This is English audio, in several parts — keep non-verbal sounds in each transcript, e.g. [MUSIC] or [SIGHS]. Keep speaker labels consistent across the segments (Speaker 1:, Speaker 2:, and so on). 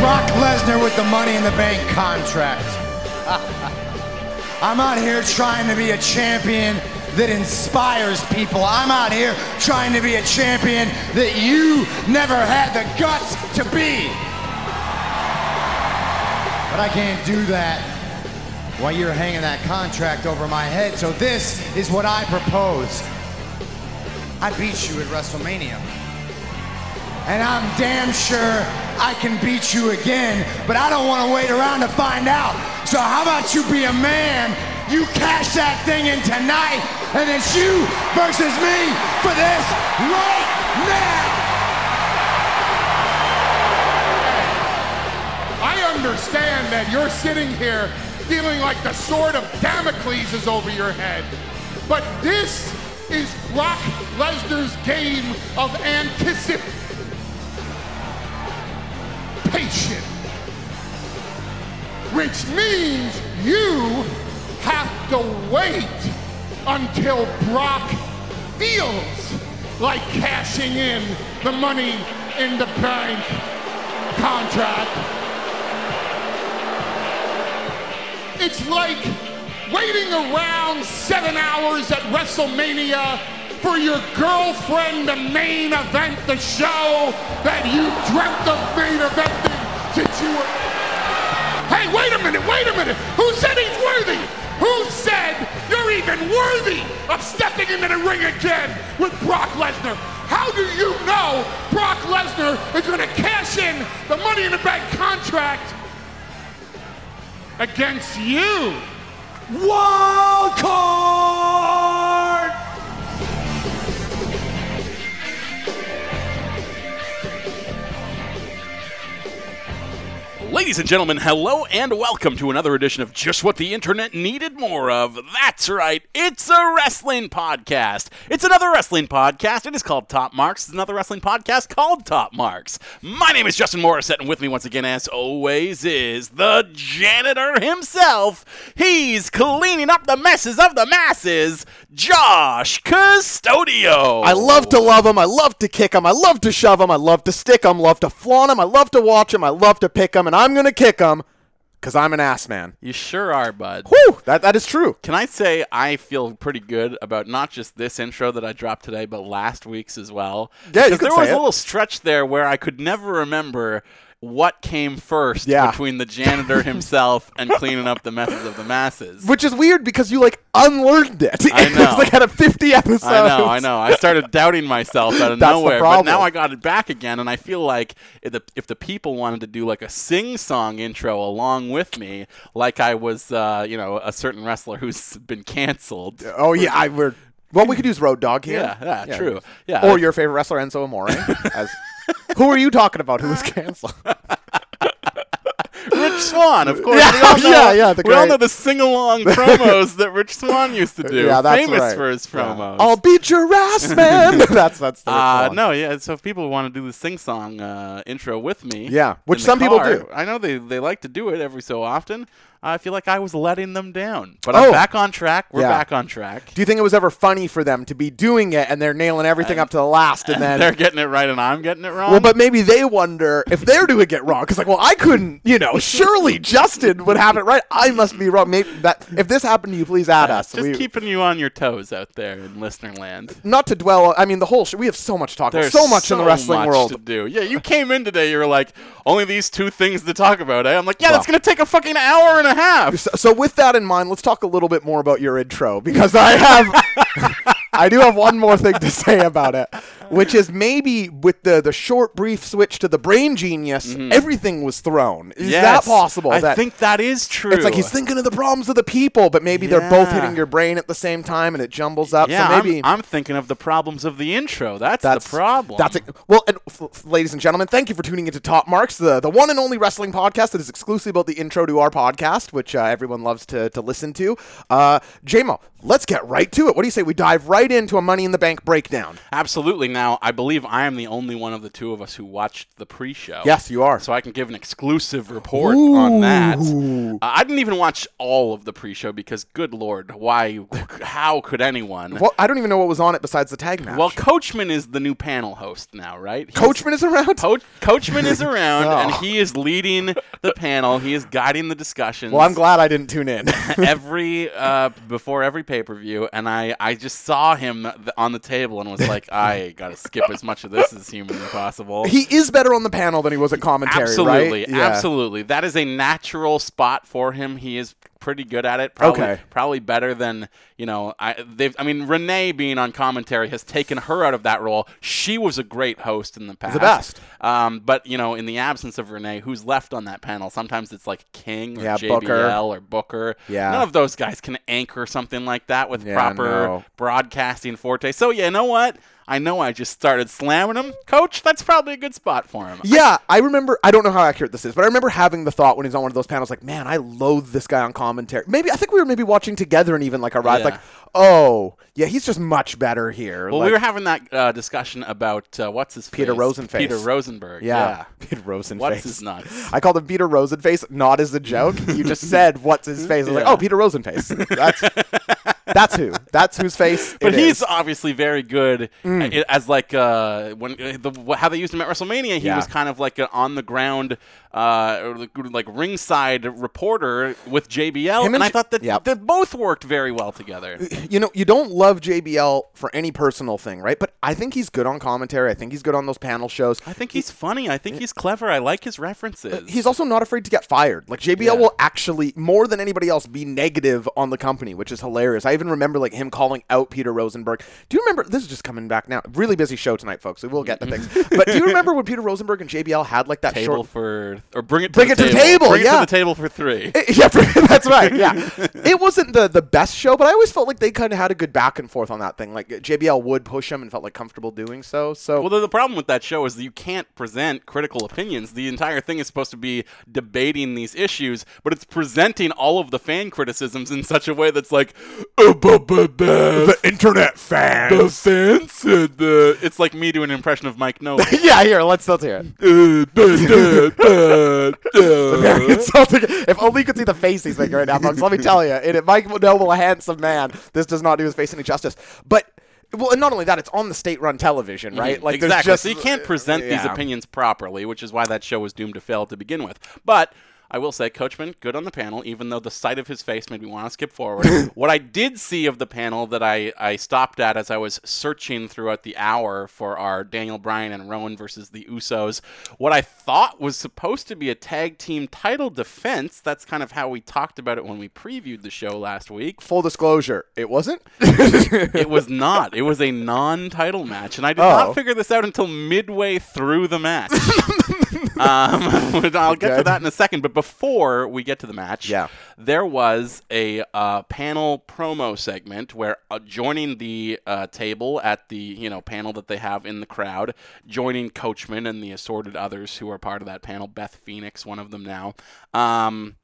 Speaker 1: Lesnar with the Money in the Bank contract. [LAUGHS] I'm out here trying to be a champion that inspires people. I'm out here trying to be a champion that you never had the guts to be. But I can't do that while you're hanging that contract over my head. So this is what I propose. I beat you at WrestleMania. And I'm damn sure I can beat you again, but I don't want to wait around to find out. So how about you be a man? You cash that thing in tonight, and it's you versus me for this right now.
Speaker 2: I understand that you're sitting here feeling like the sword of Damocles is over your head. But this is Brock Lesnar's game of anticipation. Which means you have to wait until Brock feels like cashing in the money in the bank contract. It's like waiting around seven hours at WrestleMania for your girlfriend to main event the show that you dreamt of main eventing since you were. Hey, wait a minute, wait a minute. Who said he's worthy? Who said you're even worthy of stepping into the ring again with Brock Lesnar? How do you know Brock Lesnar is going to cash in the Money in the Bank contract against you.
Speaker 1: Wild card!
Speaker 3: Ladies and gentlemen, hello and welcome to another edition of Just What the Internet Needed More of. That's right, it's a wrestling podcast. It's another wrestling podcast. It is called Top Marks. It's another wrestling podcast called Top Marks. My name is Justin Morissette, and with me once again, as always, is the janitor himself. He's cleaning up the messes of the masses, Josh Custodio.
Speaker 4: I love to love him. I love to kick him. I love to shove him. I love to stick him. Love to flaunt him. I love to watch him. I love to pick him. And I'm going to kick him because I'm an ass man.
Speaker 3: You sure are, bud.
Speaker 4: Whew, that, that is true.
Speaker 3: Can I say I feel pretty good about not just this intro that I dropped today, but last week's as well?
Speaker 4: Yeah, you
Speaker 3: 'Cause
Speaker 4: can
Speaker 3: there was
Speaker 4: say
Speaker 3: a
Speaker 4: it.
Speaker 3: little stretch there where I could never remember what came first
Speaker 4: Yeah.
Speaker 3: between the
Speaker 4: [LAUGHS]
Speaker 3: janitor himself and cleaning up the messes of the masses.
Speaker 4: Which is weird because you like unlearned it. [LAUGHS]
Speaker 3: I
Speaker 4: It was,
Speaker 3: know.
Speaker 4: like out of 50 episodes.
Speaker 3: I know, I know. I started doubting myself out of
Speaker 4: That's the
Speaker 3: nowhere, but
Speaker 4: problem.
Speaker 3: now I got it back again, and I feel like if the, if the people wanted to do like a sing-song intro along with me, like I was, uh, you know, a certain wrestler who's been canceled.
Speaker 4: Oh yeah, I we're well. We could use Road Dog here.
Speaker 3: Yeah, yeah, true. Yeah.
Speaker 4: Or your favorite wrestler Enzo
Speaker 3: [LAUGHS]
Speaker 4: Amore. as who are you talking about? Who was canceled?
Speaker 3: Rich Swan, of course.
Speaker 4: [LAUGHS] Yeah,
Speaker 3: we all know,
Speaker 4: yeah, yeah, the
Speaker 3: we all
Speaker 4: great-
Speaker 3: know the
Speaker 4: [LAUGHS]
Speaker 3: sing-along promos that Rich Swan used to do.
Speaker 4: yeah, that's
Speaker 3: famous
Speaker 4: right.
Speaker 3: for his [LAUGHS]
Speaker 4: Yeah.
Speaker 3: promos.
Speaker 4: I'll beat your
Speaker 3: [LAUGHS]
Speaker 4: ass, man. [LAUGHS] that's that's the
Speaker 3: uh,
Speaker 4: one.
Speaker 3: no, yeah. So if people want to do the sing-song uh, intro with me,
Speaker 4: Yeah,
Speaker 3: in
Speaker 4: which
Speaker 3: the
Speaker 4: some people
Speaker 3: car,
Speaker 4: do.
Speaker 3: I know they they like to do it every so often. I feel like I was letting them down, but I'm
Speaker 4: Oh.
Speaker 3: back on track. We're
Speaker 4: Yeah.
Speaker 3: back on track.
Speaker 4: Do you think it was ever funny for them to be doing it and they're nailing everything up to the last and then
Speaker 3: They're getting it right, and I'm getting it wrong.
Speaker 4: well, but maybe they wonder if they're doing it wrong because, like, well, I couldn't, you
Speaker 3: [LAUGHS]
Speaker 4: know. Surely Justin would have it right. I must be wrong. Maybe that if this happened to you, please add us.
Speaker 3: just
Speaker 4: We-
Speaker 3: keeping you on your toes out there in listener land.
Speaker 4: not to dwell. I mean, the whole sh- we have so much to talk. about,
Speaker 3: There's
Speaker 4: so much in the wrestling
Speaker 3: much
Speaker 4: world.
Speaker 3: to do. Yeah, you came in today. You were like, only these two things to talk about. Eh? I'm like, yeah, that's
Speaker 4: Well.
Speaker 3: gonna take a fucking hour and a half.
Speaker 4: So, so with that in mind, let's talk a little bit more about your intro because I have [LAUGHS] I do have one more thing to say about it, which is maybe with the the short brief switch to the brain genius, everything was thrown. Is
Speaker 3: Mm-hmm.
Speaker 4: that
Speaker 3: Yes,
Speaker 4: possible?
Speaker 3: I
Speaker 4: that
Speaker 3: think that is true.
Speaker 4: it's like he's thinking of the problems of the people, but maybe they're both
Speaker 3: Yeah.
Speaker 4: hitting your brain at the same time and it jumbles up.
Speaker 3: Yeah,
Speaker 4: so
Speaker 3: I'm-
Speaker 4: maybe
Speaker 3: I'm, thinking of the problems of the intro. That's, the problem.
Speaker 4: That's it. Well, and f- f- ladies and gentlemen, thank you for tuning into Top Marks, the, the one and only wrestling podcast that is exclusively about the intro to our podcast, which uh, everyone loves to, to listen to. Uh, JMO, let's get right to it. What do you say we dive right into a Money in the Bank breakdown?
Speaker 3: Absolutely. now, I believe I am the only one of the two of us who watched the pre-show.
Speaker 4: Yes, you are.
Speaker 3: So I can give an exclusive report on that. Uh, I didn't even watch all of the pre-show because, good lord, why? [LAUGHS] How could anyone?
Speaker 4: Well, I don't even know what was on it besides the tag match.
Speaker 3: Well, Coachman is the new panel host now, right? He's-
Speaker 4: Coachman is around.
Speaker 3: Coach, Coachman
Speaker 4: [LAUGHS]
Speaker 3: is around, and
Speaker 4: Oh.
Speaker 3: he is leading the panel. He is guiding the discussions.
Speaker 4: well, I'm [LAUGHS] glad I didn't tune in.
Speaker 3: every uh, before every pay per view, and I I just saw him th- on the table and was like, I gotta skip as much of this as humanly possible.
Speaker 4: [LAUGHS] he is better on the panel than he was at commentary.
Speaker 3: absolutely,
Speaker 4: right? Yeah.
Speaker 3: absolutely. That is a natural spot for him. He is pretty good at it. Probably,
Speaker 4: Okay.
Speaker 3: probably better than you know. I they've. I mean, Renee being on commentary has taken her out of that role. She was a great host in the past.
Speaker 4: best.
Speaker 3: Um, but you know, in the absence of Renee, who's left on that panel? Sometimes it's like King or
Speaker 4: Yeah,
Speaker 3: JBL
Speaker 4: Booker.
Speaker 3: or Booker.
Speaker 4: Yeah.
Speaker 3: None of those guys can anchor something like that with
Speaker 4: Yeah,
Speaker 3: proper
Speaker 4: no.
Speaker 3: broadcasting forte. So yeah, you know what? I know I just started slamming him. Coach, that's probably a good spot for him.
Speaker 4: Yeah, I remember. I don't know how accurate this is, but I remember having the thought when he's on one of those panels, like, "Man, I loathe this guy on commentary." Maybe I think we were maybe watching together, and even like a ride,
Speaker 3: Yeah.
Speaker 4: like, "Oh, yeah, he's just much better here."
Speaker 3: Well,
Speaker 4: like,
Speaker 3: we were having that uh, discussion about uh, what's his
Speaker 4: Peter
Speaker 3: face?
Speaker 4: Rosenface.
Speaker 3: Peter Rosenberg.
Speaker 4: yeah,
Speaker 3: Yeah.
Speaker 4: [LAUGHS] Peter Rosenface.
Speaker 3: What's his nuts?
Speaker 4: I called him Peter Rosenface, not as a joke. You
Speaker 3: [LAUGHS]
Speaker 4: just said what's his face. I was like,
Speaker 3: Yeah.
Speaker 4: oh, Peter Rosenface. That's that's who. That's whose face.
Speaker 3: [LAUGHS] But
Speaker 4: it
Speaker 3: he's
Speaker 4: is. Mm.
Speaker 3: obviously very good a- as like uh, when uh, the, wh- how they used him at WrestleMania. He
Speaker 4: Yeah.
Speaker 3: was kind of like an on the ground, uh, or like- like ringside reporter with JBL,
Speaker 4: Him and
Speaker 3: and I
Speaker 4: J-
Speaker 3: thought that
Speaker 4: Yep. Uh,
Speaker 3: they both worked very well together.
Speaker 4: you know, you don't love JBL for any personal thing, right? But I think he's good on commentary. I think he's good on those panel shows.
Speaker 3: I think he's funny. I think he's clever. I like his references.
Speaker 4: Uh, He's also not afraid to get fired. Like JBL
Speaker 3: Yeah.
Speaker 4: will actually more than anybody else be negative on the company, which is hilarious. I even remember like him calling out Peter Rosenberg. Do you remember this is just coming back now. Really busy show tonight, folks. We will get to
Speaker 3: [LAUGHS]
Speaker 4: things. but do you remember when Peter Rosenberg and JBL had like that
Speaker 3: table
Speaker 4: short
Speaker 3: for or bring it to
Speaker 4: Bring
Speaker 3: the
Speaker 4: it to the
Speaker 3: table.
Speaker 4: table,
Speaker 3: Bring
Speaker 4: yeah.
Speaker 3: it to the table for
Speaker 4: [LAUGHS]
Speaker 3: three.
Speaker 4: [LAUGHS] yeah, that's right. Yeah,
Speaker 3: [LAUGHS]
Speaker 4: it wasn't the the best show, but I always felt like they kind of had a good back and forth on that thing. Like JBL would push him and felt like comfortable doing so. So
Speaker 3: Well, the, the problem with that show is that you can't present critical opinions. The entire thing is supposed to be debating these issues, but it's presenting all of the fan criticisms in such a way that's like, "Uh, buh, buh, buh,
Speaker 4: internet fans.
Speaker 3: the fans said that." It's like me doing an impression of Mike Noble.
Speaker 4: [LAUGHS] yeah, here let's let's [LAUGHS] hear it.
Speaker 3: Uh, buh, duh, buh, duh.
Speaker 4: It's something- if only you could see the face he's making right now, folks. Let me tell you, it, Mike Noble, a handsome man, this does not do his face any justice. But well, and not only that, it's on the state-run television, right? Like there's
Speaker 3: Mm-hmm. exactly.
Speaker 4: just
Speaker 3: so you can't present these
Speaker 4: yeah.
Speaker 3: opinions properly, which is why that show was doomed to fail to begin with. But I will say, Coachman, good on the panel, even though the sight of his face made me want to skip forward.
Speaker 4: [LAUGHS]
Speaker 3: what I did see of the panel that I, I stopped at as I was searching throughout the hour for our Daniel Bryan and Rowan versus the Usos, what I thought was supposed to be a tag team title defense. That's kind of how we talked about it when we previewed the show last week
Speaker 4: Full disclosure, it wasn't.
Speaker 3: it
Speaker 4: [LAUGHS]
Speaker 3: was not. It was a non-title match, and I did
Speaker 4: Oh.
Speaker 3: not figure this out until midway through the
Speaker 4: [LAUGHS]
Speaker 3: match. um, [LAUGHS] but I'll get to
Speaker 4: Good.
Speaker 3: that in a second. But before we get to the match,
Speaker 4: Yeah.
Speaker 3: there was a uh, panel promo segment where uh, joining the uh, table at the you know panel that they have in the crowd, joining Coachman and the assorted others who are part of that panel. Beth Phoenix, one of them now. Um,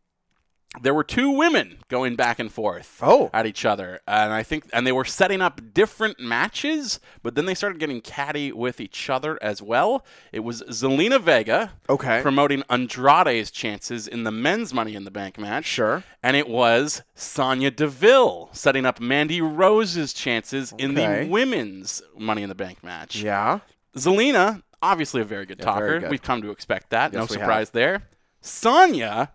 Speaker 3: there were two women going back and forth
Speaker 4: Oh.
Speaker 3: at each other and i think and they were setting up different matches but then they started getting catty with each other as well it was zelina vega
Speaker 4: Okay.
Speaker 3: promoting andrade's chances in the men's money in the bank match
Speaker 4: Sure.
Speaker 3: and it was sonia deville setting up mandy rose's chances in the
Speaker 4: Okay.
Speaker 3: women's money in the bank match
Speaker 4: [LAUGHS] yeah.
Speaker 3: Zelina, obviously a very good talker.
Speaker 4: very good.
Speaker 3: We've come to expect that. no
Speaker 4: Yes, we have.
Speaker 3: surprise there. Sonya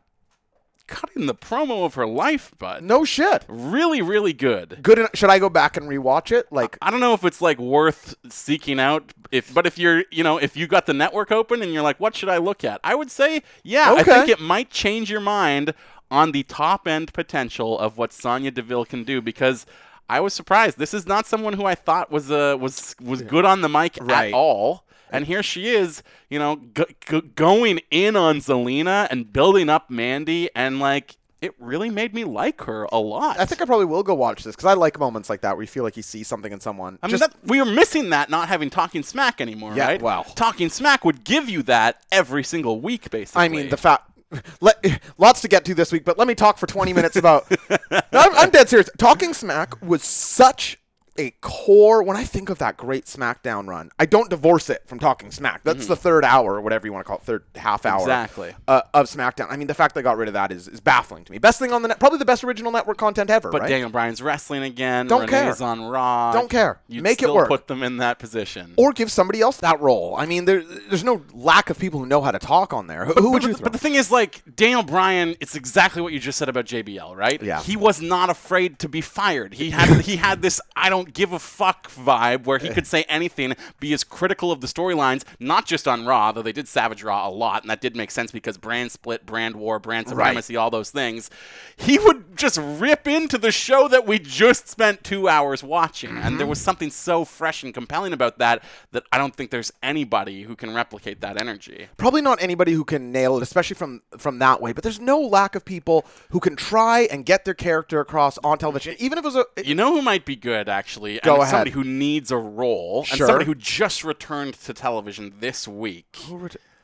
Speaker 3: cutting the promo of her life, but
Speaker 4: No shit.
Speaker 3: really, really good.
Speaker 4: Good. Enough. Should I go back and rewatch it? Like,
Speaker 3: I don't know if it's like worth seeking out if but if you're you know, if you got the network open and you're like, what should I look at? I would say, yeah, I
Speaker 4: Okay.
Speaker 3: think it might change your mind on the top end potential of what Sonya Deville can do because I was surprised. This is not someone who I thought was uh, was was good on the mic
Speaker 4: Right.
Speaker 3: at all. And here she is, you know, g- g- going in on Zelina and building up Mandy, and like it really made me like her a lot.
Speaker 4: I think I probably will go watch this because I like moments like that where you feel like you see something in someone.
Speaker 3: I mean,
Speaker 4: Just-
Speaker 3: that, we are missing that not having Talking Smack anymore,
Speaker 4: Yeah,
Speaker 3: right?
Speaker 4: wow.
Speaker 3: Talking Smack would give you that every single week, basically.
Speaker 4: I mean, the fact. [LAUGHS] Let, lots to get to this
Speaker 3: [LAUGHS]
Speaker 4: week, but let me talk for 20 minutes about. No, I'm, I'm dead serious. Talking Smack was such a core. When I think of that great SmackDown run, I don't divorce it from talking Smack. That's the third hour or whatever you want to call it, third half hour
Speaker 3: Mm-hmm. Exactly.
Speaker 4: uh, of SmackDown. I mean, the fact they got rid of that is, is baffling to me. Best thing on the net, probably the best original network content ever.
Speaker 3: But
Speaker 4: right?
Speaker 3: Daniel Bryan's wrestling again.
Speaker 4: Don't care.
Speaker 3: Renee's on Raw.
Speaker 4: Don't care.
Speaker 3: You'd
Speaker 4: Make it
Speaker 3: still
Speaker 4: work.
Speaker 3: Put them in that position.
Speaker 4: or give somebody else that role. I mean, there, there's no lack of people who know how to talk on there. Who, who would
Speaker 3: but,
Speaker 4: you
Speaker 3: the-
Speaker 4: throw?
Speaker 3: but the thing is, like Daniel Bryan, it's exactly what you just said about JBL, right?
Speaker 4: Yeah.
Speaker 3: He was not afraid to be fired. He had he had this I don't give a fuck vibe where he could say anything, be as critical of the storylines, not just on Raw, though they did Savage Raw a lot, and that did make sense because brand split, brand war, brand supremacy, all those things. He would just rip into the show that we just spent two hours watching, and
Speaker 4: Mm-hmm.
Speaker 3: there was something so fresh and compelling about that that I don't think there's anybody who can replicate that energy.
Speaker 4: probably not anybody who can nail it, especially from from that way. But there's no lack of people who can try and get their character across on television, even if it was a.
Speaker 3: You know who might be good, actually? And
Speaker 4: Go
Speaker 3: it's
Speaker 4: ahead.
Speaker 3: Somebody who needs a role, and
Speaker 4: Sure.
Speaker 3: somebody who just returned to television this week.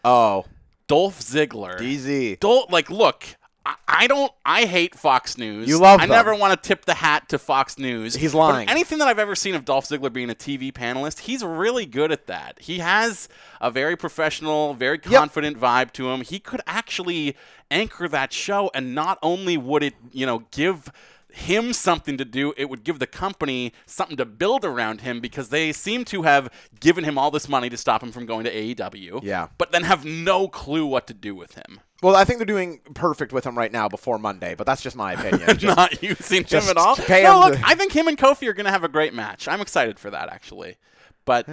Speaker 4: oh,
Speaker 3: Dolph Ziggler.
Speaker 4: DZ.
Speaker 3: Dol- like, look, I, I don't. I hate Fox News.
Speaker 4: You love
Speaker 3: I
Speaker 4: them.
Speaker 3: never want to tip the hat to Fox News.
Speaker 4: He's
Speaker 3: but
Speaker 4: lying.
Speaker 3: anything that I've ever seen of Dolph Ziggler being a TV panelist, he's really good at that. He has a very professional, very confident vibe to him. He could actually anchor that show, and not only would it, you know, give him something to do it would give the company something to build around him because they seem to have given him all this money to stop him from going to AEW
Speaker 4: Yeah.
Speaker 3: but then have no clue what to do with him
Speaker 4: Well, I think they're doing perfect with him right now before Monday, but that's just
Speaker 3: [LAUGHS]
Speaker 4: my opinion. Just-
Speaker 3: not using him
Speaker 4: just
Speaker 3: at all.
Speaker 4: pay
Speaker 3: no,
Speaker 4: him
Speaker 3: look,
Speaker 4: the-
Speaker 3: I think him and Kofi are going to have a great match. I'm excited for that actually. But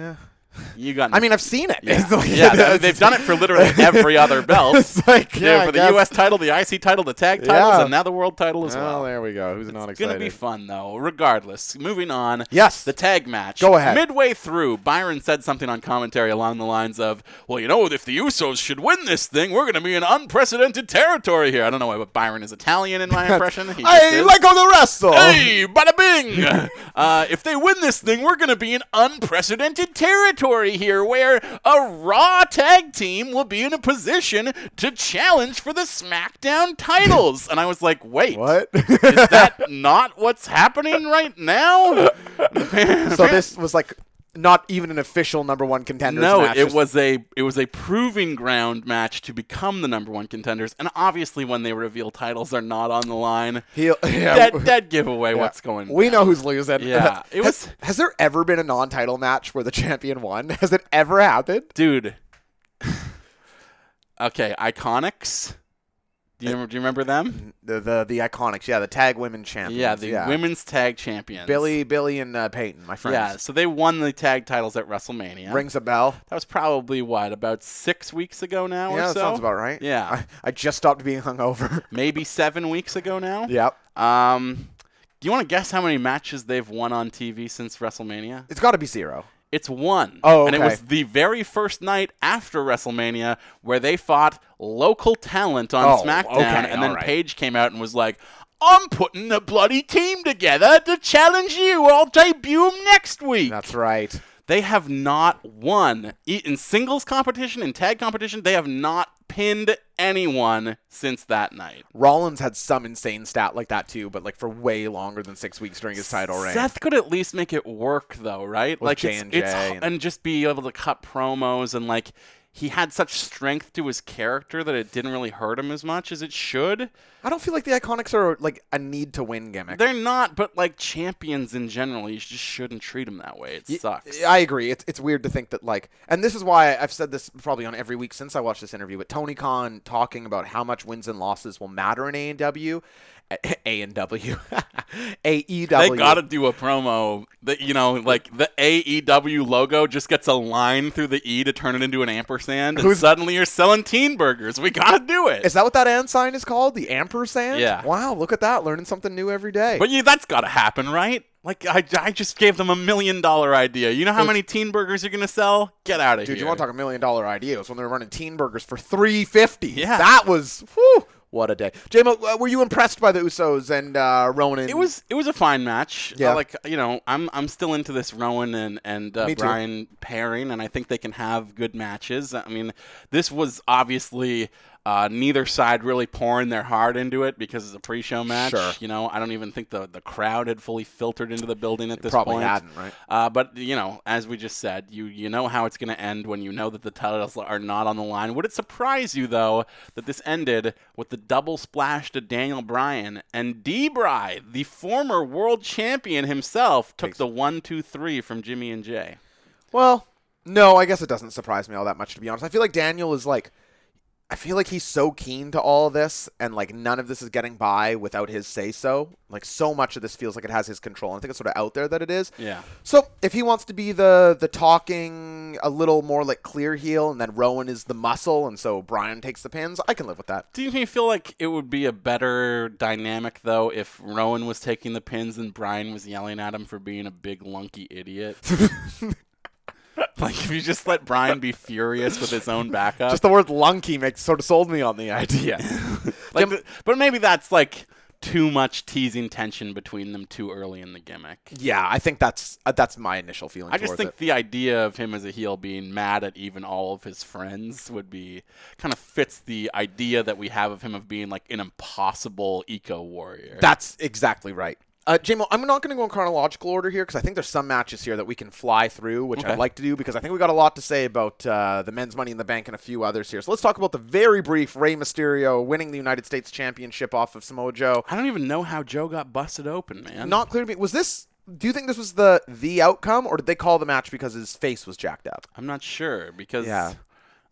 Speaker 3: you got.
Speaker 4: I mean, I've seen it.
Speaker 3: yeah,
Speaker 4: [LAUGHS] It's like-
Speaker 3: Yeah, they- they've done it for
Speaker 4: [LAUGHS]
Speaker 3: literally every other belt.
Speaker 4: It's [LAUGHS] like,
Speaker 3: Yeah,
Speaker 4: yeah, I
Speaker 3: for the
Speaker 4: guess.
Speaker 3: U.S. title, the IC title, the tag titles,
Speaker 4: Yeah.
Speaker 3: and now the world title as well.
Speaker 4: Well, there we go. Who's not
Speaker 3: It's
Speaker 4: excited?
Speaker 3: gonna be fun though. Regardless, moving on.
Speaker 4: Yes.
Speaker 3: the tag match.
Speaker 4: Go ahead.
Speaker 3: Midway through, Byron said something on commentary along the lines of, "Well, you know, if the Usos should win this thing, we're gonna be in unprecedented territory here." I don't know why, but Byron is Italian in
Speaker 4: [LAUGHS]
Speaker 3: my impression. He just
Speaker 4: I
Speaker 3: is.
Speaker 4: like all the wrestle.
Speaker 3: Hey, bada bing! [LAUGHS] uh, if they win this thing, we're going to be in unprecedented territory here where a Raw tag team will be in a position to challenge for the SmackDown titles. and I was like, wait. [LAUGHS]
Speaker 4: What?
Speaker 3: Is that not what's happening right now?
Speaker 4: [LAUGHS] so this was like not even an official number one contender.
Speaker 3: No,
Speaker 4: match.
Speaker 3: it
Speaker 4: just-
Speaker 3: was a it was a proving ground match to become the number one contenders, and obviously when they reveal titles are not on the line,
Speaker 4: Heel- [LAUGHS] yeah.
Speaker 3: dead, dead giveaway. What's going?
Speaker 4: We
Speaker 3: down.
Speaker 4: know who's losing.
Speaker 3: Yeah, it was-
Speaker 4: Has, has there ever been a non-title match where the champion won? [LAUGHS] Has it ever happened?
Speaker 3: dude. okay, Iconics. Do
Speaker 4: Uh,
Speaker 3: you, do you remember them?
Speaker 4: The the the iconics. Yeah, the tag women champions.
Speaker 3: Yeah, the women's tag champions.
Speaker 4: Billy, Billy, and uh, Peyton, my friends.
Speaker 3: Yeah, so they won the tag titles at WrestleMania.
Speaker 4: Rings a bell.
Speaker 3: That was probably what about six weeks ago now,
Speaker 4: yeah,
Speaker 3: or
Speaker 4: that
Speaker 3: so.
Speaker 4: sounds about right.
Speaker 3: Yeah.
Speaker 4: I, I just stopped being hungover. [LAUGHS]
Speaker 3: Maybe seven weeks ago now.
Speaker 4: yep.
Speaker 3: Um, do you want to guess how many matches they've won on TV since WrestleMania?
Speaker 4: It's got to be zero.
Speaker 3: It's one.
Speaker 4: Oh,
Speaker 3: And it
Speaker 4: okay.
Speaker 3: was the very first night after WrestleMania where they fought local talent on
Speaker 4: Oh,
Speaker 3: SmackDown,
Speaker 4: okay,
Speaker 3: and then
Speaker 4: all right.
Speaker 3: Paige came out and was like, "I'm putting a bloody team together to challenge you. I'll debut 'em next week."
Speaker 4: That's right.
Speaker 3: They have not won E- in singles competition, in tag competition. They have not pinned anyone since that night.
Speaker 4: Rollins had some insane stat like that too, but like for way longer than six weeks during his title reign.
Speaker 3: Seth could at least make it work though, right? like
Speaker 4: J&J
Speaker 3: it's, it's
Speaker 4: and-
Speaker 3: and just be able to cut promos and like he had such strength to his character that it didn't really hurt him as much as it should.
Speaker 4: I don't feel like the iconics are like a need to win gimmick.
Speaker 3: They're not, but like champions in general, you just shouldn't treat them that way. It sucks.
Speaker 4: I agree. It's, it's weird to think that like, and this is why I've said this probably on every week since I watched this interview. But Tony Khan talking about how much wins and losses will matter in A and W, [LAUGHS] A and W, [LAUGHS]
Speaker 3: They
Speaker 4: E AEW.
Speaker 3: got to do a promo that you know, like the AEW logo just gets a line through the E to turn it into an ampersand, and
Speaker 4: Who's-
Speaker 3: suddenly you're selling teen burgers. We got to do it.
Speaker 4: Is that what that and sign is called? The ampersand.
Speaker 3: Yeah.
Speaker 4: Wow, look at that. Learning something new every day.
Speaker 3: But yeah, that's got to happen, right? Like I, I just gave them a million dollar idea. You know how many teen burgers you're gonna sell? Get out of here,
Speaker 4: Dude, you want to talk a million dollar idea? It was when they were running teen burgers for three fifty.
Speaker 3: Yeah.
Speaker 4: That was whew, what a day. JMO, uh, were you impressed by the Usos and uh, Ronan?
Speaker 3: It was it was a fine match.
Speaker 4: Yeah.
Speaker 3: Uh, like you know, I'm I'm still into this Rowan and and uh,
Speaker 4: Me too.
Speaker 3: Brian pairing, and I think they can have good matches. I mean, this was obviously Uh, neither side really pouring their heart into it because it's a pre-show match.
Speaker 4: Sure.
Speaker 3: You know, I don't even think the, the crowd had fully filtered into the building at this
Speaker 4: probably
Speaker 3: point.
Speaker 4: hadn't, right?
Speaker 3: Uh, but you know, as we just said, you you know how it's going to end when you know that the titles are not on the line. Would it surprise you though that this ended with the double splash to Daniel Bryan and D. Bry, the former world champion himself, took the one two three from Jimmy and Jay.
Speaker 4: Well, no, I guess it doesn't surprise me all that much to be honest. I feel like Daniel is like I feel like he's so keen to all this and like none of this is getting by without his say so. Like so much of this feels like it has his control. And I think it's sort of out there that it is.
Speaker 3: Yeah.
Speaker 4: So if he wants to be the the talking a little more like clear heel and then Rowan is the muscle and so Brian takes the pins, I can live with that.
Speaker 3: Do you feel like it would be a better dynamic though if Rowan was taking the pins and Brian was yelling at him for being a big lunky
Speaker 4: [LAUGHS]
Speaker 3: idiot? like if you just let Brian be furious with his own backup.
Speaker 4: Just the word lunky makes sort of sold me on the [LAUGHS] idea.
Speaker 3: [LAUGHS] Like, th- but maybe that's like too much teasing tension between them too early in the gimmick.
Speaker 4: yeah, I think that's uh, that's my initial feeling
Speaker 3: I just
Speaker 4: towards
Speaker 3: think
Speaker 4: it.
Speaker 3: the idea of him as a heel being mad at even all of his friends would be kind of fits the idea that we have of him of being like an impossible eco warrior.
Speaker 4: That's exactly right. Uh, JMO, I'm not going to go in chronological order here because I think there's some matches here that we can fly through, which
Speaker 3: Okay.
Speaker 4: I'd like to do because I think we got a lot to say about uh, the men's Money in the Bank and a few others here. So let's talk about the very brief Rey Mysterio winning the United States Championship off of Samoa Joe.
Speaker 3: I don't even know how Joe got busted open, man.
Speaker 4: Not clear to me. Was this? Do you think this was the the outcome, or did they call the match because his face was jacked up,
Speaker 3: I'm not sure because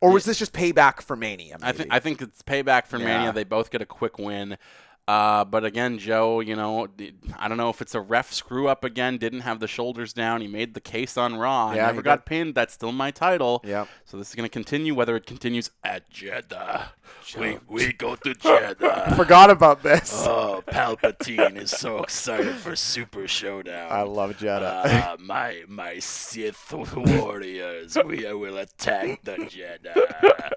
Speaker 4: or was this just payback for Mania?
Speaker 3: I
Speaker 4: maybe?
Speaker 3: think I think it's payback for
Speaker 4: Yeah.
Speaker 3: Mania. They both get a quick win. Uh, but again, Joe, you know, d- I don't know if it's a ref screw up again. Didn't have the shoulders down. He made the case on Raw. I
Speaker 4: Yeah,
Speaker 3: never
Speaker 4: he
Speaker 3: got
Speaker 4: did.
Speaker 3: pinned. That's still my title.
Speaker 4: Yep.
Speaker 3: So this is gonna continue. Whether it continues at Jeddah, we
Speaker 4: [LAUGHS]
Speaker 3: we go to Jeddah.
Speaker 4: forgot about this.
Speaker 3: oh, Palpatine is so excited for Super Showdown.
Speaker 4: I
Speaker 3: [LAUGHS]
Speaker 4: love Jetta. [LAUGHS]
Speaker 3: Ah, my my Sith warriors, we will attack the Jedi.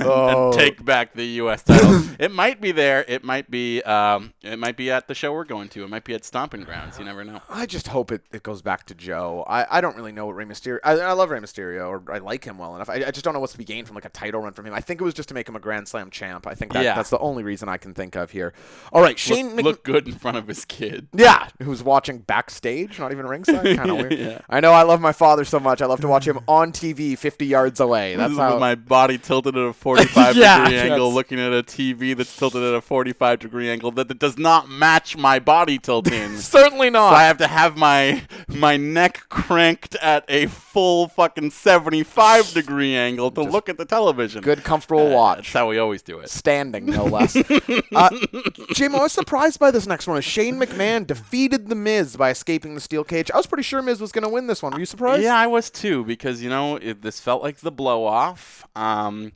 Speaker 4: oh,
Speaker 3: Take back the U.S. title. it might be there. It might be. Um, it might be at the show we're going to. It might be at Stomping Grounds. You never know.
Speaker 4: I just hope it, it goes back to Joe. I, I don't really know what Rey Mysterio. I, I love Rey Mysterio, or I like him well enough. I, I just don't know what's to be gained from like a title run from him. I think it was just to make him a Grand Slam champ. I think that,
Speaker 3: Yeah.
Speaker 4: that's the only reason I can think of here. All right, Shane.
Speaker 3: Look,
Speaker 4: Mc-
Speaker 3: look good in front of his kid.
Speaker 4: yeah, who's watching backstage, not
Speaker 3: [LAUGHS]
Speaker 4: even ringside. Kind of weird. I know I love my father so much. I love to watch him on TV, fifty yards away. That's
Speaker 3: this is
Speaker 4: how
Speaker 3: with my body tilted at a 45
Speaker 4: [LAUGHS] Yeah,
Speaker 3: degree angle,
Speaker 4: that's-
Speaker 3: looking at a TV that's tilted at a 45 degree angle that, that does not match my body
Speaker 4: [LAUGHS]
Speaker 3: tilting.
Speaker 4: certainly not.
Speaker 3: So I have to have my my neck cranked at a full fucking 75 degree angle to look at the television. Uh,
Speaker 4: Good, comfortable
Speaker 3: That's
Speaker 4: watch.
Speaker 3: how we always do it.
Speaker 4: standing,
Speaker 3: [LAUGHS]
Speaker 4: no less. uh, Jim, I was surprised by this next one. Shane McMahon defeated The Miz by escaping the steel cage. I was pretty sure Miz was going to win this one. Were you surprised?
Speaker 3: Yeah, I was too because you know it, this felt like the blow off. Um,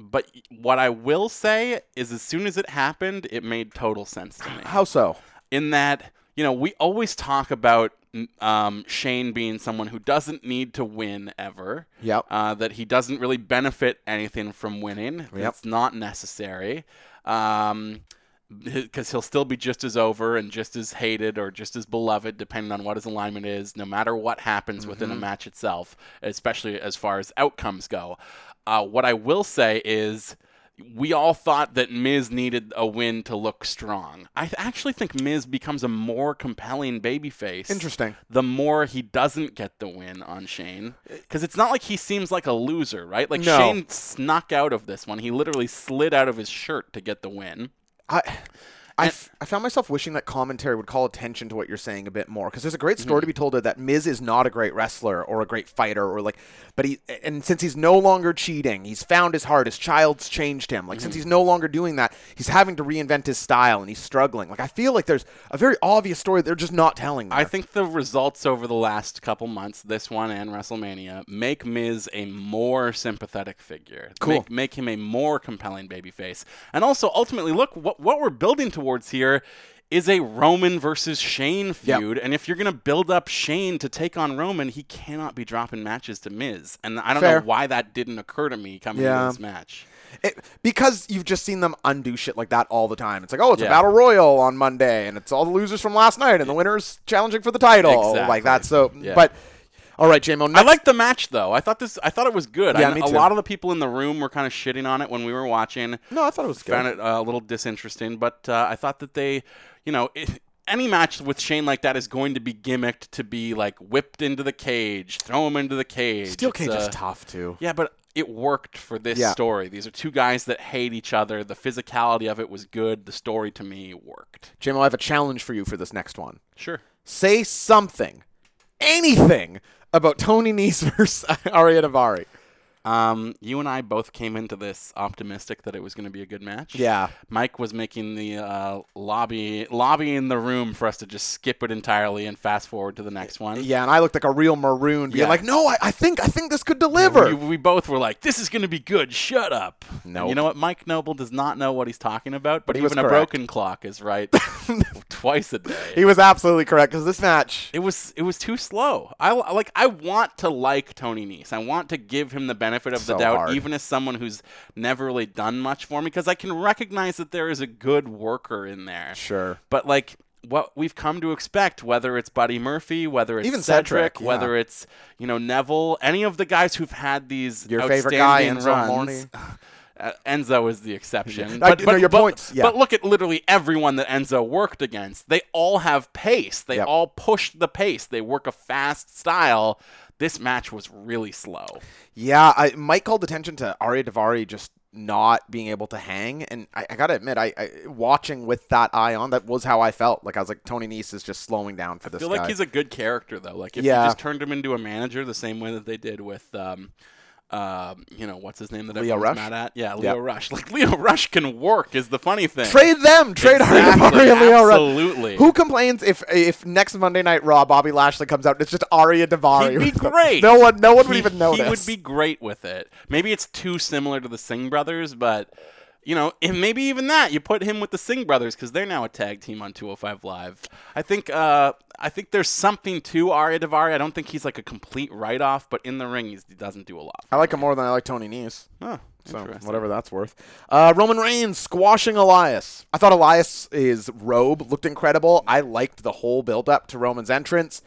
Speaker 3: but what I will say is, as soon as it happened, it made total sense to me.
Speaker 4: How so?
Speaker 3: in that you know we always talk about n- um, Shane being someone who doesn't need to win ever.
Speaker 4: Yep.
Speaker 3: Uh, that he doesn't really benefit anything from winning.
Speaker 4: Yep.
Speaker 3: It's not necessary. Um, because he'll still be just as over and just as hated or just as beloved, depending on what his alignment is, no matter what happens within
Speaker 4: Mm-hmm.
Speaker 3: a match itself, especially as far as outcomes go. Uh, what I will say is, we all thought that Miz needed a win to look strong. I th- actually think Miz becomes a more compelling babyface.
Speaker 4: Interesting. Eh.
Speaker 3: The more he doesn't get the win on Shane, because it's not like he seems like a loser, right? Like
Speaker 4: No.
Speaker 3: Shane snuck out of this one. He literally slid out of his shirt to get the win.
Speaker 4: I. I, f- I found myself wishing that commentary would call attention to what you're saying a bit more because there's a great
Speaker 3: Mm-hmm.
Speaker 4: story to be told there that Miz is not a great wrestler or a great fighter or like, but he and since he's no longer cheating, he's found his heart. His child's changed him. Like since
Speaker 3: Mm-hmm.
Speaker 4: he's no longer doing that, he's having to reinvent his style and he's struggling. Like I feel like there's a very obvious story they're just not telling.
Speaker 3: I
Speaker 4: there.
Speaker 3: think the results over the last couple months, this one and WrestleMania, make Miz a more sympathetic figure.
Speaker 4: Cool.
Speaker 3: Make, make him a more compelling babyface. And also, ultimately, look, what, what we're building towards here is a Roman versus Shane
Speaker 4: Yep.
Speaker 3: feud. And if you're going to build up Shane to take on Roman, he cannot be dropping matches to Miz. And I don't
Speaker 4: Fair.
Speaker 3: know why that didn't occur to me coming
Speaker 4: Yeah.
Speaker 3: into this match.
Speaker 4: It, because you've just seen them undo shit like that all the time. It's like, oh, it's
Speaker 3: Yeah.
Speaker 4: a battle royal on Monday, and it's all the losers from last night, and the winners challenging for the title,
Speaker 3: Exactly.
Speaker 4: like that. So,
Speaker 3: Yeah.
Speaker 4: but All right, JMO.
Speaker 3: I like the match though. I thought this. I thought it was good.
Speaker 4: Yeah,
Speaker 3: I,
Speaker 4: me
Speaker 3: A
Speaker 4: too.
Speaker 3: lot of the people in the room were kind of shitting on it when we were watching.
Speaker 4: No, I thought it was good.
Speaker 3: Found it uh, a little disinteresting, but uh, I thought that they, you know, it, any match with Shane like that is going to be gimmicked to be like whipped into the cage, throw him into the cage.
Speaker 4: Steel
Speaker 3: It's,
Speaker 4: Cage
Speaker 3: uh,
Speaker 4: is tough too.
Speaker 3: Yeah, but it worked for this
Speaker 4: Yeah.
Speaker 3: story. These are two guys that hate each other. The physicality of it was good. The story to me worked.
Speaker 4: JMO, I have a challenge for you for this next one.
Speaker 3: Sure.
Speaker 4: Say something, anything about Tony Nese [LAUGHS] versus Arya Navari.
Speaker 3: Um, you and I both came into this optimistic that it was going to be a good match.
Speaker 4: Yeah.
Speaker 3: Mike was making the uh, lobby lobby in the room for us to just skip it entirely and fast forward to the next one.
Speaker 4: Yeah, and I looked like a real maroon, being
Speaker 3: Yeah.
Speaker 4: like, "No, I, I think I think this could deliver."
Speaker 3: We, we both were like, "This is going to be good. Shut up." No.
Speaker 4: Nope.
Speaker 3: You know what? Mike Noble does not know what he's talking about, but,
Speaker 4: he was
Speaker 3: even a
Speaker 4: correct.
Speaker 3: broken clock is right [LAUGHS] twice a day.
Speaker 4: he was absolutely correct because this match.
Speaker 3: It was it was too slow. I like I want to like Tony Nese. I want to give him the benefit of
Speaker 4: So
Speaker 3: the doubt,
Speaker 4: hard.
Speaker 3: even as someone who's never really done much for me, because I can recognize that there is a good worker in there.
Speaker 4: Sure.
Speaker 3: But like what we've come to expect, whether it's Buddy Murphy, whether it's
Speaker 4: Even
Speaker 3: Cedric,
Speaker 4: Cedric, yeah.
Speaker 3: whether it's you know Neville, any of the guys who've had these
Speaker 4: Your favorite guy,
Speaker 3: outstanding
Speaker 4: Enzo
Speaker 3: runs.
Speaker 4: [LAUGHS]
Speaker 3: Uh, Enzo is the exception.
Speaker 4: I- no, your
Speaker 3: but,
Speaker 4: points, yeah.
Speaker 3: but look at literally everyone that Enzo worked against. They all have pace. They
Speaker 4: Yep.
Speaker 3: all push the pace. They work a fast style. This match was really slow.
Speaker 4: Yeah, I Mike called attention to Arya Davari just not being able to hang, and I, I gotta admit, I, I watching with that eye on, that was how I felt. Like I was like, Tony Nese is just slowing down for
Speaker 3: I
Speaker 4: this
Speaker 3: feel
Speaker 4: guy.
Speaker 3: like he's a good character though. Like if
Speaker 4: Yeah.
Speaker 3: you just turned him into a manager the same way that they did with um um, you know what's his name that
Speaker 4: Leo
Speaker 3: everyone's
Speaker 4: Rush?
Speaker 3: mad at? Yeah,
Speaker 4: Yeah.
Speaker 3: Leo Rush. [LAUGHS] Like Leo Rush can work is the funny thing.
Speaker 4: Trade them, trade
Speaker 3: Exactly,
Speaker 4: Arya Davari and Leo Rush.
Speaker 3: absolutely.
Speaker 4: Who complains if if next Monday Night Raw Bobby Lashley comes out and it's just Arya Davari?
Speaker 3: He'd be great.
Speaker 4: [LAUGHS] no one, no one would
Speaker 3: He-
Speaker 4: even notice.
Speaker 3: He would be great with it. Maybe it's too similar to the Singh brothers, but you know, and maybe even that you put him with the Singh brothers because they're now a tag team on 205 Live. I think uh, I think there's something to Arya Davari. I don't think he's like a complete write off, but in the ring he's, he doesn't do a lot.
Speaker 4: I like him more than I like Tony Nese.
Speaker 3: Huh,
Speaker 4: So
Speaker 3: interesting.
Speaker 4: whatever that's worth. Uh, Roman Reigns squashing Elias. I thought Elias' his robe looked incredible. I liked the whole build up to Roman's entrance.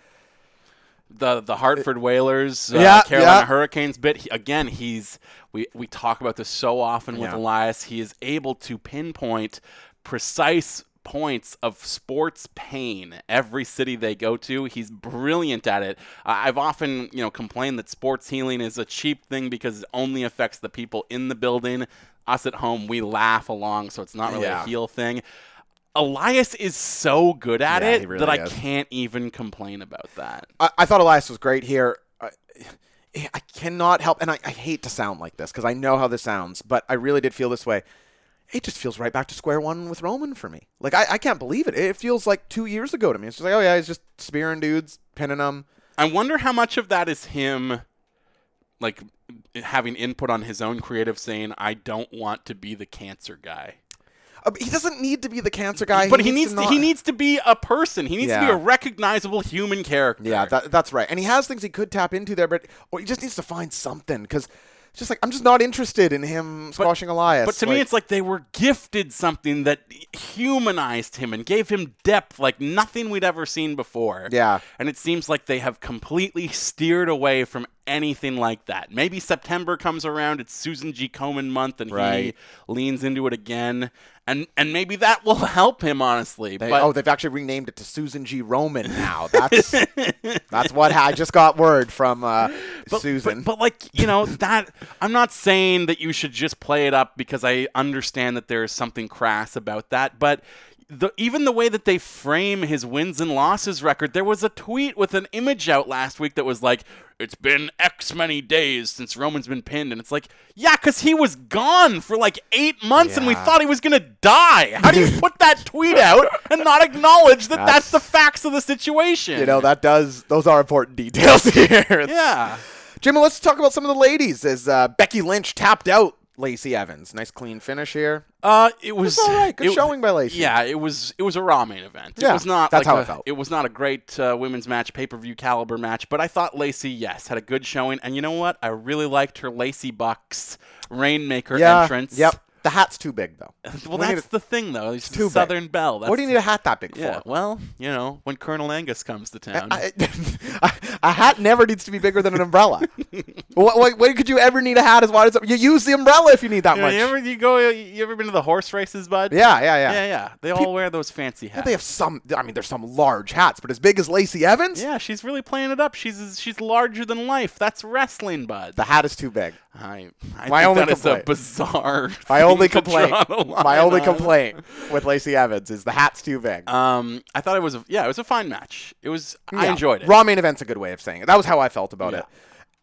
Speaker 3: the the Hartford Whalers, uh,
Speaker 4: Yeah,
Speaker 3: Carolina
Speaker 4: yeah.
Speaker 3: Hurricanes bit. He, again, he's we we talk about this so often with
Speaker 4: Yeah.
Speaker 3: Elias. He is able to pinpoint precise points of sports pain every city they go to he's brilliant at it I- i've often you know complained that sports healing is a cheap thing because it only affects the people in the building us at home we laugh along so it's not really
Speaker 4: Yeah.
Speaker 3: a heal thing elias is so good at
Speaker 4: Yeah,
Speaker 3: it
Speaker 4: he
Speaker 3: that
Speaker 4: really
Speaker 3: i
Speaker 4: is.
Speaker 3: can't even complain about that
Speaker 4: I, I thought Elias was great here. I, I cannot help, and I, I hate to sound like this because I know how this sounds, but I really did feel this way. It just feels right back to square one with Roman for me. Like I, I can't believe it. It feels like two years ago to me. It's just like, oh yeah, he's just spearing dudes, pinning them.
Speaker 3: I wonder how much of that is him, like having input on his own creative, saying, "I don't want to be the cancer guy."
Speaker 4: Uh, but he doesn't need to be the cancer guy,
Speaker 3: But he needs
Speaker 4: to
Speaker 3: to, he
Speaker 4: not-
Speaker 3: needs to be a person. He needs to be
Speaker 4: Yeah.
Speaker 3: a recognizable human character.
Speaker 4: Yeah, that, that's right. And he has things he could tap into there, but or he just needs to find something because it's just like I'm just not interested in him squashing Elias.
Speaker 3: But to me, it's like they were gifted something that humanized him and gave him depth like nothing we'd ever seen before.
Speaker 4: Yeah.
Speaker 3: And it seems like they have completely steered away from anything like that. Maybe September comes around, it's Susan G. Komen month, and
Speaker 4: Right.
Speaker 3: he leans into it again. And, and maybe that will [LAUGHS] help him, honestly.
Speaker 4: They-
Speaker 3: but
Speaker 4: oh, they've actually renamed it to Susan G.
Speaker 3: [LAUGHS]
Speaker 4: Roman now. That's that's what I just got word
Speaker 3: [LAUGHS]
Speaker 4: from uh, Susan.
Speaker 3: But, but like you
Speaker 4: [LAUGHS]
Speaker 3: know that I'm not saying that you should just play it up because I understand that there is something crass about that, but. The, even the way that they frame his wins and losses record, there was a tweet with an image out last week that was like, "It's been X many days since Roman's been pinned," and it's like, "Yeah, because he was gone for like eight months, and we
Speaker 4: Yeah.
Speaker 3: thought he was gonna die. How do you put that tweet out and not acknowledge that that's,
Speaker 4: [LAUGHS] That's-
Speaker 3: the facts of the situation?"
Speaker 4: you know that does those are important details [LAUGHS] here.
Speaker 3: yeah.
Speaker 4: Jimmy, let's talk about some of the ladies. As uh, Becky Lynch tapped out Lacey Evans, nice clean finish here.
Speaker 3: Uh, it was
Speaker 4: all right. Good
Speaker 3: it-
Speaker 4: showing by Lacey.
Speaker 3: Yeah, it was it was a raw main event.
Speaker 4: Yeah,
Speaker 3: it was not
Speaker 4: that's
Speaker 3: like
Speaker 4: how
Speaker 3: a-
Speaker 4: it felt.
Speaker 3: was not a great uh, women's match, pay per view caliber match, but I thought Lacey yes had a good showing, and you know what? I really liked her Lacey Bucks Rainmaker
Speaker 4: Yeah,
Speaker 3: entrance.
Speaker 4: yep. The hat's too big,
Speaker 3: [LAUGHS]
Speaker 4: though.
Speaker 3: Well,
Speaker 4: We need
Speaker 3: that's
Speaker 4: a-
Speaker 3: the thing, though. It's
Speaker 4: too
Speaker 3: the
Speaker 4: big.
Speaker 3: Southern Bell. That's
Speaker 4: What do you need a hat that big
Speaker 3: Yeah,
Speaker 4: for?
Speaker 3: well, you know, when Colonel Angus comes to town.
Speaker 4: [LAUGHS] I, a hat never needs to be bigger than
Speaker 3: [LAUGHS]
Speaker 4: an umbrella. what, what, when could you ever need a hat as wide as you use the umbrella if you need that
Speaker 3: you, know,
Speaker 4: much?
Speaker 3: you ever you go you ever been to the horse races, bud?
Speaker 4: yeah, yeah, yeah,
Speaker 3: Yeah, yeah. They all wear those fancy hats.
Speaker 4: They have some. I mean, there's some large hats, but as big as Lacey Evans,
Speaker 3: yeah, she's really playing it up. She's she's larger than life. That's wrestling, bud.
Speaker 4: the hat is
Speaker 3: [LAUGHS]
Speaker 4: too big.
Speaker 3: I, I
Speaker 4: My
Speaker 3: think
Speaker 4: only
Speaker 3: that is a
Speaker 4: complaint-
Speaker 3: bizarre.
Speaker 4: [LAUGHS] My
Speaker 3: thing
Speaker 4: only
Speaker 3: to draw
Speaker 4: complaint.
Speaker 3: the line
Speaker 4: [LAUGHS] My only
Speaker 3: on.
Speaker 4: complaint with Lacey Evans is the hat's too big.
Speaker 3: Um, I thought it was a, yeah, it was a fine match. It was I
Speaker 4: Yeah.
Speaker 3: enjoyed it.
Speaker 4: Raw main event's a good way of saying it. That was how I felt about
Speaker 3: Yeah.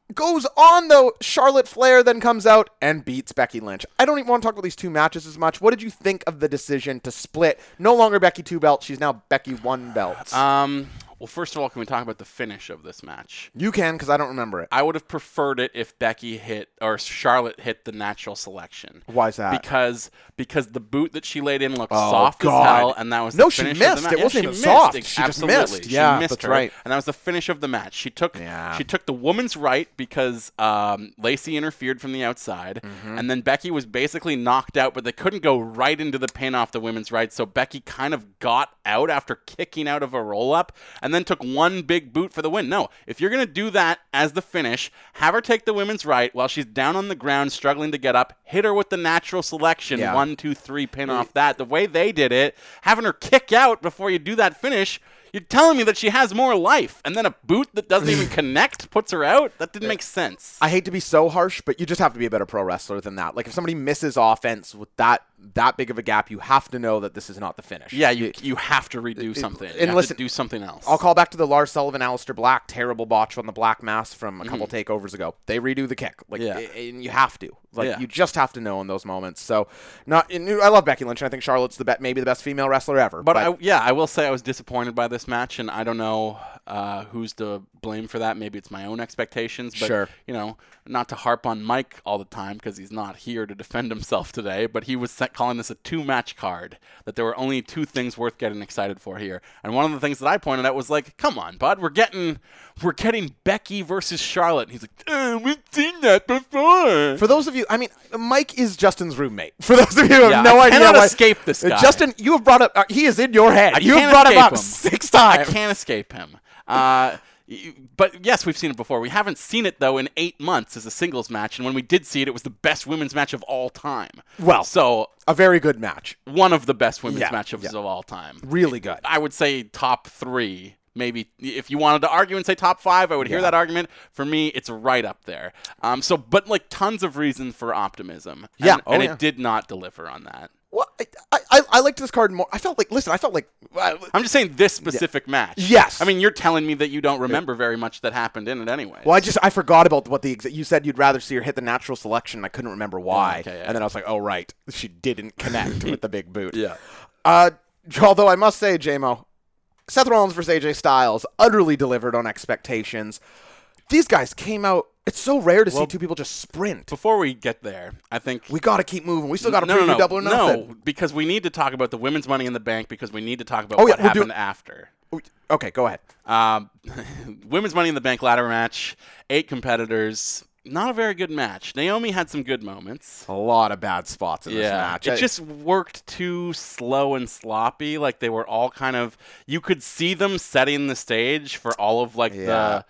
Speaker 4: it. Goes on though. Charlotte Flair then comes out and beats Becky Lynch. I don't even want to talk about these two matches as much. What did you think of the decision to split? No longer Becky two belts. She's now Becky one belt.
Speaker 3: Um, well, first of all, can we talk about the finish of this match?
Speaker 4: you can because I don't remember it.
Speaker 3: I would have preferred it if Becky hit or Charlotte hit the natural selection.
Speaker 4: Why is that? Oh,
Speaker 3: Because because the boot that she laid in looked soft as hell, and that was
Speaker 4: No,
Speaker 3: the
Speaker 4: she
Speaker 3: finish Of
Speaker 4: missed.
Speaker 3: the match.
Speaker 4: It
Speaker 3: Yeah,
Speaker 4: wasn't
Speaker 3: she
Speaker 4: even
Speaker 3: missed.
Speaker 4: soft.
Speaker 3: Ex-
Speaker 4: She just
Speaker 3: absolutely.
Speaker 4: missed. Yeah,
Speaker 3: she missed
Speaker 4: that's
Speaker 3: her,
Speaker 4: right.
Speaker 3: And that was the finish of the match. She took
Speaker 4: Yeah.
Speaker 3: she took the woman's right because um, Lacey interfered from the outside, and then Becky was basically knocked out, but they couldn't go right into the pin off the women's right, so Becky kind of got out after kicking out of a roll up, and then took one big boot for the win. No, if you're gonna do that as the finish, have her take the women's right while she's down on the ground struggling to get up, hit her with the natural selection
Speaker 4: Yeah.
Speaker 3: one two three pin off that. The way they did it, having her kick out before you do that finish. You're telling me that she has more life, and then a boot that doesn't
Speaker 4: [LAUGHS]
Speaker 3: even connect puts her out? That didn't make sense.
Speaker 4: Uh, I hate to be so harsh, but you just have to be a better pro wrestler than that. Like if somebody misses offense with that that big of a gap, you have to know that this is not the finish.
Speaker 3: yeah, you you have to redo something. you
Speaker 4: and
Speaker 3: have
Speaker 4: listen,
Speaker 3: to do something else.
Speaker 4: I'll call back to the Lars Sullivan, Alistair Black terrible botch on the Black Mass from a couple takeovers ago. They redo the kick, like,
Speaker 3: Mm-hmm. Yeah.
Speaker 4: a- and you have to, like,
Speaker 3: Yeah.
Speaker 4: you just have to know in those moments. So, not. And I love Becky Lynch. and I think Charlotte's the be- maybe the best female wrestler ever.
Speaker 3: but I, yeah, I will say I was disappointed by this match, and I don't know uh, who's to blame for that. Maybe it's my own expectations, but
Speaker 4: Sure.
Speaker 3: you know, not to harp on Mike all the time because he's not here to defend himself today. But he was set calling this a two-match card. That there were only two things worth getting excited for here, and one of the things that I pointed out was like, "Come on, bud, we're getting we're getting Becky versus Charlotte." And he's like, "Uh, "We've seen that before."
Speaker 4: for those of you, I mean, Mike is Justin's roommate. [LAUGHS] For those of you who have
Speaker 3: Yeah,
Speaker 4: no
Speaker 3: I
Speaker 4: idea,
Speaker 3: cannot
Speaker 4: why, Uh,
Speaker 3: escape this guy.
Speaker 4: Justin, you have brought up. Uh, he is in your head. you have
Speaker 3: can't
Speaker 4: brought him
Speaker 3: escape
Speaker 4: up
Speaker 3: him.
Speaker 4: six
Speaker 3: I
Speaker 4: times.
Speaker 3: can't escape him. Uh, y- but yes, we've seen it before. We haven't seen it though in eight months as a singles match, and when we did see it, it was the best women's match of all time.
Speaker 4: Well-
Speaker 3: so
Speaker 4: A very good match.
Speaker 3: one of the best women's
Speaker 4: Yeah,
Speaker 3: matches
Speaker 4: yeah.
Speaker 3: of all time.
Speaker 4: Really good.
Speaker 3: I would say top three. Maybe if you wanted to argue and say top five, I would hear that argument. For me, it's right up there. Um, so, but like tons of reason for optimism.
Speaker 4: Yeah.
Speaker 3: and,
Speaker 4: Oh,
Speaker 3: and
Speaker 4: yeah.
Speaker 3: it did not deliver on that.
Speaker 4: Well, I, I, I, I liked this card more. I felt like, listen, I felt like. uh, I-
Speaker 3: I'm just saying this specific match.
Speaker 4: Yes.
Speaker 3: I mean, you're telling me that you don't remember very much that happened in it anyway.
Speaker 4: Well, I just I forgot about what the exa- you said you'd rather see her hit the natural selection. I couldn't remember why,
Speaker 3: Oh, okay, yeah.
Speaker 4: and then I was like, oh right, she didn't connect with the big
Speaker 3: [LAUGHS]
Speaker 4: boot.
Speaker 3: Yeah.
Speaker 4: Uh, although I must say, JMO, Seth Rollins versus AJ Styles utterly delivered on expectations. These guys came out. It's so rare to see two people just sprint.
Speaker 3: Before we get there, I think
Speaker 4: We got to keep moving. We still got to
Speaker 3: no, no,
Speaker 4: preview
Speaker 3: no,
Speaker 4: double or nothing.
Speaker 3: no, because we need to talk about the women's money in the bank because we need to talk about
Speaker 4: Oh, yeah,
Speaker 3: what
Speaker 4: we'll do
Speaker 3: happened
Speaker 4: it.
Speaker 3: after.
Speaker 4: Okay, go ahead.
Speaker 3: Um, [LAUGHS] women's Money in the Bank ladder match, eight competitors. Not a very good match. Naomi had some good moments.
Speaker 4: A lot of bad spots in this match.
Speaker 3: It
Speaker 4: I-
Speaker 3: just worked too slow and sloppy. Like they were all kind of you could see them setting the stage for all of like
Speaker 4: Yeah.
Speaker 3: the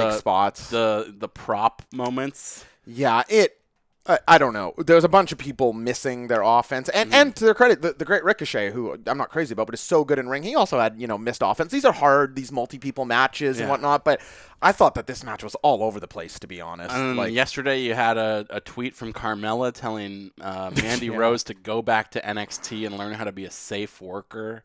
Speaker 3: the
Speaker 4: Big spots.
Speaker 3: The the prop moments.
Speaker 4: Yeah, it. I, I don't know. There's a bunch of people missing their offense, and
Speaker 3: Mm-hmm.
Speaker 4: and to their credit, the, the great Ricochet, who I'm not crazy about, but is so good in ring. He also had you know missed offense. These are hard, these multi people matches and
Speaker 3: Yeah.
Speaker 4: whatnot. But I thought that this match was all over the place, to be honest.
Speaker 3: And
Speaker 4: like,
Speaker 3: yesterday, you had a, a tweet from Carmella telling
Speaker 4: [LAUGHS]
Speaker 3: uh, Mandy Rose to go back to NXT and learn how to be a safe worker.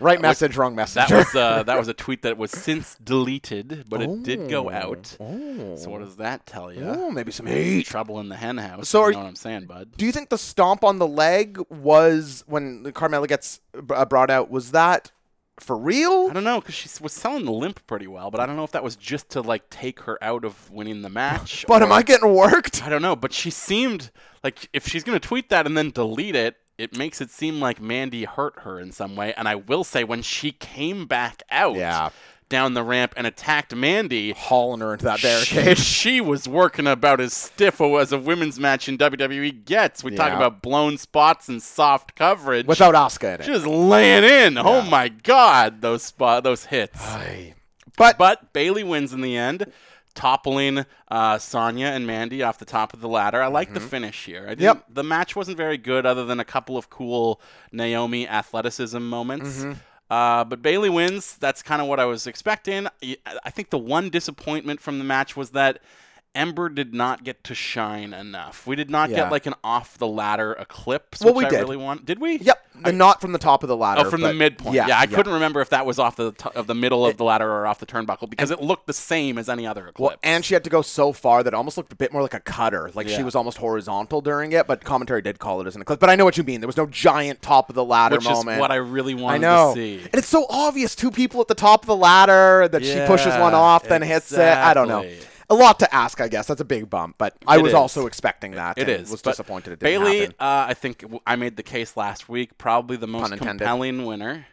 Speaker 4: right message, wrong message.
Speaker 3: That was uh, that was a tweet that was since deleted, but it did go out. So what does that tell you?
Speaker 4: Ooh, Oh. maybe some hate.
Speaker 3: Trouble in the hen house.
Speaker 4: So
Speaker 3: you
Speaker 4: are
Speaker 3: know
Speaker 4: you-
Speaker 3: what I'm saying, bud?
Speaker 4: [LAUGHS] Do you think the stomp on the leg was when Carmella gets b- uh, brought out? Was that for real?
Speaker 3: I don't know because she s- was selling the limp pretty well, but I don't know if that was just to like take her out of winning the match.
Speaker 4: [LAUGHS] But
Speaker 3: or-
Speaker 4: am I getting worked?
Speaker 3: I don't know, but she seemed like if she's going to tweet that and then delete it, it makes it seem like Mandy hurt her in some way. And I will say, when she came back out,
Speaker 4: Yeah. Oh,
Speaker 3: down the ramp and attacked Mandy.
Speaker 4: hauling her into that barricade.
Speaker 3: She, [LAUGHS] she was working about as stiff as a women's match in WWE gets. We talk
Speaker 4: Yeah.
Speaker 3: about blown spots and soft coverage.
Speaker 4: Without Asuka in it.
Speaker 3: she was laying in. Oh my god, those spot those hits.
Speaker 4: But,
Speaker 3: But Bailey wins in the end, toppling uh, Sonya and Mandy off the top of the ladder. I like the finish here. I didn't,
Speaker 4: Mm-hmm. Yep.
Speaker 3: The match wasn't very good, other than a couple of cool Naomi athleticism moments.
Speaker 4: Mm-hmm.
Speaker 3: Uh, but Bailey wins. That's kind of what I was expecting. I I think the one disappointment from the match was that Ember did not get to shine enough. We did not
Speaker 4: Yeah.
Speaker 3: get like an off the ladder eclipse,
Speaker 4: Well,
Speaker 3: which
Speaker 4: we
Speaker 3: I
Speaker 4: did.
Speaker 3: really want. Did we?
Speaker 4: yep, and not from the top of the ladder.
Speaker 3: Oh, from the
Speaker 4: but-
Speaker 3: midpoint. Yeah, I couldn't remember if that was off the t- of the middle of the ladder or off the turnbuckle because it looked the same as any other
Speaker 4: Well,
Speaker 3: eclipse.
Speaker 4: and she had to go so far that it almost looked a bit more like a cutter. Like she
Speaker 3: Yeah.
Speaker 4: was almost horizontal during it, but commentary did call it as an eclipse. But I know what you mean. There was no giant top of the ladder
Speaker 3: Which is
Speaker 4: moment.
Speaker 3: what I really wanted
Speaker 4: I know.
Speaker 3: to see.
Speaker 4: And it's so obvious two people at the top of the ladder that she pushes
Speaker 3: Yeah,
Speaker 4: one off, then hits it. I don't know.
Speaker 3: exactly.
Speaker 4: A lot to ask, I guess. That's a big bump, but I
Speaker 3: It
Speaker 4: was
Speaker 3: is.
Speaker 4: also expecting that.
Speaker 3: It
Speaker 4: and
Speaker 3: is.
Speaker 4: Was
Speaker 3: but
Speaker 4: disappointed it didn't
Speaker 3: Bailey,
Speaker 4: happen.
Speaker 3: Uh, I think w- I made the case last week. Probably the most
Speaker 4: Pun intended.
Speaker 3: compelling winner.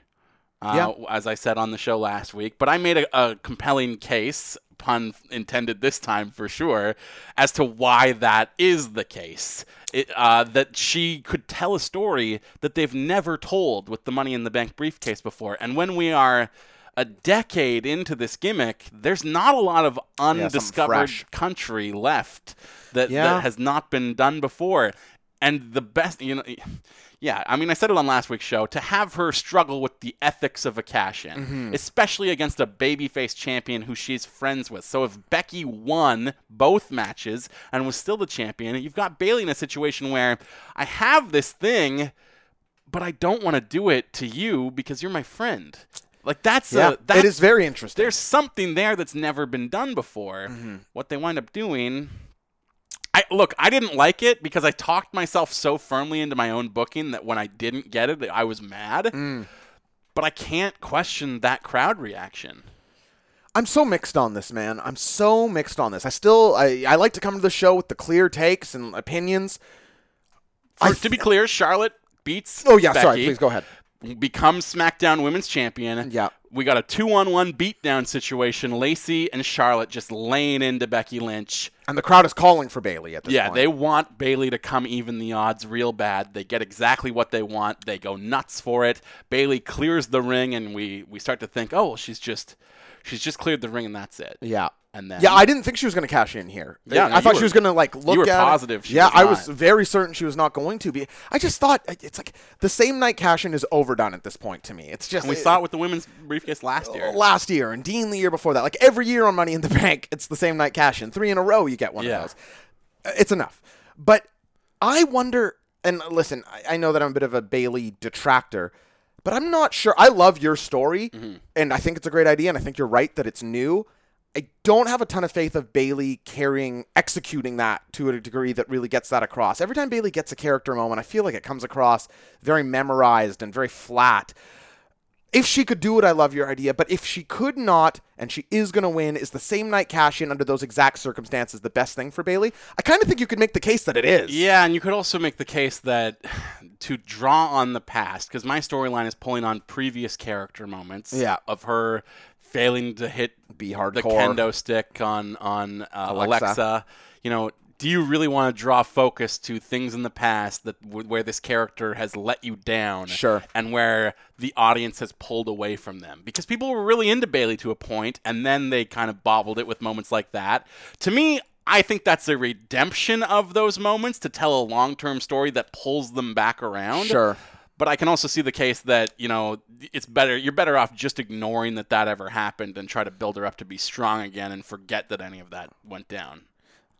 Speaker 3: Uh,
Speaker 4: Yeah.
Speaker 3: As I said on the show last week, but I made a, a compelling case, pun f- intended this time for sure, as to why that is the case. It, uh, that she could tell a story that they've never told with the Money in the Bank briefcase before. And when we are a decade into this gimmick, there's not a lot of undiscovered
Speaker 4: fresh.
Speaker 3: country left that,
Speaker 4: Yeah.
Speaker 3: that has not been done before. And the best, you know, yeah, I mean, I said it on last week's show to have her struggle with the ethics of a cash in,
Speaker 4: Mm-hmm.
Speaker 3: especially against a babyface champion who she's friends with. So if Becky won both matches and was still the champion, you've got Bailey in a situation where I have this thing, but I don't want to do it to you because you're my friend. Like that's
Speaker 4: yeah,
Speaker 3: a, that's
Speaker 4: it is very interesting.
Speaker 3: there's something there that's never been done before.
Speaker 4: Mm-hmm.
Speaker 3: What they wind up doing. I, look, I didn't like it because I talked myself so firmly into my own booking that when I didn't get it, I was mad.
Speaker 4: Mm.
Speaker 3: But I can't question that crowd reaction.
Speaker 4: I'm so mixed on this, man. I'm so mixed on this. I still, I, I like to come to the show with the clear takes and opinions. I
Speaker 3: For- to be clear, Charlotte beats.
Speaker 4: Oh yeah, sorry.
Speaker 3: Becky,
Speaker 4: Please go ahead.
Speaker 3: Becomes SmackDown Women's Champion.
Speaker 4: Yeah.
Speaker 3: We got a two on one beatdown situation. Lacey and Charlotte just laying into Becky Lynch.
Speaker 4: And the crowd is calling for Bailey at this
Speaker 3: Yeah,
Speaker 4: point.
Speaker 3: they want Bailey to come even the odds real bad. They get exactly what they want. They go nuts for it. Bailey clears the ring, and we we start to think, oh, well, she's just she's just cleared the ring, and that's it.
Speaker 4: Yeah.
Speaker 3: And then-
Speaker 4: yeah, I didn't think she was going to cash in here.
Speaker 3: Yeah,
Speaker 4: I,
Speaker 3: no, you
Speaker 4: thought
Speaker 3: were-
Speaker 4: she was going to like look
Speaker 3: were
Speaker 4: at it.
Speaker 3: positive she
Speaker 4: yeah,
Speaker 3: was
Speaker 4: I
Speaker 3: not.
Speaker 4: was very certain she was not going to be. I just thought uh, it's like the same night cash in is overdone at this point to me. It's just
Speaker 3: And we
Speaker 4: it-
Speaker 3: saw it with the women's briefcase last year.
Speaker 4: last year and Dean the year before that. Like every year on Money in the Bank, it's the same night cash in. Three in a row, you get one
Speaker 3: Yeah.
Speaker 4: of those. Uh, It's enough. But I wonder, and listen, I, I know that I'm a bit of a Bailey detractor, but I'm not sure. I love your story,
Speaker 3: Mm-hmm.
Speaker 4: and I think it's a great idea, and I think you're right that it's new. I don't have a ton of faith of Bailey carrying, executing that to a degree that really gets that across. Every time Bailey gets a character moment, I feel like it comes across very memorized and very flat if she could do it, I love your idea. But if she could not, and she is going to win, is the same night cash in under those exact circumstances the best thing for Bailey? I kind of think you could make the case that it is.
Speaker 3: Yeah, and you could also make the case that [SIGHS] to draw on the past, because my storyline is pulling on previous character moments
Speaker 4: Yeah.
Speaker 3: of her failing to hit
Speaker 4: Be
Speaker 3: the
Speaker 4: hardcore.
Speaker 3: kendo stick on on uh, Alexa.
Speaker 4: Alexa.
Speaker 3: You know, do you really want to draw focus to things in the past that w- where this character has let you down?
Speaker 4: Sure.
Speaker 3: and where the audience has pulled away from them because people were really into Bailey to a point and then they kind of bobbled it with moments like that. To me, I think that's a redemption of those moments to tell a long-term story that pulls them back around.
Speaker 4: Sure.
Speaker 3: But I can also see the case that, you know, it's better you're better off just ignoring that that ever happened and try to build her up to be strong again and forget that any of that went down.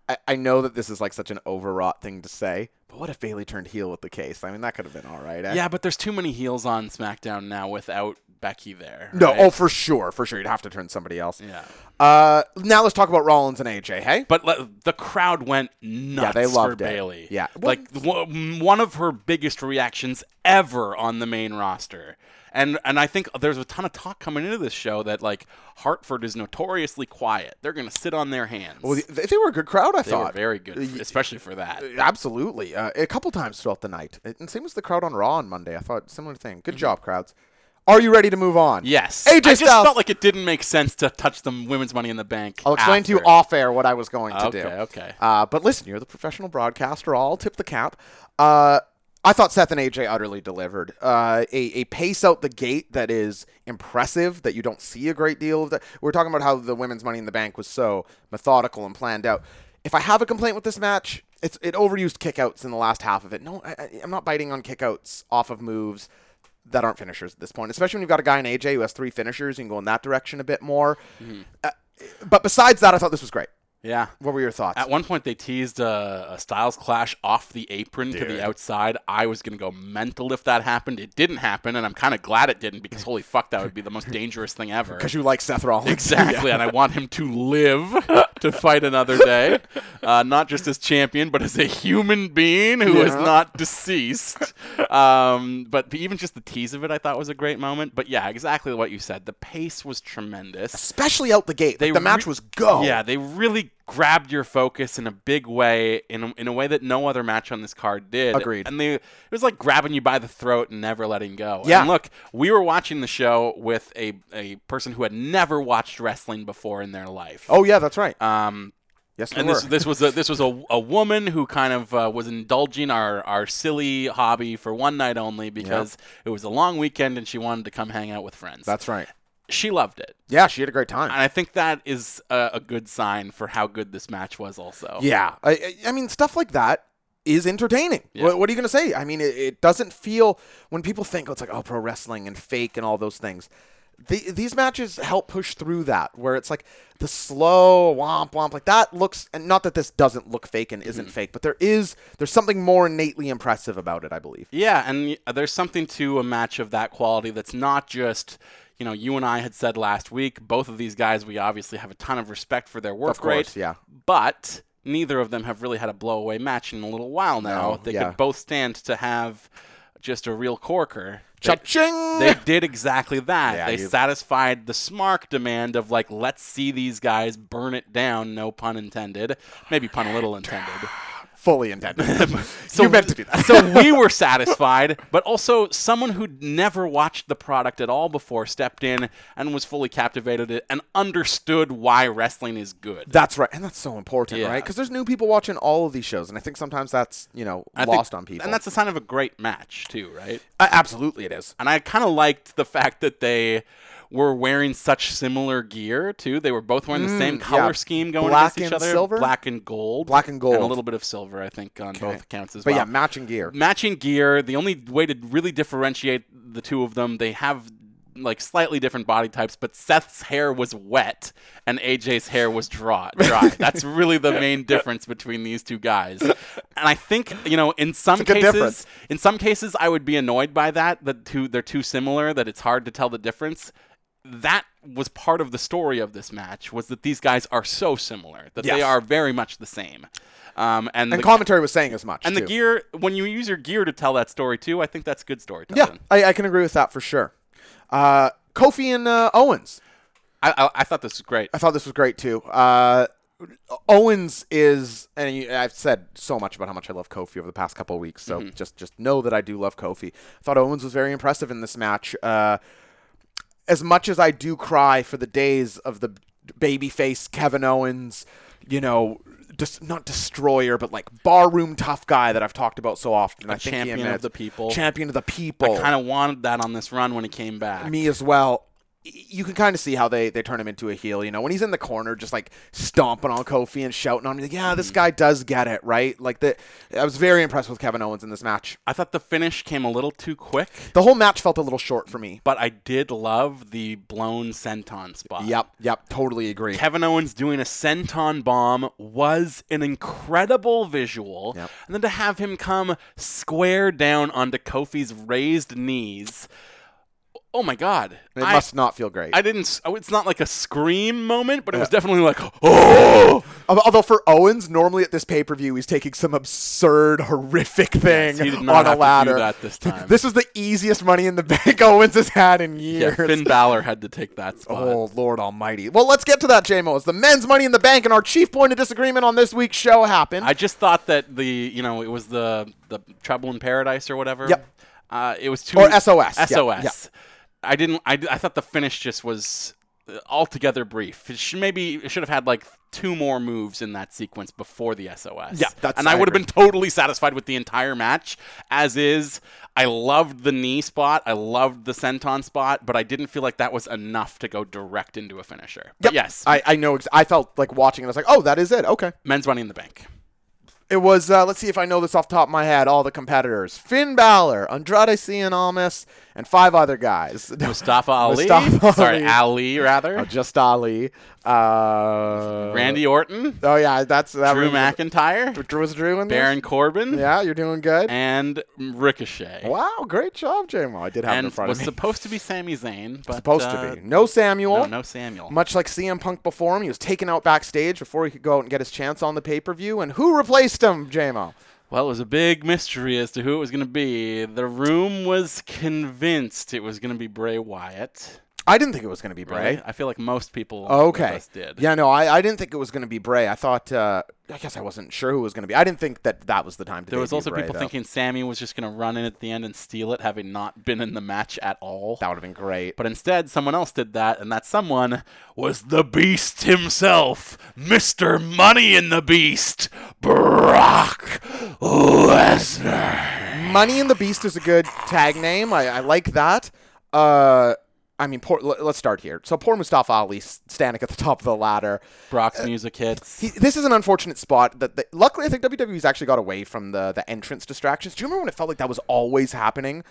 Speaker 4: I, I know that this is like such an overwrought thing to say, but what if Bailey turned heel with the case? I mean, that could have been all right. eh?
Speaker 3: Yeah, but there's too many heels on SmackDown now without Becky there.
Speaker 4: No,
Speaker 3: right?
Speaker 4: oh, for sure. For sure. You'd have to turn somebody else.
Speaker 3: Yeah.
Speaker 4: Uh, now let's talk about Rollins and AJ, hey?
Speaker 3: But let, the crowd went nuts
Speaker 4: they
Speaker 3: for
Speaker 4: loved it.
Speaker 3: Bailey.
Speaker 4: Yeah.
Speaker 3: like w- one of her biggest reactions ever on the main roster. And and I think there's a ton of talk coming into this show that like Hartford is notoriously quiet. They're gonna sit on their hands.
Speaker 4: Well, they, they were a good crowd, I
Speaker 3: they were
Speaker 4: thought.
Speaker 3: very good, especially for that.
Speaker 4: Uh, Absolutely. Uh, a couple times throughout the night. And same as the crowd on Raw on Monday. I thought similar thing. Good job, crowds. Are you ready to move on?
Speaker 3: Mm-hmm. Yes.
Speaker 4: AJ
Speaker 3: I just
Speaker 4: Styles.
Speaker 3: felt like it didn't make sense to touch the women's money in the bank.
Speaker 4: I'll explain to you
Speaker 3: after.
Speaker 4: off air what I was going to do.
Speaker 3: Okay, okay.
Speaker 4: Uh, but listen, you're the professional broadcaster. I'll tip the cap. Uh, I thought Seth and AJ utterly delivered. Uh, a, a pace out the gate that is impressive, that you don't see a great deal of. That. We are talking about how the women's Money in the Bank was so methodical and planned out. If I have a complaint with this match, it's it overused kickouts in the last half of it. No, I, I- I'm not biting on kickouts off of moves that aren't finishers at this point, especially when you've got a guy in AJ who has three finishers. You can go in that direction a bit more.
Speaker 3: Mm-hmm.
Speaker 4: Uh, but besides that, I thought this was great.
Speaker 3: Yeah.
Speaker 4: What were your thoughts?
Speaker 3: At one point, they teased uh, a, a Styles clash off the apron to the outside. I was going to go mental if that happened. It didn't happen, and I'm kind of glad it didn't because holy fuck, that would be the most dangerous thing ever.
Speaker 4: [LAUGHS] Because you like
Speaker 3: [LAUGHS]
Speaker 4: Seth Rollins.
Speaker 3: Exactly, and I want him to live [LAUGHS] to fight another day, uh, not just as champion, but as a human being who is
Speaker 4: Yeah.
Speaker 3: not deceased. Um, but even just the tease of it, I thought was a great moment. But yeah, exactly what you said. The pace was tremendous.
Speaker 4: Especially out the gate.
Speaker 3: They
Speaker 4: Like, the match
Speaker 3: re-
Speaker 4: was go.
Speaker 3: Yeah, they really grabbed your focus in a big way, in a, in a way that no other match on this card did.
Speaker 4: Agreed.
Speaker 3: And they, it was like grabbing you by the throat and never letting go.
Speaker 4: Yeah.
Speaker 3: And look, we were watching the show with a, a person who had never watched wrestling before in their life.
Speaker 4: Oh, yeah, that's right.
Speaker 3: Um,
Speaker 4: yes, we
Speaker 3: and
Speaker 4: were.
Speaker 3: this this was a this was a, a woman who kind of uh, was indulging our our silly hobby for one night only because it was a long weekend and she wanted to come hang out with friends.
Speaker 4: that's right.
Speaker 3: she loved it.
Speaker 4: Yeah, she had a great time.
Speaker 3: And I think that is a, a good sign for how good this match was, also.
Speaker 4: yeah. I, I- I mean, stuff like that is entertaining.
Speaker 3: Yeah.
Speaker 4: What, what are you going to say? I mean, it, it doesn't feel, when people think, oh, it's like, oh, pro wrestling and fake and all those things. The, these matches help push through that, where it's like the slow womp womp, like that looks, and not that this doesn't look fake and
Speaker 3: Mm-hmm.
Speaker 4: isn't fake, but there is, there's something more innately impressive about it, I believe.
Speaker 3: Yeah, and y- there's something to a match of that quality that's not just, you know, you and I had said last week, both of these guys, we obviously have a ton of respect for their work
Speaker 4: Of
Speaker 3: rate.
Speaker 4: course, yeah.
Speaker 3: But neither of them have really had a blowaway match in a little while now.
Speaker 4: No,
Speaker 3: they
Speaker 4: yeah.
Speaker 3: could both stand to have just a real corker. They-
Speaker 4: Cha-ching! [LAUGHS]
Speaker 3: they did exactly that.
Speaker 4: Yeah,
Speaker 3: they
Speaker 4: you-
Speaker 3: satisfied the smark demand of like, let's see these guys burn it down. No pun intended. Maybe pun a little intended. [LAUGHS]
Speaker 4: fully intended.
Speaker 3: So,
Speaker 4: [LAUGHS] you [LAUGHS] meant to do that.
Speaker 3: so we were satisfied, but also someone who'd never watched the product at all before stepped in and was fully captivated and understood why wrestling is good.
Speaker 4: That's right, and that's so important,
Speaker 3: Yeah.
Speaker 4: right? Because there's new people watching all of these shows, and I think sometimes that's you know
Speaker 3: I think-
Speaker 4: lost on people.
Speaker 3: And that's a sign of a great match, too, right?
Speaker 4: Uh, absolutely it is.
Speaker 3: And I kind of liked the fact that they were wearing such similar gear too. They were both wearing the same color
Speaker 4: Mm, yeah.
Speaker 3: scheme going against
Speaker 4: Black
Speaker 3: each
Speaker 4: and
Speaker 3: other,
Speaker 4: silver?
Speaker 3: black and gold,
Speaker 4: Black and
Speaker 3: and a
Speaker 4: gold.
Speaker 3: little bit of silver. I think on both accounts as
Speaker 4: But
Speaker 3: well.
Speaker 4: yeah, matching gear.
Speaker 3: matching gear. The only way to really differentiate the two of them, they have like slightly different body types, but Seth's hair was wet and AJ's hair was draw,
Speaker 4: [LAUGHS]
Speaker 3: dry. That's really the main difference between these two guys. And I think, you know, in some
Speaker 4: good
Speaker 3: cases
Speaker 4: difference.
Speaker 3: in some cases I would be annoyed by that that too, they're too similar that it's hard to tell the difference. That was part of the story of this match was that these guys are so similar that they
Speaker 4: Yes.
Speaker 3: are very much the same. Um, and
Speaker 4: And
Speaker 3: the-
Speaker 4: commentary was saying as much.
Speaker 3: and
Speaker 4: too.
Speaker 3: the gear, when you use your gear to tell that story too, I think that's good
Speaker 4: Yeah,
Speaker 3: storytelling.
Speaker 4: I, I can agree with that for sure. Uh, Kofi and uh, Owens.
Speaker 3: I, I, I thought this was great.
Speaker 4: I thought this was great too. Uh, Owens is, and you- I've said so much about how much I love Kofi over the past couple of weeks. So
Speaker 3: Mm-hmm.
Speaker 4: just just know that I do love Kofi. I thought Owens was very impressive in this match. Uh, as much as I do cry for the days of the babyface Kevin Owens, you know, just not destroyer, but like barroom tough guy that I've talked about so often. I think he
Speaker 3: champion of
Speaker 4: admits-
Speaker 3: the people.
Speaker 4: Champion of the people.
Speaker 3: Kind of wanted that on this run when he came back.
Speaker 4: me as well. Y- You can kind of see how they, they turn him into a heel. You know, when he's in the corner, just like stomping on Kofi and shouting on him, like, yeah,
Speaker 3: Mm-hmm.
Speaker 4: this guy does get it, right? Like, the, I was very impressed with Kevin Owens in this match.
Speaker 3: I thought the finish came a little too quick,
Speaker 4: The whole match felt a little short for me.
Speaker 3: but I did love the blown senton spot.
Speaker 4: Yep, yep, totally agree.
Speaker 3: Kevin Owens doing a senton bomb was an incredible visual.
Speaker 4: Yep.
Speaker 3: And then to have him come square down onto Kofi's raised knees. Oh my God.
Speaker 4: it
Speaker 3: I-
Speaker 4: must not feel great.
Speaker 3: I didn't. s- oh, It's not like a scream moment, but it was definitely like, oh!
Speaker 4: Al- Although for Owens, normally at this pay per view, he's taking some absurd, horrific thing
Speaker 3: he did not have
Speaker 4: on
Speaker 3: to
Speaker 4: a
Speaker 3: do
Speaker 4: ladder.
Speaker 3: that this time.
Speaker 4: this was the easiest Money in the [LAUGHS] Bank Owens has had in
Speaker 3: Yeah,
Speaker 4: years.
Speaker 3: Finn Balor had to take that spot.
Speaker 4: Oh, Lord Almighty. Well, let's get to that, JMO. It's the men's money in the bank, and our chief point of disagreement on this week's show happened.
Speaker 3: I just thought that the you know it was the the Trouble in Paradise or whatever.
Speaker 4: Yep.
Speaker 3: Uh, it was too
Speaker 4: Or SOS. Yeah,
Speaker 3: SOS. I didn't. I, I thought the finish just was uh, altogether brief. It should, maybe it should have had like two more moves in that sequence before the SOS.
Speaker 4: Yeah, that's-
Speaker 3: and I,
Speaker 4: I
Speaker 3: would have
Speaker 4: agree.
Speaker 3: been totally satisfied with the entire match. As is, I loved the knee spot. I loved the senton spot, but I didn't feel like that was enough to go direct into a finisher. But
Speaker 4: Yep.
Speaker 3: yes,
Speaker 4: I, I know. Ex- I felt like watching it. I was like, oh, that is it. Okay.
Speaker 3: men's money in the bank.
Speaker 4: It was, uh, let's see if I know this off the top of my head, all the competitors Finn Balor, Andrade Cien Almas, and five other guys. [LAUGHS]
Speaker 3: Mustafa Ali.
Speaker 4: Mustafa
Speaker 3: [LAUGHS] Sorry,
Speaker 4: Ali.
Speaker 3: Ali rather.
Speaker 4: Oh, just Ali. Uh,
Speaker 3: Randy Orton.
Speaker 4: Oh, yeah, that's that
Speaker 3: Drew
Speaker 4: was-
Speaker 3: McIntyre.
Speaker 4: Drew was Drew in there?
Speaker 3: Baron Corbin.
Speaker 4: Yeah, you're doing good.
Speaker 3: And Ricochet.
Speaker 4: wow, great job, JMO. I did have it in
Speaker 3: and
Speaker 4: front
Speaker 3: was
Speaker 4: of me.
Speaker 3: supposed to be Sami Zayn, but
Speaker 4: supposed
Speaker 3: uh,
Speaker 4: to be. No Samuel.
Speaker 3: no, no Samuel.
Speaker 4: Much like CM Punk before him, he was taken out backstage before he could go out and get his chance on the pay per view. And who replaced him, JMO?
Speaker 3: well, it was a big mystery as to who it was going to be. The room was convinced it was going to be Bray Wyatt.
Speaker 4: I didn't think it was going to be Bray.
Speaker 3: Right? I feel like most people
Speaker 4: Okay.
Speaker 3: with us did.
Speaker 4: Yeah, no, I, I didn't think it was going to be Bray. I thought, uh, I guess I wasn't sure who it was going to be. I didn't think that that was the time to
Speaker 3: There was
Speaker 4: debut
Speaker 3: also
Speaker 4: Bray,
Speaker 3: people
Speaker 4: though.
Speaker 3: thinking Sammy was just going to run in at the end and steal it, having not been in the match at all.
Speaker 4: that would have been great.
Speaker 3: But instead, someone else did that, and that someone was the Beast himself, Mr. Money in the Beast, Brock Lesnar.
Speaker 4: Money in the Beast is a good tag name. I, I like that. Uh, I mean, poor, let- let's start here. So poor Mustafa Ali s- standing at the top of the ladder.
Speaker 3: Brock's music hits.
Speaker 4: He, this is an unfortunate spot that, that luckily I think WWE's actually got away from the the entrance distractions. Do you remember when it felt like that was always happening?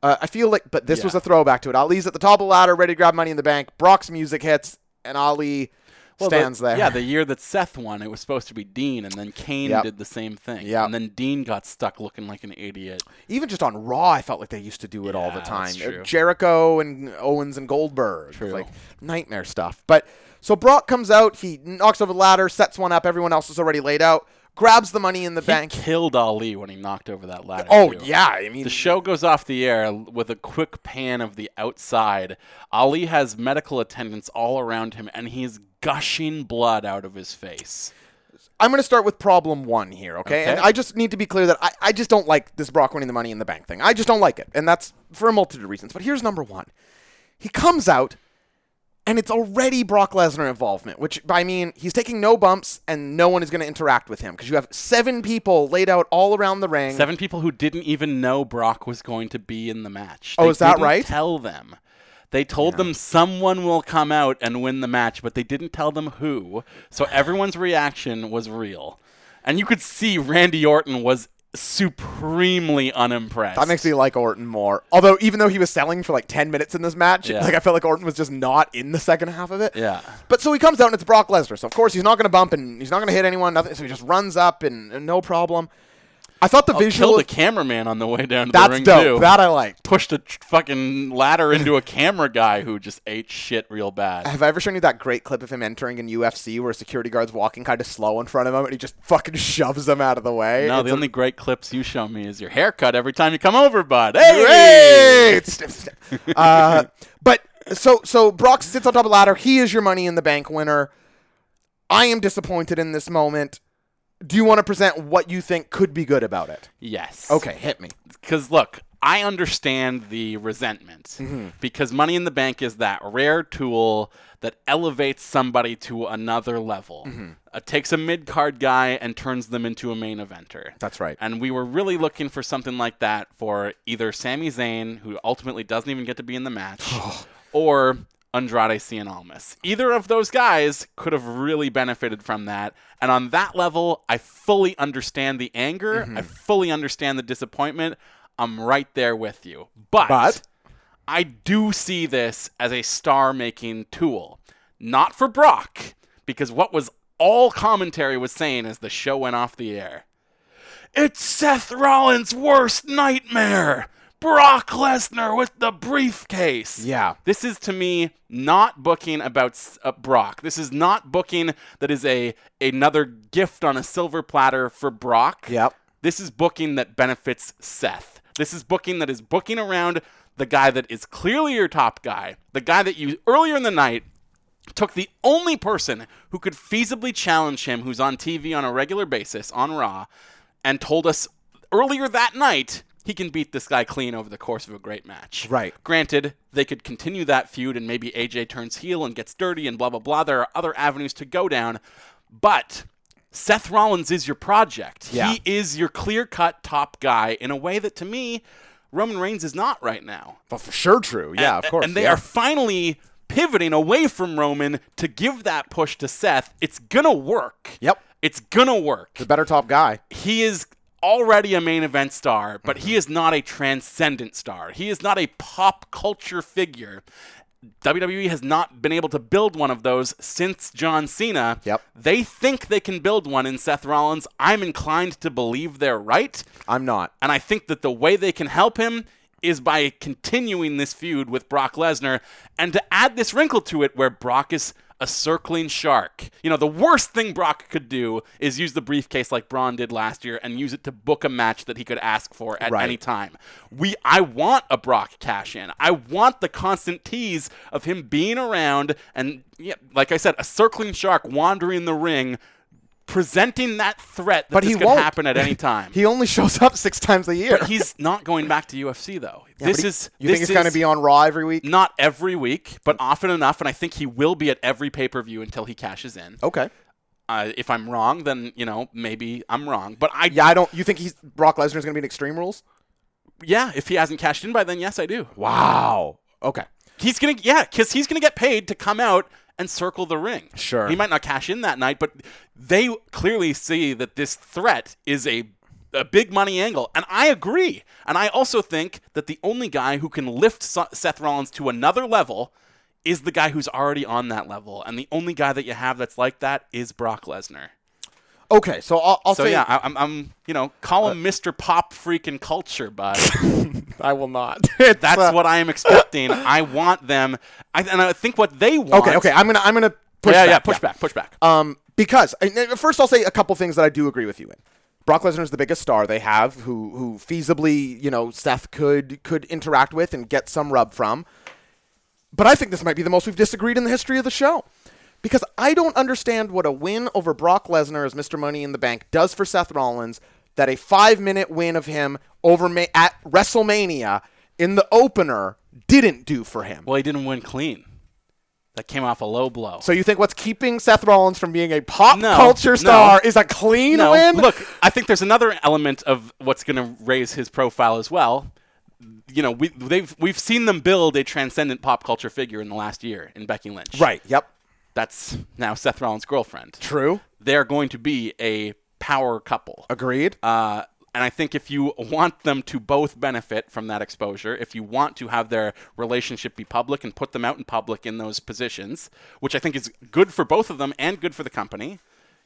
Speaker 4: Uh, I feel like, but this was
Speaker 3: Yeah.
Speaker 4: a throwback to it. Ali's at the top of the ladder, ready to grab Money in the Bank. Brock's music hits, and Ali
Speaker 3: Well, the-
Speaker 4: stands there.
Speaker 3: Yeah, the year that Seth won, it was supposed to be Dean, and then Kane
Speaker 4: Yep.
Speaker 3: did the same thing.
Speaker 4: Yep.
Speaker 3: And then Dean got stuck looking like an idiot.
Speaker 4: Even just on Raw, I felt like they used to do it all the
Speaker 3: Yeah,
Speaker 4: time.
Speaker 3: that's
Speaker 4: Uh,
Speaker 3: true.
Speaker 4: Jericho and Owens and Goldberg, It was
Speaker 3: True.
Speaker 4: like nightmare stuff. But so Brock comes out, he knocks over the ladder, sets one up. Everyone else is already laid out. Grabs the money in the
Speaker 3: He
Speaker 4: bank.
Speaker 3: killed Ali when he knocked over that ladder.
Speaker 4: Oh
Speaker 3: too.
Speaker 4: yeah, I mean
Speaker 3: The show goes off the air with a quick pan of the outside. Ali has medical attendants all around him, and he is gushing blood out of his face.
Speaker 4: I'm going to start with problem one here, okay? And
Speaker 3: Okay.
Speaker 4: I just need to be clear that I, I just don't like this Brock winning the money in the bank thing. I just don't like it. And that's for a multitude of reasons. But here's number one he comes out, and it's already Brock Lesnar involvement, which I mean, he's taking no bumps, and no one is going to interact with him because you have seven people laid out all around the ring.
Speaker 3: Seven people who didn't even know Brock was going to be in the match.
Speaker 4: Oh,
Speaker 3: They
Speaker 4: is that
Speaker 3: didn't
Speaker 4: right?
Speaker 3: Tell them. They told them someone will come out and win the match, but they didn't tell them who. So everyone's reaction was real, and you could see Randy Orton was supremely unimpressed.
Speaker 4: That makes me like Orton more. Although, even though he was selling for like 10 minutes in this match,
Speaker 3: Yeah.
Speaker 4: like I felt like Orton was just not in the second half of it.
Speaker 3: Yeah.
Speaker 4: But so he comes out and it's Brock Lesnar. So, of course, he's not going to bump and he's not going to hit anyone. Nothing. So he just runs up and, and no problem. I thought the visual.
Speaker 3: killed a cameraman on the way down to the
Speaker 4: that's
Speaker 3: ring
Speaker 4: dope.
Speaker 3: too.
Speaker 4: That I like.
Speaker 3: pushed a tr- fucking ladder into a camera guy who just ate shit real bad.
Speaker 4: Have I ever shown you that great clip of him entering in UFC where a security guard's walking kind of slow in front of him and he just fucking [LAUGHS] shoves him out of the way?
Speaker 3: No,
Speaker 4: It's
Speaker 3: the
Speaker 4: a-
Speaker 3: only great clips you show me is your haircut every time you come over, bud. Hey!
Speaker 4: Great. Snip, snip. uh, but so so Brock sits on top of the ladder. He is your money in the bank winner. I am disappointed in this moment. Do you want to present what you think could be good about it?
Speaker 3: Yes.
Speaker 4: Okay, hit me.
Speaker 3: Because look, I understand the resentment
Speaker 4: Mm-hmm.
Speaker 3: because Money in the Bank is that rare tool that elevates somebody to another level.
Speaker 4: Mm-hmm.
Speaker 3: It takes a mid card guy and turns them into a main eventer.
Speaker 4: That's right.
Speaker 3: And we were really looking for something like that for either Sami Zayn, who ultimately doesn't even get to be in the
Speaker 4: [SIGHS]
Speaker 3: match,
Speaker 4: Oh.
Speaker 3: or Andrade Cien Almas. Either of those guys could have really benefited from that. And on that level, I fully understand the anger. I fully understand the disappointment. I'm right there with you. But,
Speaker 4: But?
Speaker 3: I do see this as a star making tool. Not for Brock, because what was all commentary was saying as the show went off the air. It's Seth Rollins' worst nightmare. Brock Lesnar with the briefcase.
Speaker 4: Yeah.
Speaker 3: This is to me not booking about s- uh, Brock. This is not booking that is a another gift on a silver platter for Brock.
Speaker 4: Yep.
Speaker 3: This is booking that benefits Seth. This is booking that is booking around the guy that is clearly your top guy, the guy that you earlier in the night took the only person who could feasibly challenge him, who's on TV on a regular basis on Raw, and told us earlier that night he can beat this guy clean over the course of a great match.
Speaker 4: Right.
Speaker 3: Granted, they could continue that feud and maybe AJ turns heel and gets dirty and blah, blah, blah. There are other avenues to go down. But Seth Rollins is your project.
Speaker 4: Yeah.
Speaker 3: He is your clear cut top guy in a way that to me, Roman Reigns is not right now.
Speaker 4: But for sure, true. Yeah, of course.
Speaker 3: And they
Speaker 4: yeah.
Speaker 3: are finally pivoting away from Roman to give that push to Seth. It's going to work.
Speaker 4: Yep.
Speaker 3: It's going to work.
Speaker 4: [LAUGHS] the better top guy.
Speaker 3: He is already a main event star, but
Speaker 4: Mm-hmm.
Speaker 3: he is not a transcendent star. He is not a pop culture figure. WWE has not been able to build one of those since John Cena.
Speaker 4: Yep.
Speaker 3: They think they can build one in Seth Rollins. I'm inclined to believe they're right.
Speaker 4: I'm not.
Speaker 3: And I think that the way they can help him is by continuing this feud with Brock Lesnar and to add this wrinkle to it where Brock is a circling shark. You know, the worst thing Brock could do is use the briefcase like Braun did last year and use it to book a match that he could ask for at
Speaker 4: Right.
Speaker 3: any time. We I want a Brock cash in. I want the constant tease of him being around and yeah, like I said, a circling shark wandering the ring presenting that threat that
Speaker 4: But
Speaker 3: this
Speaker 4: he
Speaker 3: could
Speaker 4: won't
Speaker 3: happen
Speaker 4: [LAUGHS]
Speaker 3: at any time.
Speaker 4: He only shows up six times a year.
Speaker 3: He's not going back to UFC though.
Speaker 4: Yeah,
Speaker 3: this
Speaker 4: but he-
Speaker 3: is
Speaker 4: You
Speaker 3: this
Speaker 4: think it's going to
Speaker 3: is
Speaker 4: be on Raw every week?
Speaker 3: not every week, but often enough, and I think he will be at every pay per view until he cashes in.
Speaker 4: Okay.
Speaker 3: Uh, if I'm wrong, then you know maybe I'm wrong, but I yeah.
Speaker 4: Yeah, I don't. You think he's Brock Lesnar's going to be in Extreme Rules?
Speaker 3: if he hasn't cashed in by then, yes, I do.
Speaker 4: Wow. Okay.
Speaker 3: He's gonna yeah, because he's gonna get paid to come out and circle the ring.
Speaker 4: Sure.
Speaker 3: he might not cash in that night, but they clearly see that this threat is a a big money angle, and I agree. And I also think that the only guy who can lift Sa- Seth Rollins to another level is the guy who's already on that level, and the only guy that you have that's like that is Brock Lesnar.
Speaker 4: Okay. So Uh, I'll, I'll
Speaker 3: So
Speaker 4: say
Speaker 3: yeah, I, I'm, I'm you know call him Mr. Pop freaking culture, but.
Speaker 4: I will not. [LAUGHS] It's,
Speaker 3: That's
Speaker 4: uh,
Speaker 3: what I am expecting. I want them, I, and I think what they want.
Speaker 4: [LAUGHS] Okay. Okay. I'm gonna. I'm gonna push.
Speaker 3: yeah,
Speaker 4: back.
Speaker 3: yeah, push back, push back.
Speaker 4: Um, because and then first, I'll say a couple things that I do agree with you in. Brock Lesnar is the biggest star they have, who who feasibly you know Seth could could interact with and get some rub from. But I think this might be the most we've disagreed in the history of the show. Because I don't understand what a win over Brock Lesnar as Mr. Money in the Bank does for Seth Rollins, that a five minute win of him over Ma- at WrestleMania in the opener didn't do for him.
Speaker 3: well, he didn't win clean. That came off a low blow.
Speaker 4: So you think what's keeping Seth Rollins from being a pop
Speaker 3: No,
Speaker 4: culture
Speaker 3: no.
Speaker 4: star is a clean
Speaker 3: no,
Speaker 4: win?
Speaker 3: look, I think there's another element of what's going to raise his profile as well. You know, we, they've we've seen them build a transcendent pop culture figure in the last year in Becky Lynch.
Speaker 4: Right. Yep.
Speaker 3: That's now Seth Rollins' girlfriend.
Speaker 4: True.
Speaker 3: They're going to be a power couple.
Speaker 4: Agreed.
Speaker 3: Uh, and I think if you want them to both benefit from that exposure, if you want to have their relationship be public and put them out in public in those positions, which I think is good for both of them and good for the company,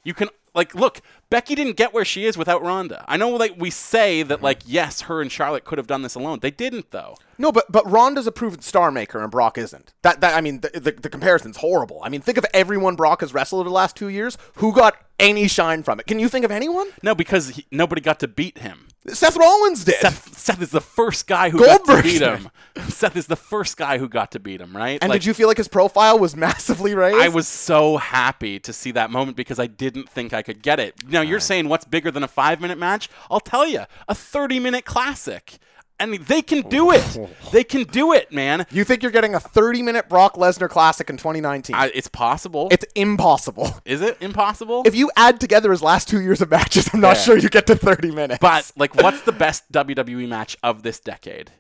Speaker 3: you can like look. Becky didn't get where she is without Ronda. I know like we say
Speaker 4: Mm-hmm.
Speaker 3: that like yes, her and Charlotte could have done this alone. They didn't though.
Speaker 4: no, but but Ronda's a proven star maker and Brock isn't. That that I mean the, the the comparison's horrible. I mean think of everyone Brock has wrestled over the last 2 years who got any shine from it. Can you think of anyone?
Speaker 3: No, because he, nobody got to beat him.
Speaker 4: Seth Rollins did.
Speaker 3: Seth, Seth is the first guy who got
Speaker 4: Goldberg
Speaker 3: to beat
Speaker 4: did.
Speaker 3: him. Seth is the first guy who got to beat him, right?
Speaker 4: and
Speaker 3: Like,
Speaker 4: did you feel like his profile was [LAUGHS] massively raised?
Speaker 3: I was so happy to see that moment because I didn't think I could get it. Now you're saying what's bigger than a five minute match? I'll tell you, a 30 minute classic. And they can
Speaker 4: Oh.
Speaker 3: do it. they can do it, man.
Speaker 4: You think you're getting a 30-minute Brock Lesnar classic in 2019?
Speaker 3: I, it's possible.
Speaker 4: it's impossible. [LAUGHS]
Speaker 3: Is it impossible?
Speaker 4: If you add together his last 2 years of matches, I'm not
Speaker 3: Yeah.
Speaker 4: sure you get to 30 minutes.
Speaker 3: but like, what's the best WWE match of this decade?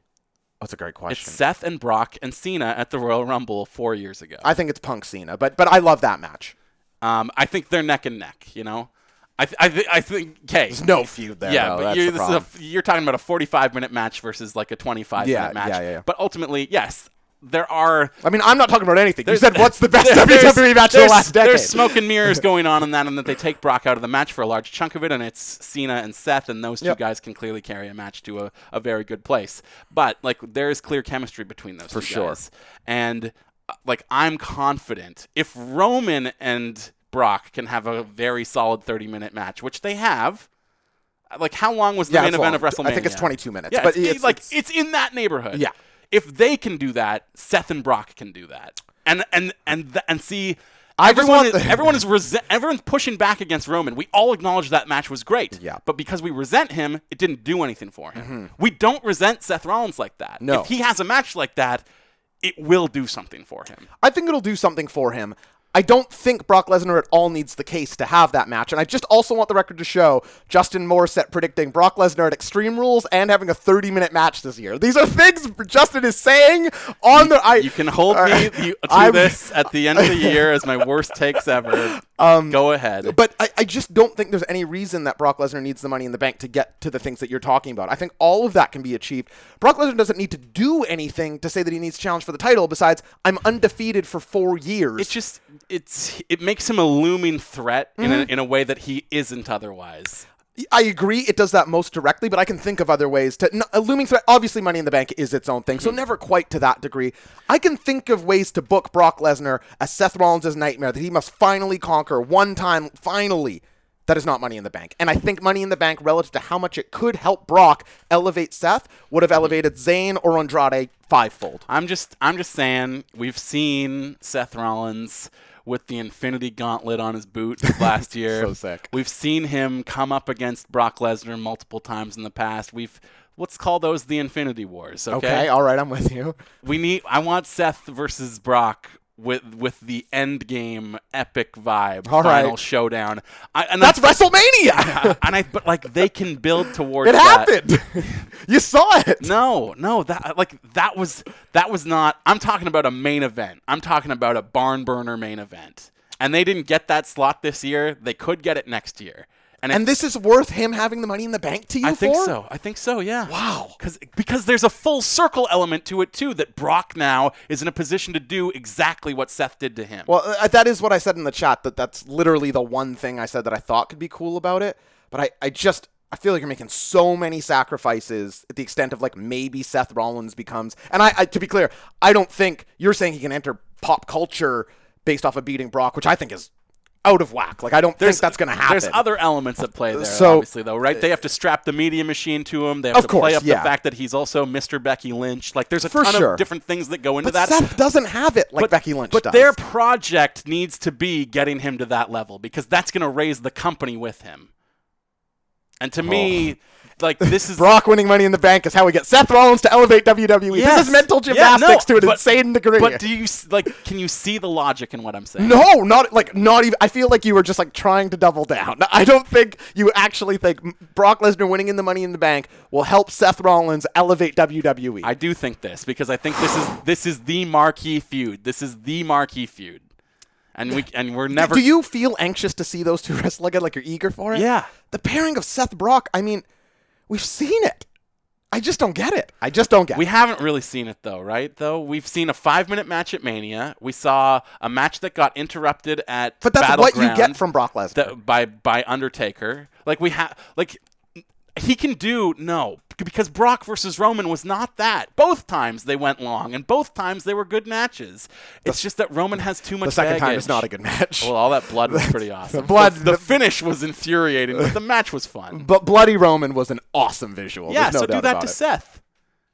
Speaker 4: that's a great
Speaker 3: It's
Speaker 4: question.
Speaker 3: Seth and Brock and Cena at the Royal Rumble four years ago.
Speaker 4: I think it's Punk Cena, but but I love that match.
Speaker 3: Um, I think they're neck and neck. You know, I th- I, th- I think okay.
Speaker 4: There's no feud there.
Speaker 3: Yeah,
Speaker 4: though.
Speaker 3: but
Speaker 4: That's
Speaker 3: you're,
Speaker 4: the
Speaker 3: this is a,
Speaker 4: problem.
Speaker 3: you're talking about a 45 minute match versus like a 25
Speaker 4: Yeah,
Speaker 3: minute match.
Speaker 4: yeah, yeah, yeah.
Speaker 3: But ultimately, yes, there are.
Speaker 4: I mean, I'm not talking about anything. You
Speaker 3: there's- [LAUGHS]
Speaker 4: said what's the best
Speaker 3: there- there's-
Speaker 4: WWE match of the
Speaker 3: there's-
Speaker 4: last decade?
Speaker 3: There's smoke and mirrors
Speaker 4: [LAUGHS]
Speaker 3: going on in that, and that they take Brock out of the match for a large chunk of it, and it's Cena and Seth, and those two
Speaker 4: Yep.
Speaker 3: guys can clearly carry a match to a, a very good place. But like, there is clear chemistry between those for two
Speaker 4: sure.
Speaker 3: guys, and uh, like, I'm confident if Roman and Brock can have a very solid 30 minute match, which they have. uh, Like, how long was the
Speaker 4: Yeah,
Speaker 3: main
Speaker 4: it's
Speaker 3: event of
Speaker 4: long.
Speaker 3: WrestleMania?
Speaker 4: I think it's 22 minutes,
Speaker 3: Yeah,
Speaker 4: but
Speaker 3: it's,
Speaker 4: it's-
Speaker 3: like
Speaker 4: it's-
Speaker 3: it's in that neighborhood.
Speaker 4: Yeah.
Speaker 3: If they can do that, Seth and Brock can do that. And and and th- and see
Speaker 4: I just
Speaker 3: Everyone,
Speaker 4: want
Speaker 3: is,
Speaker 4: the-
Speaker 3: everyone is resent, everyone's pushing back against Roman. We all acknowledge that match was great.
Speaker 4: Yeah. Mm-hmm.
Speaker 3: But because we resent him, it didn't do anything for him. We don't resent Seth Rollins like that.
Speaker 4: No.
Speaker 3: If he has a match like that, it will do something for him.
Speaker 4: I think it'll do something for him. I don't think Brock Lesnar at all needs the case to have that match. And I just also want the record to show Justin Morissette predicting Brock Lesnar at Extreme Rules and having a 30 minute match this year. These are things Justin is saying on the. [LAUGHS] I,
Speaker 3: You can hold
Speaker 4: Uh,
Speaker 3: me you, to
Speaker 4: I'm-
Speaker 3: this at the end of the year as my worst takes
Speaker 4: [LAUGHS]
Speaker 3: ever. Um, Go ahead.
Speaker 4: But I, I just don't think there's any reason that Brock Lesnar needs the money in the bank to get to the things that you're talking about. I think all of that can be achieved. Brock Lesnar doesn't need to do anything to say that he needs challenge for the title. Besides, I'm undefeated for four years.
Speaker 3: it just it's it makes him a looming threat in,
Speaker 4: Mm-hmm.
Speaker 3: a, in a way that he isn't otherwise.
Speaker 4: I agree it does that most directly, but I can think of other ways to. No, a looming threat, obviously, Money in the Bank is its own thing,
Speaker 3: Hmm.
Speaker 4: so never quite to that degree. I can think of ways to book Brock Lesnar as Seth Rollins' nightmare that he must finally conquer one time, finally. That is not Money in the Bank. And I think Money in the Bank, relative to how much it could help Brock elevate Seth, would have elevated Zayn or Andrade fivefold.
Speaker 3: I'm just I'm just saying we've seen Seth Rollins with the Infinity Gauntlet on his
Speaker 4: [LAUGHS]
Speaker 3: boot last year.
Speaker 4: So sick.
Speaker 3: We've seen him come up against Brock Lesnar multiple times in the past. We've let's call those the Infinity Wars.
Speaker 4: Okay, all right, I'm with you.
Speaker 3: We need. I want Seth versus Brock with with the end game epic vibe,
Speaker 4: All right.
Speaker 3: final showdown. I, and
Speaker 4: That's
Speaker 3: I- [LAUGHS]
Speaker 4: WrestleMania!
Speaker 3: and I but like they can build towards
Speaker 4: it
Speaker 3: that.
Speaker 4: happened! [LAUGHS] you saw it!
Speaker 3: No, no, that like that was that was not. I'm talking about a main event. I'm talking about a barn burner main event. And they didn't get that slot this year. They could get it next year. And, if-
Speaker 4: And this is worth him having the money in the bank to you
Speaker 3: I think
Speaker 4: for?
Speaker 3: so. I think so. Yeah.
Speaker 4: Wow.
Speaker 3: Because because there's a full circle element to it too. That Brock now is in a position to do exactly what Seth did to him.
Speaker 4: Well, uh, that is what I said in the chat. That that's literally the one thing I said that I thought could be cool about it. But I, I just I feel like you're making so many sacrifices at the extent of like maybe Seth Rollins becomes. And I, I to be clear, I don't think you're saying he can enter pop culture based off of beating Brock, which I think is out of whack. Like I don't think that's going to happen.
Speaker 3: There's other elements at play there,
Speaker 4: So-
Speaker 3: obviously, though, right? They have to strap the media machine to him. They have
Speaker 4: Of
Speaker 3: to
Speaker 4: course,
Speaker 3: play up
Speaker 4: yeah.
Speaker 3: the fact that he's also Mr. Becky Lynch. Like, there's a
Speaker 4: For
Speaker 3: ton
Speaker 4: sure.
Speaker 3: of different things that go into that.
Speaker 4: but Seth doesn't have it like Becky Lynch
Speaker 3: but
Speaker 4: does.
Speaker 3: their project needs to be getting him to that level because that's going to raise the company with him. And to me,
Speaker 4: Oh.
Speaker 3: like this
Speaker 4: [LAUGHS]
Speaker 3: is
Speaker 4: Brock winning Money in the Bank is how we get Seth Rollins to elevate WWE. This is
Speaker 3: Yes.
Speaker 4: mental
Speaker 3: Yeah, no,
Speaker 4: gymnastics to an
Speaker 3: but-
Speaker 4: insane degree.
Speaker 3: But do you s- like? Can you see the logic in what I'm saying?
Speaker 4: No, not like not even. I feel like you were just like trying to double down. [LAUGHS] I don't think you actually think Brock Lesnar winning in the Money in the Bank will help Seth Rollins elevate E. WWE.
Speaker 3: I do think this because I think this is this is the marquee feud. This is the marquee feud, and we and we're never.
Speaker 4: Do you feel anxious to see those two [LAUGHS] wrestle again? Like you're eager for it?
Speaker 3: Yeah.
Speaker 4: The pairing of Seth Brock. I mean, we've seen it. I just don't get it. I just don't get
Speaker 3: We
Speaker 4: it.
Speaker 3: haven't really seen it though, right? Though we've seen a five-minute match at Mania. We saw a match that got interrupted at.
Speaker 4: But that's what you get
Speaker 3: Battleground
Speaker 4: from Brock Lesnar.
Speaker 3: that- by by Undertaker. Like we have, like he can do no because Brock versus Roman was not that. Both times they went long, and both times they were good matches. It's just that Roman has too much.
Speaker 4: the second time
Speaker 3: baggage.
Speaker 4: is not a good match.
Speaker 3: Well, all that blood was
Speaker 4: [LAUGHS]
Speaker 3: pretty awesome.
Speaker 4: blood-
Speaker 3: the, the finish was infuriating, but the match was
Speaker 4: [LAUGHS]
Speaker 3: fun.
Speaker 4: but Bloody Roman was an awesome visual.
Speaker 3: Yeah,
Speaker 4: There's no
Speaker 3: so do
Speaker 4: doubt
Speaker 3: that
Speaker 4: about
Speaker 3: to
Speaker 4: it.
Speaker 3: Seth.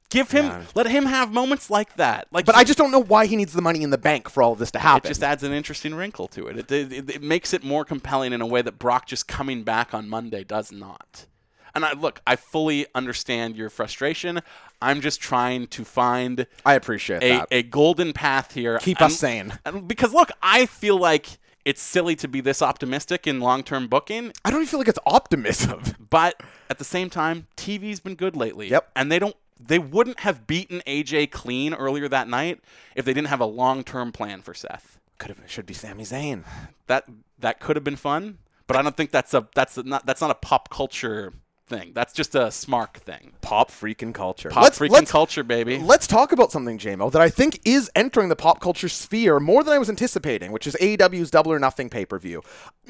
Speaker 3: Give him, let him have moments like that. Like,
Speaker 4: But
Speaker 3: he-
Speaker 4: I just don't know why he needs the money in the bank for all of this to happen.
Speaker 3: it just adds an interesting wrinkle to it. It, it. it makes it more compelling in a way that Brock just coming back on Monday does not. And I look, I fully understand your frustration. I'm just trying to find
Speaker 4: I appreciate
Speaker 3: a,
Speaker 4: that.
Speaker 3: a golden path here.
Speaker 4: Keep us sane.
Speaker 3: and- Because look, I feel like it's silly to be this optimistic in long-term booking,
Speaker 4: I don't even feel like it's optimism. [LAUGHS]
Speaker 3: but at the same time, TV's been good lately.
Speaker 4: Yep.
Speaker 3: And they don't they wouldn't have beaten AJ clean earlier that night if they didn't have a long-term plan for Seth.
Speaker 4: Could have should be Sami Zayn.
Speaker 3: That that could have been fun, but I don't think that's a that's a, not that's not a pop culture thing. That's just a smark thing.
Speaker 4: Pop freaking culture.
Speaker 3: Pop freaking culture, baby.
Speaker 4: Let's talk about something, JMO, that I think is entering the pop culture sphere more than I was anticipating, which is AEW's Double or Nothing pay per view.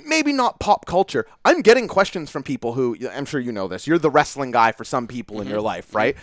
Speaker 4: Maybe not pop culture. I'm getting questions from people who, I'm sure you know this, you're the wrestling guy for some people
Speaker 3: Mm-hmm.
Speaker 4: in your life, right?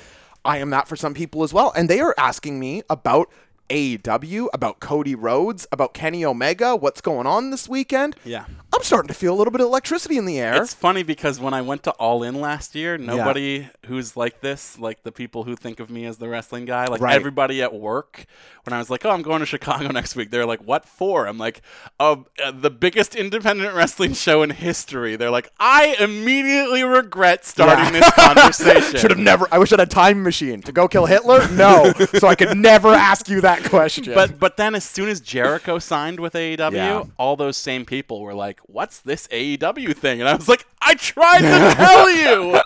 Speaker 4: I am that for some people as well. And they are asking me about E AEW, about Cody Rhodes, about Kenny Omega, what's going on this weekend.
Speaker 3: Yeah.
Speaker 4: I'm starting to feel a little bit of electricity in the air.
Speaker 3: It's funny because when I went to All In last year, nobody who's like this, like the people who think of me as the wrestling guy, like
Speaker 4: Right.
Speaker 3: everybody at work, when I was like, "Oh, I'm going to Chicago [LAUGHS] next week," they're like, "What for?" I'm like, uh, uh, "The biggest independent [LAUGHS] wrestling show in history." They're like, "I immediately regret starting
Speaker 4: Yeah. [LAUGHS]
Speaker 3: this conversation."
Speaker 4: Should have never. I wish I had a time machine to go kill Hitler.
Speaker 3: [LAUGHS]
Speaker 4: No, so I could never ask you that question.
Speaker 3: But but then as soon as Jericho signed with AEW,
Speaker 4: Yeah.
Speaker 3: all those same people were like, "What's this AEW thing?" And I was like, "I tried to tell
Speaker 4: [LAUGHS]
Speaker 3: you."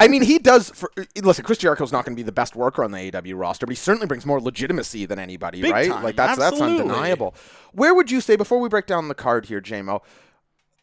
Speaker 4: I mean, he does. For, listen, Chris Jericho's not going to be the best worker on the AEW roster, but he certainly brings more legitimacy than anybody,
Speaker 3: Big
Speaker 4: right?
Speaker 3: time,
Speaker 4: like that's
Speaker 3: absolutely.
Speaker 4: that's undeniable. Where would you say before we break down the card here, JMO?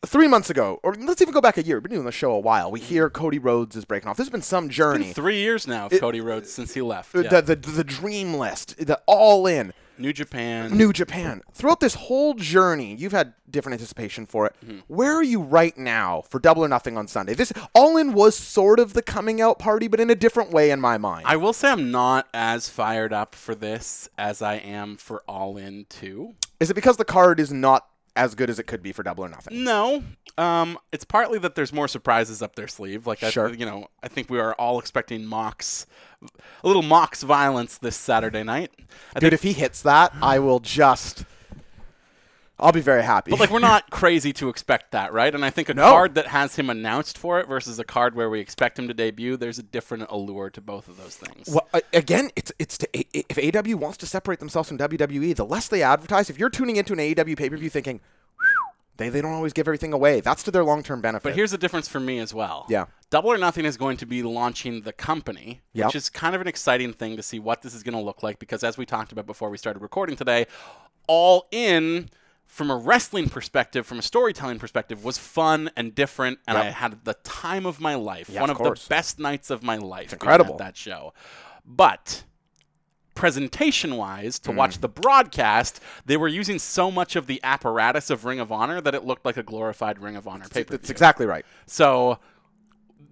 Speaker 4: Three months ago, or let's even go back a year. We've been doing the show a while. We hear Cody Rhodes is breaking off. There's been some journey.
Speaker 3: Three years now of Cody Rhodes since he left. Yeah.
Speaker 4: the, the, the dream list, the all in.
Speaker 3: New Japan.
Speaker 4: New Japan. Throughout this whole journey, you've had different anticipation for it.
Speaker 3: Mm-hmm.
Speaker 4: Where are you right now for Double or Nothing on Sunday? This All In was sort of the coming out party, but in a different way in my mind.
Speaker 3: I will say I'm not as fired up for this as I am for All In 2.
Speaker 4: is it because the card is not as good as it could be for Double or Nothing?
Speaker 3: No. Um, it's partly that there's more surprises up their sleeve. Like, I,
Speaker 4: Sure.
Speaker 3: you know, I think we are all expecting Mox, a little Mox violence this Saturday night. I
Speaker 4: Dude,
Speaker 3: think,
Speaker 4: if he hits that, I will just. I'll be very happy.
Speaker 3: but like, we're not crazy to expect that, right? And I think a
Speaker 4: No.
Speaker 3: card that has him announced for it versus a card where we expect him to debut, there's a different allure to both of those things.
Speaker 4: Well, a- again, it's it's to, i- i- if AW wants to separate themselves from WWE, the less they advertise. If you're tuning into an AEW pay per view thinking, "Whew, they they don't always give everything away. That's to their long term benefit.
Speaker 3: But here's the difference for me as well.
Speaker 4: Yeah.
Speaker 3: Double or Nothing is going to be launching the company,
Speaker 4: Yep.
Speaker 3: which is kind of an exciting thing to see what this is going to look like because as we talked about before we started recording today, all in from a wrestling perspective, from a storytelling perspective, was fun and different, and
Speaker 4: Yep.
Speaker 3: I had the time of my life.
Speaker 4: Yeah,
Speaker 3: One
Speaker 4: of
Speaker 3: of,
Speaker 4: course.
Speaker 3: the best nights of my life. It's
Speaker 4: incredible.
Speaker 3: that show. But presentation wise to
Speaker 4: Mm.
Speaker 3: watch the broadcast they were using so much of the apparatus of ring of honor that it looked like a glorified ring of honor paper
Speaker 4: That's exactly right.
Speaker 3: so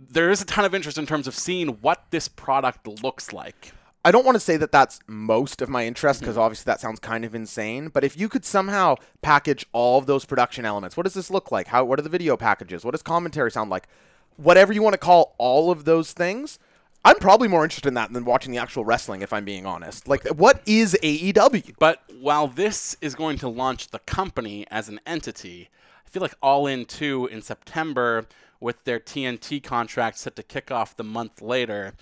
Speaker 3: there is a ton of interest in terms of seeing what this product looks like.
Speaker 4: I don't want to say that that's most of my interest because obviously that sounds kind of insane. But if you could somehow package all of those production elements, what does this look like? How? What are the video packages? What does commentary sound like? Whatever you want to call all of those things, I'm probably more interested in that than watching the actual wrestling. If I'm being honest, like what is E AEW?
Speaker 3: But while this is going to launch the company as an entity, I feel like All In 2 in September, with their TNT contract set to kick off the month later,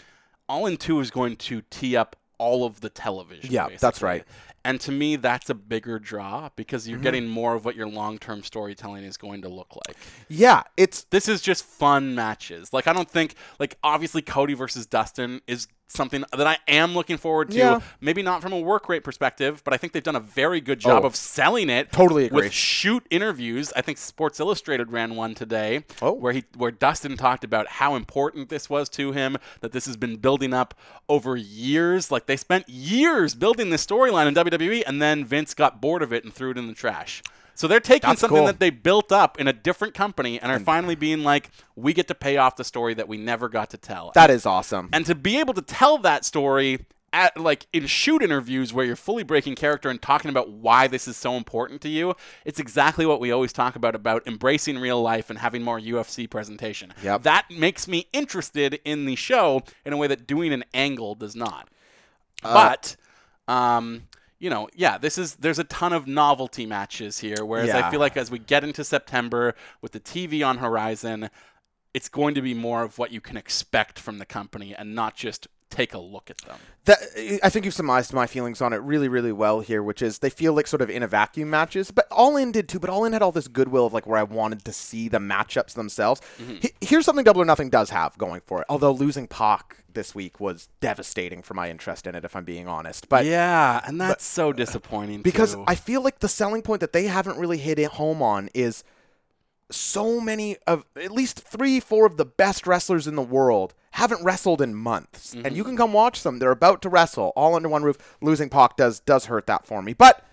Speaker 3: All In 2 is going to tee up all of the television.
Speaker 4: Yeah, that's
Speaker 3: basically.
Speaker 4: right. Mm-hmm.
Speaker 3: And to me, that's a bigger draw because you're getting more of what your long term storytelling is going to look like.
Speaker 4: Yeah, it's
Speaker 3: This is just fun matches. Like I don't think like obviously Cody versus Dustin is something that I am looking forward to.
Speaker 4: Yeah.
Speaker 3: Maybe not from a work rate perspective, but I think they've done a very good job
Speaker 4: Oh,
Speaker 3: of selling it.
Speaker 4: totally agree.
Speaker 3: With shoot interviews, I think Sports Illustrated ran one today
Speaker 4: Oh.
Speaker 3: where he where Dustin talked about how important this was to him, that this has been building up over years. Like they spent years building this storyline in WWE and then Vince got bored of it and threw it in the trash. So they're taking
Speaker 4: That's
Speaker 3: something
Speaker 4: cool.
Speaker 3: that they built up in a different company and are finally being like, we get to pay off the story that we never got to tell.
Speaker 4: that is awesome.
Speaker 3: and to be able to tell that story at like in shoot interviews where you're fully breaking character and talking about why this is so important to you, it's exactly what we always talk about about embracing real life and having more UFC presentation.
Speaker 4: Yep.
Speaker 3: That makes me interested in the show in a way that doing an angle does not but um you know yeah this is there's a ton of novelty matches here whereas i
Speaker 4: Yeah.
Speaker 3: feel like as we get into september with the tv on horizon it's going to be more of what you can expect from the company and not just take a look at them
Speaker 4: that I think you've surmised my feelings on it really, really well here, which is they feel like sort of in a vacuum matches, but All In did too. But All In had all this goodwill of like where I wanted to see the matchups themselves. He- here's something Double or Nothing does have going for it, although losing Pac this week was devastating for my interest in it, if I'm being honest. But
Speaker 3: yeah and that's so disappointing
Speaker 4: because
Speaker 3: too.
Speaker 4: I feel like the selling point that they haven't really hit it home on is so many of at least three, four of the best wrestlers in the world haven't wrestled in months,
Speaker 3: Mm-hmm.
Speaker 4: and you can come watch them. They're about to wrestle all under one roof. Losing Pac does does hurt that for me, but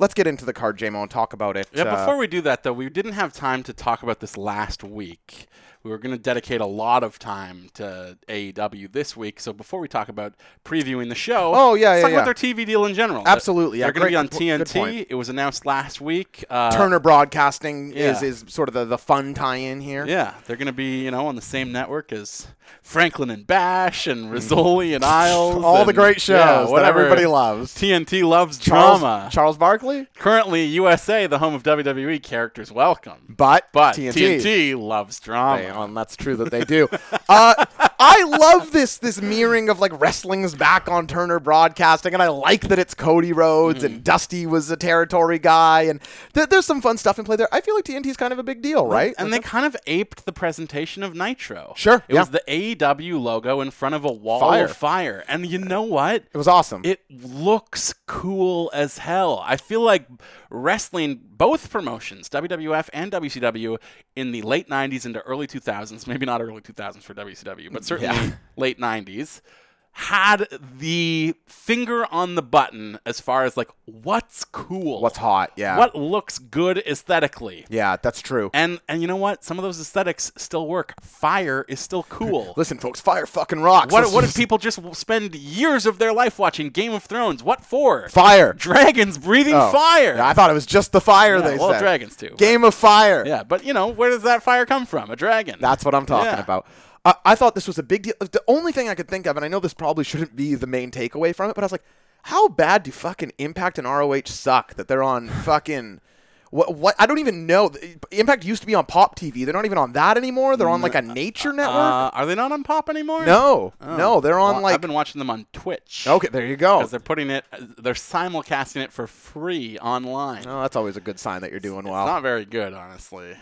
Speaker 4: let's get into the card, JMO, and talk about it.
Speaker 3: Yeah,
Speaker 4: uh,
Speaker 3: before we do that, though, we didn't have time to talk about this last week, We were going to dedicate a lot of time to AEW this week. So before we talk about previewing the show,
Speaker 4: Oh, yeah,
Speaker 3: let's
Speaker 4: yeah,
Speaker 3: talk
Speaker 4: yeah.
Speaker 3: about their TV deal in general.
Speaker 4: Absolutely, yeah,
Speaker 3: They're going to
Speaker 4: great-
Speaker 3: be on
Speaker 4: good po- good
Speaker 3: TNT.
Speaker 4: point.
Speaker 3: It was announced last week. Uh,
Speaker 4: Turner Broadcasting is
Speaker 3: yeah.
Speaker 4: is sort of the, the fun tie-in here.
Speaker 3: Yeah, they're going to be, you know, on the same network as Franklin and Bash and Rizzoli
Speaker 4: [LAUGHS]
Speaker 3: and Isles.
Speaker 4: Mm. All the
Speaker 3: and-
Speaker 4: great shows
Speaker 3: yeah,
Speaker 4: that
Speaker 3: whatever.
Speaker 4: everybody loves.
Speaker 3: TNT loves
Speaker 4: Charles,
Speaker 3: drama.
Speaker 4: Charles Barkley,
Speaker 3: Currently, USA, the home of WWE characters, welcome.
Speaker 4: but
Speaker 3: But
Speaker 4: TNT.
Speaker 3: TNT, loves drama.
Speaker 4: They- well, um, that's true that they do. uh, I love this this mirroring of like wrestling's back on Turner Broadcasting, and I like that it's Cody Rhodes
Speaker 3: Mm.
Speaker 4: and Dusty was a territory guy, and th- there's some fun stuff in play there. I feel like TNT's kind of a big deal, right?
Speaker 3: And they kind of aped the presentation of Nitro.
Speaker 4: Sure,
Speaker 3: It
Speaker 4: yeah.
Speaker 3: was the AEW logo in front of a wall
Speaker 4: Fire.
Speaker 3: of fire. And you know what?
Speaker 4: it was awesome.
Speaker 3: It looks cool as hell. I feel like wrestling, both promotions, WWF and WCW, in the late 90s into early 2000s, maybe not early 2000s for WCW, but certainly late 90s, had the finger on the button as far as like what's cool,
Speaker 4: What's hot? Yeah,
Speaker 3: what looks good aesthetically.
Speaker 4: Yeah, that's true.
Speaker 3: And and you know what? Some of those aesthetics still work. Fire is still cool.
Speaker 4: [LAUGHS] Listen, folks, fire fucking rocks.
Speaker 3: What,
Speaker 4: Let's
Speaker 3: what did
Speaker 4: [LAUGHS] just-
Speaker 3: people just w- spend years of their life watching Game of Thrones? What for?
Speaker 4: Fire.
Speaker 3: [LAUGHS] Dragons breathing
Speaker 4: Oh.
Speaker 3: fire.
Speaker 4: Yeah, I thought it was just the fire
Speaker 3: Yeah,
Speaker 4: they
Speaker 3: well,
Speaker 4: said.
Speaker 3: dragons too.
Speaker 4: Game of fire.
Speaker 3: yeah, but you know, where does that fire come from? A dragon.
Speaker 4: That's what I'm talking
Speaker 3: Yeah.
Speaker 4: about. I, I thought this was a big deal. The only thing I could think of, and I know this probably [LAUGHS] shouldn't be the main takeaway from it, but I was like, how bad do fucking Impact and ROH suck that
Speaker 3: [LAUGHS]
Speaker 4: they're on fucking. What, what I don't even know. Impact used to be on Pop TV. They're not even on that anymore. They're on like a nature network.
Speaker 3: Uh, are they not on Pop anymore? Oh.
Speaker 4: no, no, they're on
Speaker 3: Well,
Speaker 4: like
Speaker 3: I've been watching them on Twitch.
Speaker 4: [LAUGHS] okay. Oh. There you go.
Speaker 3: Because they're putting it, they're simulcasting it for free online.
Speaker 4: Oh, that's always a good sign that you're doing well.
Speaker 3: It's
Speaker 4: [LAUGHS]
Speaker 3: not very good, honestly.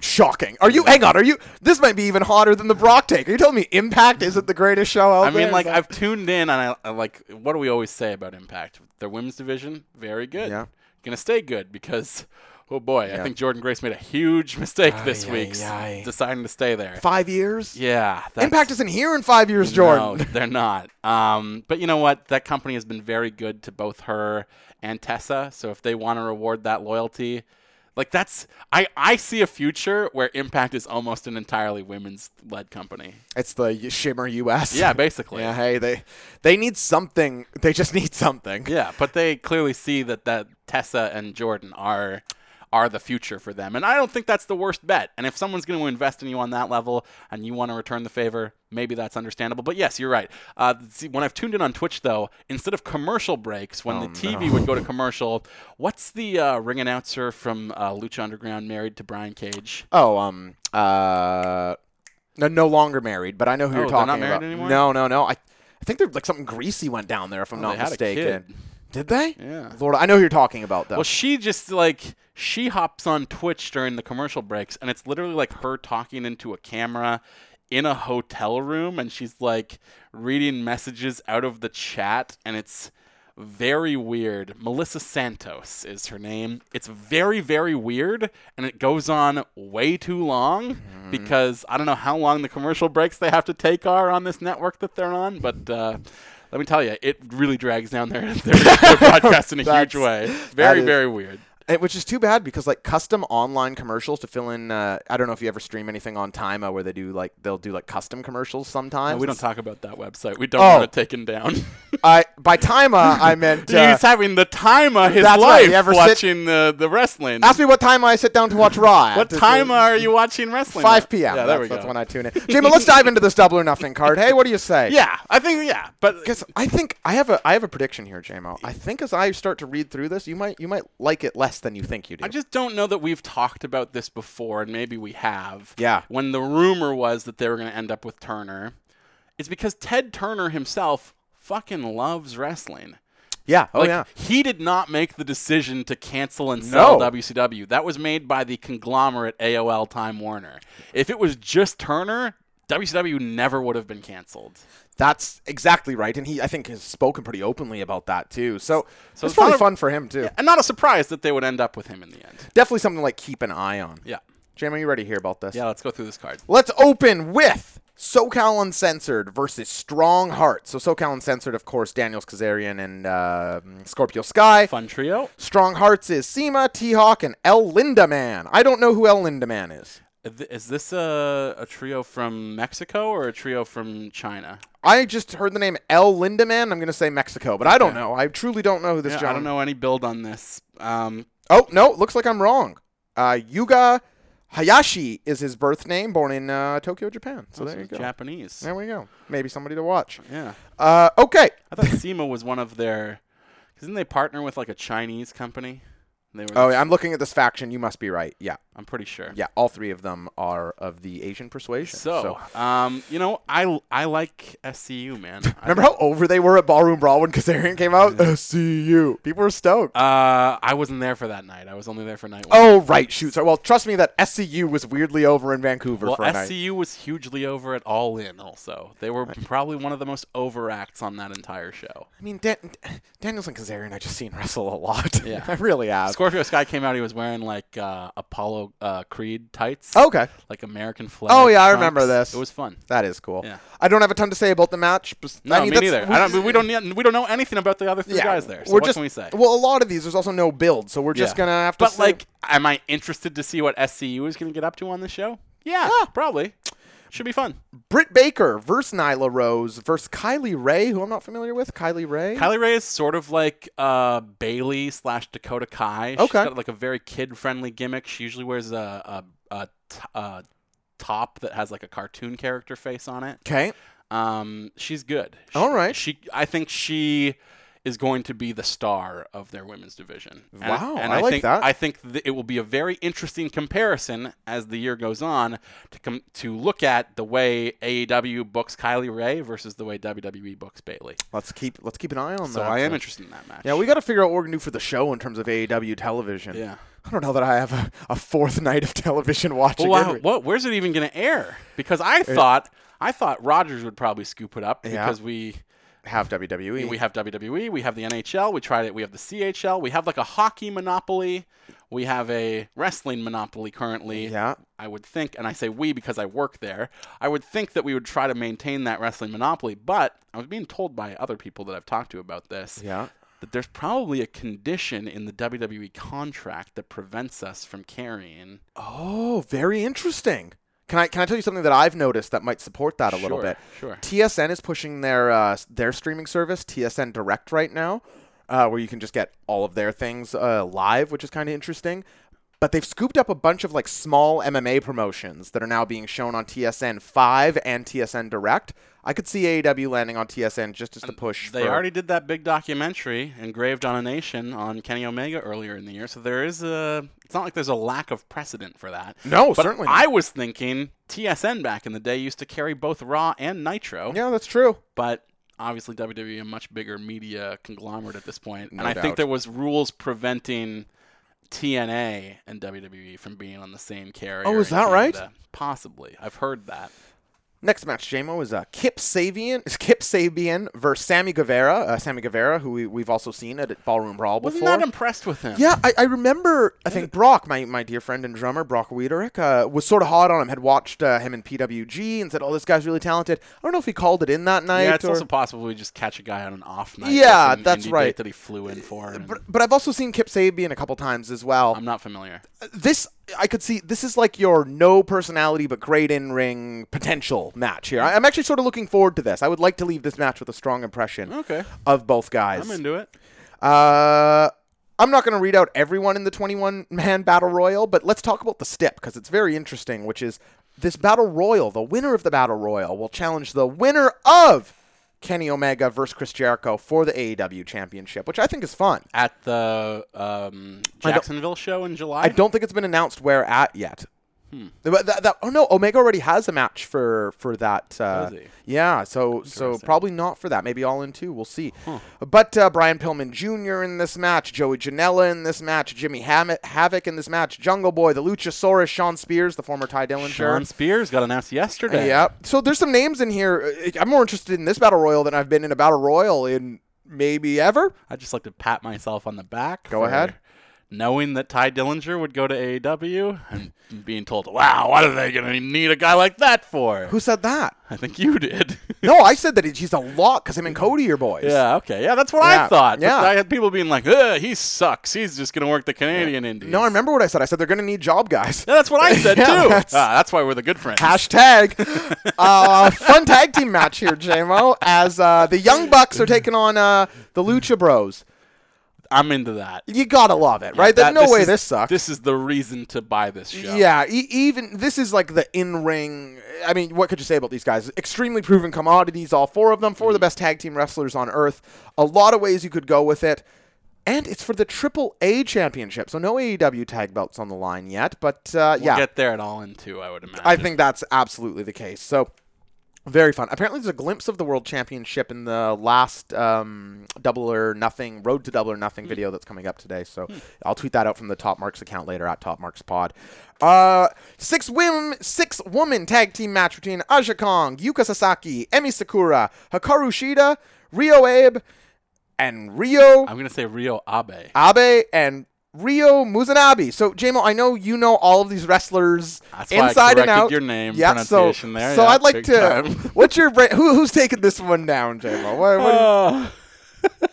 Speaker 4: Shocking. Are you? Hang on. Are you? This might be even hotter than the Brock take. Are you telling me Impact isn't the greatest show out
Speaker 3: I
Speaker 4: there?
Speaker 3: mean, like
Speaker 4: Is
Speaker 3: I've tuned in, and I, I like what do we always say about Impact? Their women's division, very good.
Speaker 4: Yeah.
Speaker 3: Gonna stay good because, oh boy, I think Jordan Grace made a huge [LAUGHS] mistake this
Speaker 4: Ay,
Speaker 3: week, s-
Speaker 4: ay, ay.
Speaker 3: deciding to stay there.
Speaker 4: that five years.
Speaker 3: yeah, that's,
Speaker 4: Impact isn't here in five years,
Speaker 3: No,
Speaker 4: Jordan.
Speaker 3: [LAUGHS] they're not. Um, but you know what? That company has been very good to both her and Tessa. So if they want to reward that loyalty, like that's I I see a future where Impact is almost an entirely women's led company.
Speaker 4: [LAUGHS] It's the y- Shimmer U.S.
Speaker 3: Yeah, basically.
Speaker 4: Yeah. Hey, they they need something. They just need something.
Speaker 3: [LAUGHS] Yeah, but they clearly see that that Tessa and Jordan are are the future for them, and I don't think that's the worst bet. And if someone's going to invest in you on that level and you want to return the favor, maybe that's understandable. But yes, you're right. Uh, see, when I've tuned in on Twitch, though, instead of commercial breaks, when the TV would go to commercial, what's the uh, ring announcer from uh, Lucha Underground married to Brian Cage?
Speaker 4: Oh, um, uh, no, no longer married, but I know who
Speaker 3: Oh,
Speaker 4: you're
Speaker 3: they're not
Speaker 4: talking
Speaker 3: married
Speaker 4: about.
Speaker 3: anymore?
Speaker 4: No, no, no. I, I think there's like something greasy went down there, if I'm
Speaker 3: Oh,
Speaker 4: not
Speaker 3: they had a kid.
Speaker 4: mistaken. Did they?
Speaker 3: Yeah.
Speaker 4: Lord, I know who you're talking about though.
Speaker 3: Well, she just like she hops on Twitch during the commercial breaks, and it's literally like her talking into a camera in a hotel room, and she's like reading messages out of the chat, and it's very weird. Melissa Santos is her name. It's very, very weird, and it goes on way too long because I don't know how long the commercial breaks they have to take are on this network that they're on, but. Uh, let me tell you, it really drags down their, their, their podcast in a huge
Speaker 4: That's-
Speaker 3: way. [LAUGHS] Very,
Speaker 4: is-
Speaker 3: very weird.
Speaker 4: It, which is too bad because like custom online commercials to fill in. Uh, I don't know if you ever stream anything on Timeo where they do like they'll do like custom commercials sometimes.
Speaker 3: we don't talk about that website. We don't
Speaker 4: Oh.
Speaker 3: want it taken down. [LAUGHS]
Speaker 4: I by Timeo I meant. Uh,
Speaker 3: He's having the time of his
Speaker 4: That's right,
Speaker 3: life
Speaker 4: you ever sit-
Speaker 3: watching the, the wrestling.
Speaker 4: ask me what time I sit down [LAUGHS] to watch Raw. at.
Speaker 3: what
Speaker 4: This
Speaker 3: time
Speaker 4: is
Speaker 3: are you watching wrestling? at?
Speaker 4: 5 p.m.
Speaker 3: Yeah,
Speaker 4: that's,
Speaker 3: there we
Speaker 4: that's
Speaker 3: go.
Speaker 4: when I tune in. Jamin, let's dive into this double or nothing card. Hey, what do you say?
Speaker 3: [LAUGHS] yeah, I think yeah, but
Speaker 4: Because I think I have a I have a prediction here, JMO. I think as I start to read through this, you might you might like it less than you think you do.
Speaker 3: I just don't know that we've talked about this before, and maybe we have.
Speaker 4: Yeah.
Speaker 3: When the rumor was that they were going to end up with Turner, it's because Ted Turner himself fucking loves wrestling.
Speaker 4: yeah. Oh
Speaker 3: Like,
Speaker 4: yeah.
Speaker 3: He did not make the decision to cancel and sell
Speaker 4: No.
Speaker 3: WCW. That was made by the conglomerate AOL Time Warner. If it was just Turner, WCW never would have been canceled.
Speaker 4: That's exactly right, and he I think has spoken pretty openly about that too. So,
Speaker 3: So
Speaker 4: it's
Speaker 3: it's
Speaker 4: probably
Speaker 3: not a-
Speaker 4: fun for him too.
Speaker 3: And not a surprise that they would end up with him in the end.
Speaker 4: Definitely something like keep an eye on.
Speaker 3: Yeah.
Speaker 4: Jam, are you ready to hear about this?
Speaker 3: Yeah, let's go through this card.
Speaker 4: Let's open with SoCal Uncensored versus Strong Heart. So SoCal Uncensored, of course, Daniels Kazarian and uh, Scorpio Sky.
Speaker 3: Fun trio.
Speaker 4: Strong Hearts is Seema, T Hawk, and El Lindaman. I don't know who El Lindaman is.
Speaker 3: Th- Is this a, a trio from Mexico or a trio from China?
Speaker 4: I just heard the name El Lindemann. I'm going to say Mexico, but I don't know. I truly don't know who this
Speaker 3: Yeah, I
Speaker 4: gentleman
Speaker 3: don't know any build on this. Um,
Speaker 4: Oh no, looks like I'm wrong. Uh, Yuga Hayashi is his birth name, born in uh, Tokyo, Japan. So there you
Speaker 3: this
Speaker 4: go.
Speaker 3: is Japanese.
Speaker 4: there we go. Maybe somebody to watch.
Speaker 3: Yeah.
Speaker 4: Uh, okay.
Speaker 3: I thought SEMA was one of their. Didn't they partner with like a Chinese company? They were.
Speaker 4: Oh, yeah, I'm looking at this faction. You must be right. Yeah,
Speaker 3: I'm pretty sure.
Speaker 4: yeah. All three of them are of the Asian persuasion.
Speaker 3: So, um, you know, I I like SCU,
Speaker 4: [LAUGHS]
Speaker 3: man. I
Speaker 4: remember how over they were at Ballroom Brawl when Kazarian came out? SCU. People were stoked.
Speaker 3: Uh, I wasn't there for that night. I was only there for night one.
Speaker 4: oh right, shoot. So well, trust me that SCU was weirdly over in Vancouver
Speaker 3: well,
Speaker 4: for a night.
Speaker 3: SCU was hugely over at All In. Also, they were probably one of the most over acts on that entire show.
Speaker 4: I mean, Dan- Danielson Kazarian, I just seen wrestle a lot. [LAUGHS]
Speaker 3: Yeah.
Speaker 4: I really have.
Speaker 3: Scorpio Sky came out. He was wearing like uh, Apollo uh, Creed tights.
Speaker 4: okay.
Speaker 3: like American flag.
Speaker 4: Oh, yeah, I
Speaker 3: trunks.
Speaker 4: remember this.
Speaker 3: It was fun.
Speaker 4: That is cool.
Speaker 3: Yeah.
Speaker 4: I don't have a ton to say about the match. bes-
Speaker 3: No,
Speaker 4: I mean,
Speaker 3: me
Speaker 4: that's-
Speaker 3: neither. I don't. We don't. Need, we don't know anything about the other three
Speaker 4: yeah,
Speaker 3: guys there. So
Speaker 4: we're
Speaker 3: what
Speaker 4: just,
Speaker 3: can we say?
Speaker 4: Well, a lot of these, there's also no build, so we're just
Speaker 3: Yeah.
Speaker 4: gonna have to.
Speaker 3: But
Speaker 4: see.
Speaker 3: like, am I interested to see what SCU is going to get up to on the show? Yeah, probably. Should be fun.
Speaker 4: Britt Baker versus Nyla Rose versus Kylie Ray, who I'm not familiar with. Kylie Ray.
Speaker 3: Kylie Ray is sort of like uh, Bailey slash Dakota Kai. She's
Speaker 4: Okay.
Speaker 3: got like a very kid friendly gimmick. She usually wears a a, a, t- a top that has like a cartoon character face on it.
Speaker 4: okay.
Speaker 3: Um, she's good. She,
Speaker 4: All right.
Speaker 3: She, I think she is going to be the star of their women's division. And
Speaker 4: Wow,
Speaker 3: and
Speaker 4: I like
Speaker 3: think,
Speaker 4: that.
Speaker 3: I think th- it will be a very interesting comparison as the year goes on to come to look at the way AEW books Kylie Ray versus the way WWE books Bailey.
Speaker 4: Let's keep let's keep an eye on
Speaker 3: So
Speaker 4: that.
Speaker 3: I am
Speaker 4: So-
Speaker 3: interested in that match.
Speaker 4: Yeah, we got to figure out what we're gonna do for the show in terms of AEW television.
Speaker 3: Yeah.
Speaker 4: I don't know that I have a, a fourth [LAUGHS] night of television watching.
Speaker 3: Well, wow,
Speaker 4: every-
Speaker 3: what? Where's it even going to air? Because I thought I thought Rogers would probably scoop it up because we
Speaker 4: Have E. WWE.
Speaker 3: We have WWE, we have the NHL, we tried it, we have the CHL, we have like a hockey monopoly, we have a wrestling monopoly currently.
Speaker 4: Yeah.
Speaker 3: I would think, and I say we because I work there, I would think that we would try to maintain that wrestling monopoly, but I was being told by other people that I've talked to about this
Speaker 4: Yeah.
Speaker 3: that there's probably a condition in the WWE contract that prevents us from carrying.
Speaker 4: Oh, very interesting. Can I can I tell you something that I've noticed that might support that a little
Speaker 3: Sure,
Speaker 4: bit?
Speaker 3: sure.
Speaker 4: TSN is pushing their uh, s- their streaming service TSN Direct right now, uh, where you can just get all of their things uh, live, which is kind of interesting. But they've scooped up a bunch of like small MMA promotions that are now being shown on TSN Five and TSN Direct. I could see AEW landing on TSN just as the push.
Speaker 3: They
Speaker 4: for-
Speaker 3: already did that big documentary, Engraved on a Nation, on Kenny Omega earlier in the year. So there is a. It's not like there's a lack of precedent for that.
Speaker 4: No,
Speaker 3: but
Speaker 4: certainly
Speaker 3: I was thinking TSN back in the day used to carry both Raw and Nitro.
Speaker 4: yeah, that's true.
Speaker 3: But obviously WWE a much bigger media conglomerate at this point,
Speaker 4: No
Speaker 3: and I
Speaker 4: doubt.
Speaker 3: think there was rules preventing TNA and WWE from being on the same carrier.
Speaker 4: Oh, is
Speaker 3: in
Speaker 4: that right?
Speaker 3: Canada. Possibly. I've heard that.
Speaker 4: Next match, JMO, is uh, Kip Sabian [LAUGHS] is Kip Sabian versus Sammy Guevara. Uh, Sammy Guevara, who we, we've also seen at Ballroom Brawl
Speaker 3: Wasn't
Speaker 4: before.
Speaker 3: that impressed with him?
Speaker 4: yeah, I, I remember. I think Brock, my, my dear friend and drummer Brock Wiederich, uh, was sort of hot on him. Had watched uh, him in PWG and said, "Oh, this guy's really talented." I don't know if he called it in that night.
Speaker 3: Yeah, it's
Speaker 4: or-
Speaker 3: also possible we just catch a guy on an off night.
Speaker 4: Yeah,
Speaker 3: like an
Speaker 4: that's
Speaker 3: indie
Speaker 4: right.
Speaker 3: date That he flew in for. and
Speaker 4: but, but I've also seen Kip Sabian a couple times as well.
Speaker 3: I'm not familiar.
Speaker 4: this I could see this is like your no personality but great in ring potential match here. I, I'm actually sort of looking forward to this. I would like to leave this match with a strong impression
Speaker 3: Okay.
Speaker 4: of both guys.
Speaker 3: I'm into it.
Speaker 4: Uh, I'm not going to read out everyone in the 21 man [LAUGHS] battle royal, but let's talk about the step because it's very interesting, which is this battle royal, the winner of the battle royal will challenge the winner of Kenny Omega versus Chris Jericho for the AEW championship, which I think is fun.
Speaker 3: At the um, Jacksonville show in July.
Speaker 4: I don't think it's been announced where at yet.
Speaker 3: Hmm.
Speaker 4: But that, that, oh no, Omega already has a match for for that. Uh,
Speaker 3: Does he?
Speaker 4: Yeah, so so probably not for that. Maybe all in two. We'll see. But uh, Brian Pillman Jr. in this match, Joey Janela in this match, Jimmy Ham- Havoc in this match, Jungle Boy, the Luchasaurus, Sean Spears, the former Ty Dillinger.
Speaker 3: Sean Spears got announced yesterday.
Speaker 4: Yeah. So there's some names in here. Uh, I'm more interested in this battle royal than I've been in a battle royal in maybe ever.
Speaker 3: I just like to pat myself on the back.
Speaker 4: Go
Speaker 3: for
Speaker 4: ahead.
Speaker 3: Knowing that Ty Dillinger would go to AEW and being told, "Wow, what are they going to need a guy like that for?" [LAUGHS]
Speaker 4: Who said that? [LAUGHS]
Speaker 3: I think you did.
Speaker 4: no, I said that he- he's a lot because him and Cody are boys.
Speaker 3: Yeah, okay. Yeah, that's what I
Speaker 4: Yeah,
Speaker 3: thought. But
Speaker 4: yeah.
Speaker 3: I had people being like, Ugh, he sucks. He's just going to work the Canadian Indies.
Speaker 4: No, I remember what I said. I said they're going to need job guys. [LAUGHS]
Speaker 3: Yeah, that's what I said,
Speaker 4: Yeah,
Speaker 3: too.
Speaker 4: that's-
Speaker 3: Ah, that's why we're the good friends.
Speaker 4: Hashtag uh, fun tag team match here, JMO, as uh, the Young Bucks are taking on uh, the Lucha Bros.
Speaker 3: I'm into that.
Speaker 4: You gotta love it, right?
Speaker 3: That-
Speaker 4: There's no way
Speaker 3: is-
Speaker 4: this sucks.
Speaker 3: This is the reason to buy this show.
Speaker 4: yeah, e- even this is like the in-ring. I mean, what could you say about these guys? Extremely proven commodities, all four of them, four of
Speaker 3: Mm-hmm.
Speaker 4: the best tag team wrestlers on earth. A lot of ways you could go with it, and it's for the Triple A Championship, so no AEW tag belts on the line yet. But uh,
Speaker 3: We'll
Speaker 4: yeah,
Speaker 3: get there at all in two, I would imagine.
Speaker 4: I think that's absolutely the case. So very fun. Apparently, there's a glimpse of the World Championship in the last um, Double or Nothing Road to Double or Nothing video that's coming up today. So I'll tweet that out from the Top Marks account later at Top Marks Pod. Uh, six women, six woman tag team match between Aja Kong, Yuka Sasaki, Emi Sakura, Hikaru Shida, Rio Abe, and Rio
Speaker 3: I'm going to say Rio Abe.
Speaker 4: Abe and Rio Muzanabe. So, JMO, I know you know all of these wrestlers
Speaker 3: That's why I
Speaker 4: inside and
Speaker 3: corrected
Speaker 4: out.
Speaker 3: your name
Speaker 4: yeah, so,
Speaker 3: pronunciation there.
Speaker 4: so
Speaker 3: Yeah,
Speaker 4: I'd like
Speaker 3: big
Speaker 4: to.
Speaker 3: time.
Speaker 4: [LAUGHS] What's your bra- who, who's taking this one down, JMO? What, what do you-
Speaker 3: Oh,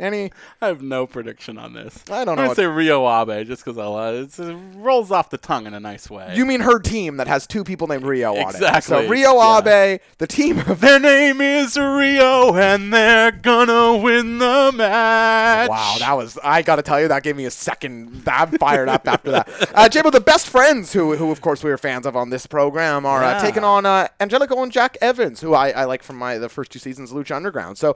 Speaker 4: any?
Speaker 3: I have no prediction on this.
Speaker 4: I don't
Speaker 3: I'm
Speaker 4: know
Speaker 3: going to
Speaker 4: what-
Speaker 3: say Rio Abe just because I love it. It rolls off the tongue in a nice way.
Speaker 4: You mean her team that has two people named Rio on it?
Speaker 3: Exactly,
Speaker 4: So Rio
Speaker 3: yeah.
Speaker 4: Abe, the team of
Speaker 3: Their name is Rio, and they're gonna win the match.
Speaker 4: Wow, that was I gotta tell you that gave me a second. I'm fired up after that. Uh, Jabo, the best friends who, who of course we are fans of on this program are
Speaker 3: Yeah.
Speaker 4: uh, taking on uh, Angelico and Jack Evans, who I, I like from my the first two seasons of Lucha Underground. So.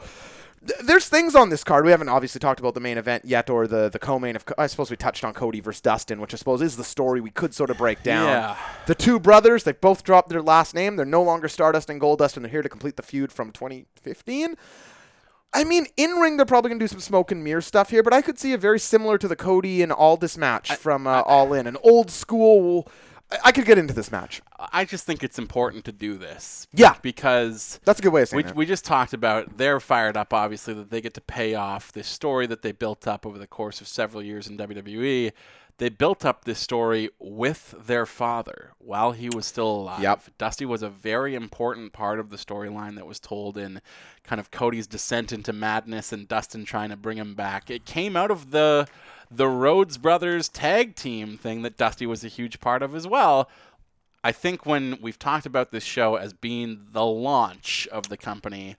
Speaker 4: th- There's things on this card. We haven't obviously talked about the main event yet, or the, the co-main. Of I suppose we touched on Cody versus Dustin, which I suppose is the story we could sort of break down.
Speaker 3: Yeah.
Speaker 4: The two brothers, they both dropped their last name. They're no longer Stardust and Goldust, and they're here to complete the feud from 2015. I mean, in ring, they're probably going to do some smoke and mirror stuff here, but I could see it very similar to the Cody and Aldis match from uh, All In, an old school. I, I could get into this match.
Speaker 3: I just think it's important to do this.
Speaker 4: Yeah.
Speaker 3: because
Speaker 4: That's a good way of saying
Speaker 3: we,
Speaker 4: it.
Speaker 3: we just talked about they're fired up, obviously, that they get to pay off this story that they built up over the course of several years in WWE. They built up this story with their father while he was still alive.
Speaker 4: Yep.
Speaker 3: Dusty was a very important part of the storyline that was told in kind of Cody's descent into madness and Dustin trying to bring him back. It came out of the the Rhodes brothers tag team thing that Dusty was a huge part of as well. I think when we've talked about this show as being the launch of the company,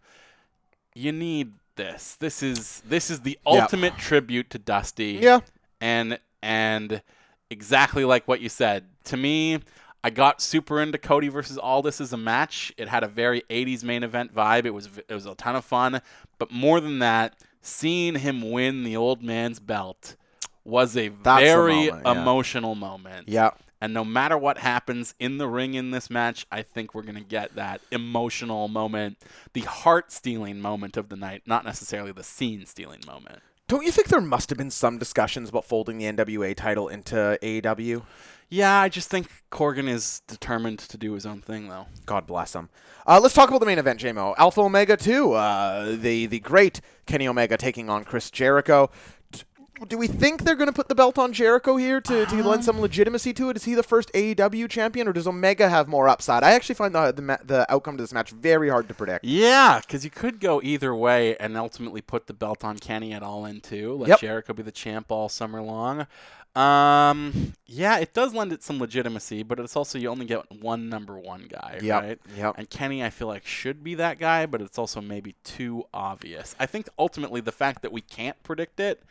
Speaker 3: you need this. This is this is the
Speaker 4: Yeah.
Speaker 3: ultimate tribute to Dusty.
Speaker 4: Yeah.
Speaker 3: And and exactly like what you said. To me, I got super into Cody versus Aldis as a match. It had a very 80s main event vibe. It was v- it was a ton of fun, but more than that, seeing him win the old man's belt was a
Speaker 4: the
Speaker 3: very
Speaker 4: moment, yeah.
Speaker 3: emotional moment.
Speaker 4: Yeah.
Speaker 3: And no matter what happens in the ring in this match, I think we're going to get that emotional moment, the heart stealing moment of the night, not necessarily the scene stealing moment.
Speaker 4: Don't you think there must have been some discussions about folding the NWA title into AEW?
Speaker 3: Yeah, I just think Corgan is determined to do his own thing, though.
Speaker 4: God bless him. Uh, let's talk about the main event, JMO. Alpha Omega 2, uh, the, the great Kenny Omega taking on Chris Jericho. D- Do we think they're going to put the belt on Jericho here to, to lend some legitimacy to it? Is he the first AEW champion, or does Omega have more upside? I actually find the, the, ma- the outcome to this match very hard to predict.
Speaker 3: Yeah, because you could go either way and ultimately put the belt on Kenny at all in too. Let
Speaker 4: Yep.
Speaker 3: Jericho be the champ all summer long. Um, yeah, it does lend it some legitimacy, but it's also you only get one number one guy,
Speaker 4: Yep,
Speaker 3: right?
Speaker 4: yep.
Speaker 3: And Kenny, I feel like should be that guy, but it's also maybe too obvious. I think ultimately the fact that we can't predict it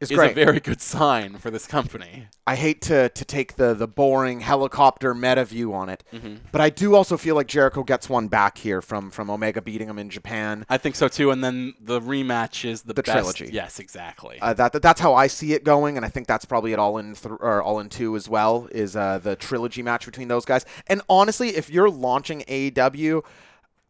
Speaker 3: is
Speaker 4: It's great.
Speaker 3: a very good sign for this company.
Speaker 4: I hate to, to take the, the boring helicopter meta view on it, but I do also feel like Jericho gets one back here from, from Omega beating him in Japan.
Speaker 3: I think so too. And then the rematch is the,
Speaker 4: The
Speaker 3: best.
Speaker 4: trilogy.
Speaker 3: Yes, exactly.
Speaker 4: uh, that, that that's how I see it going, and I think that's probably at all in th- or all in two as well is uh, the trilogy match between those guys. And honestly, if you're launching AEW,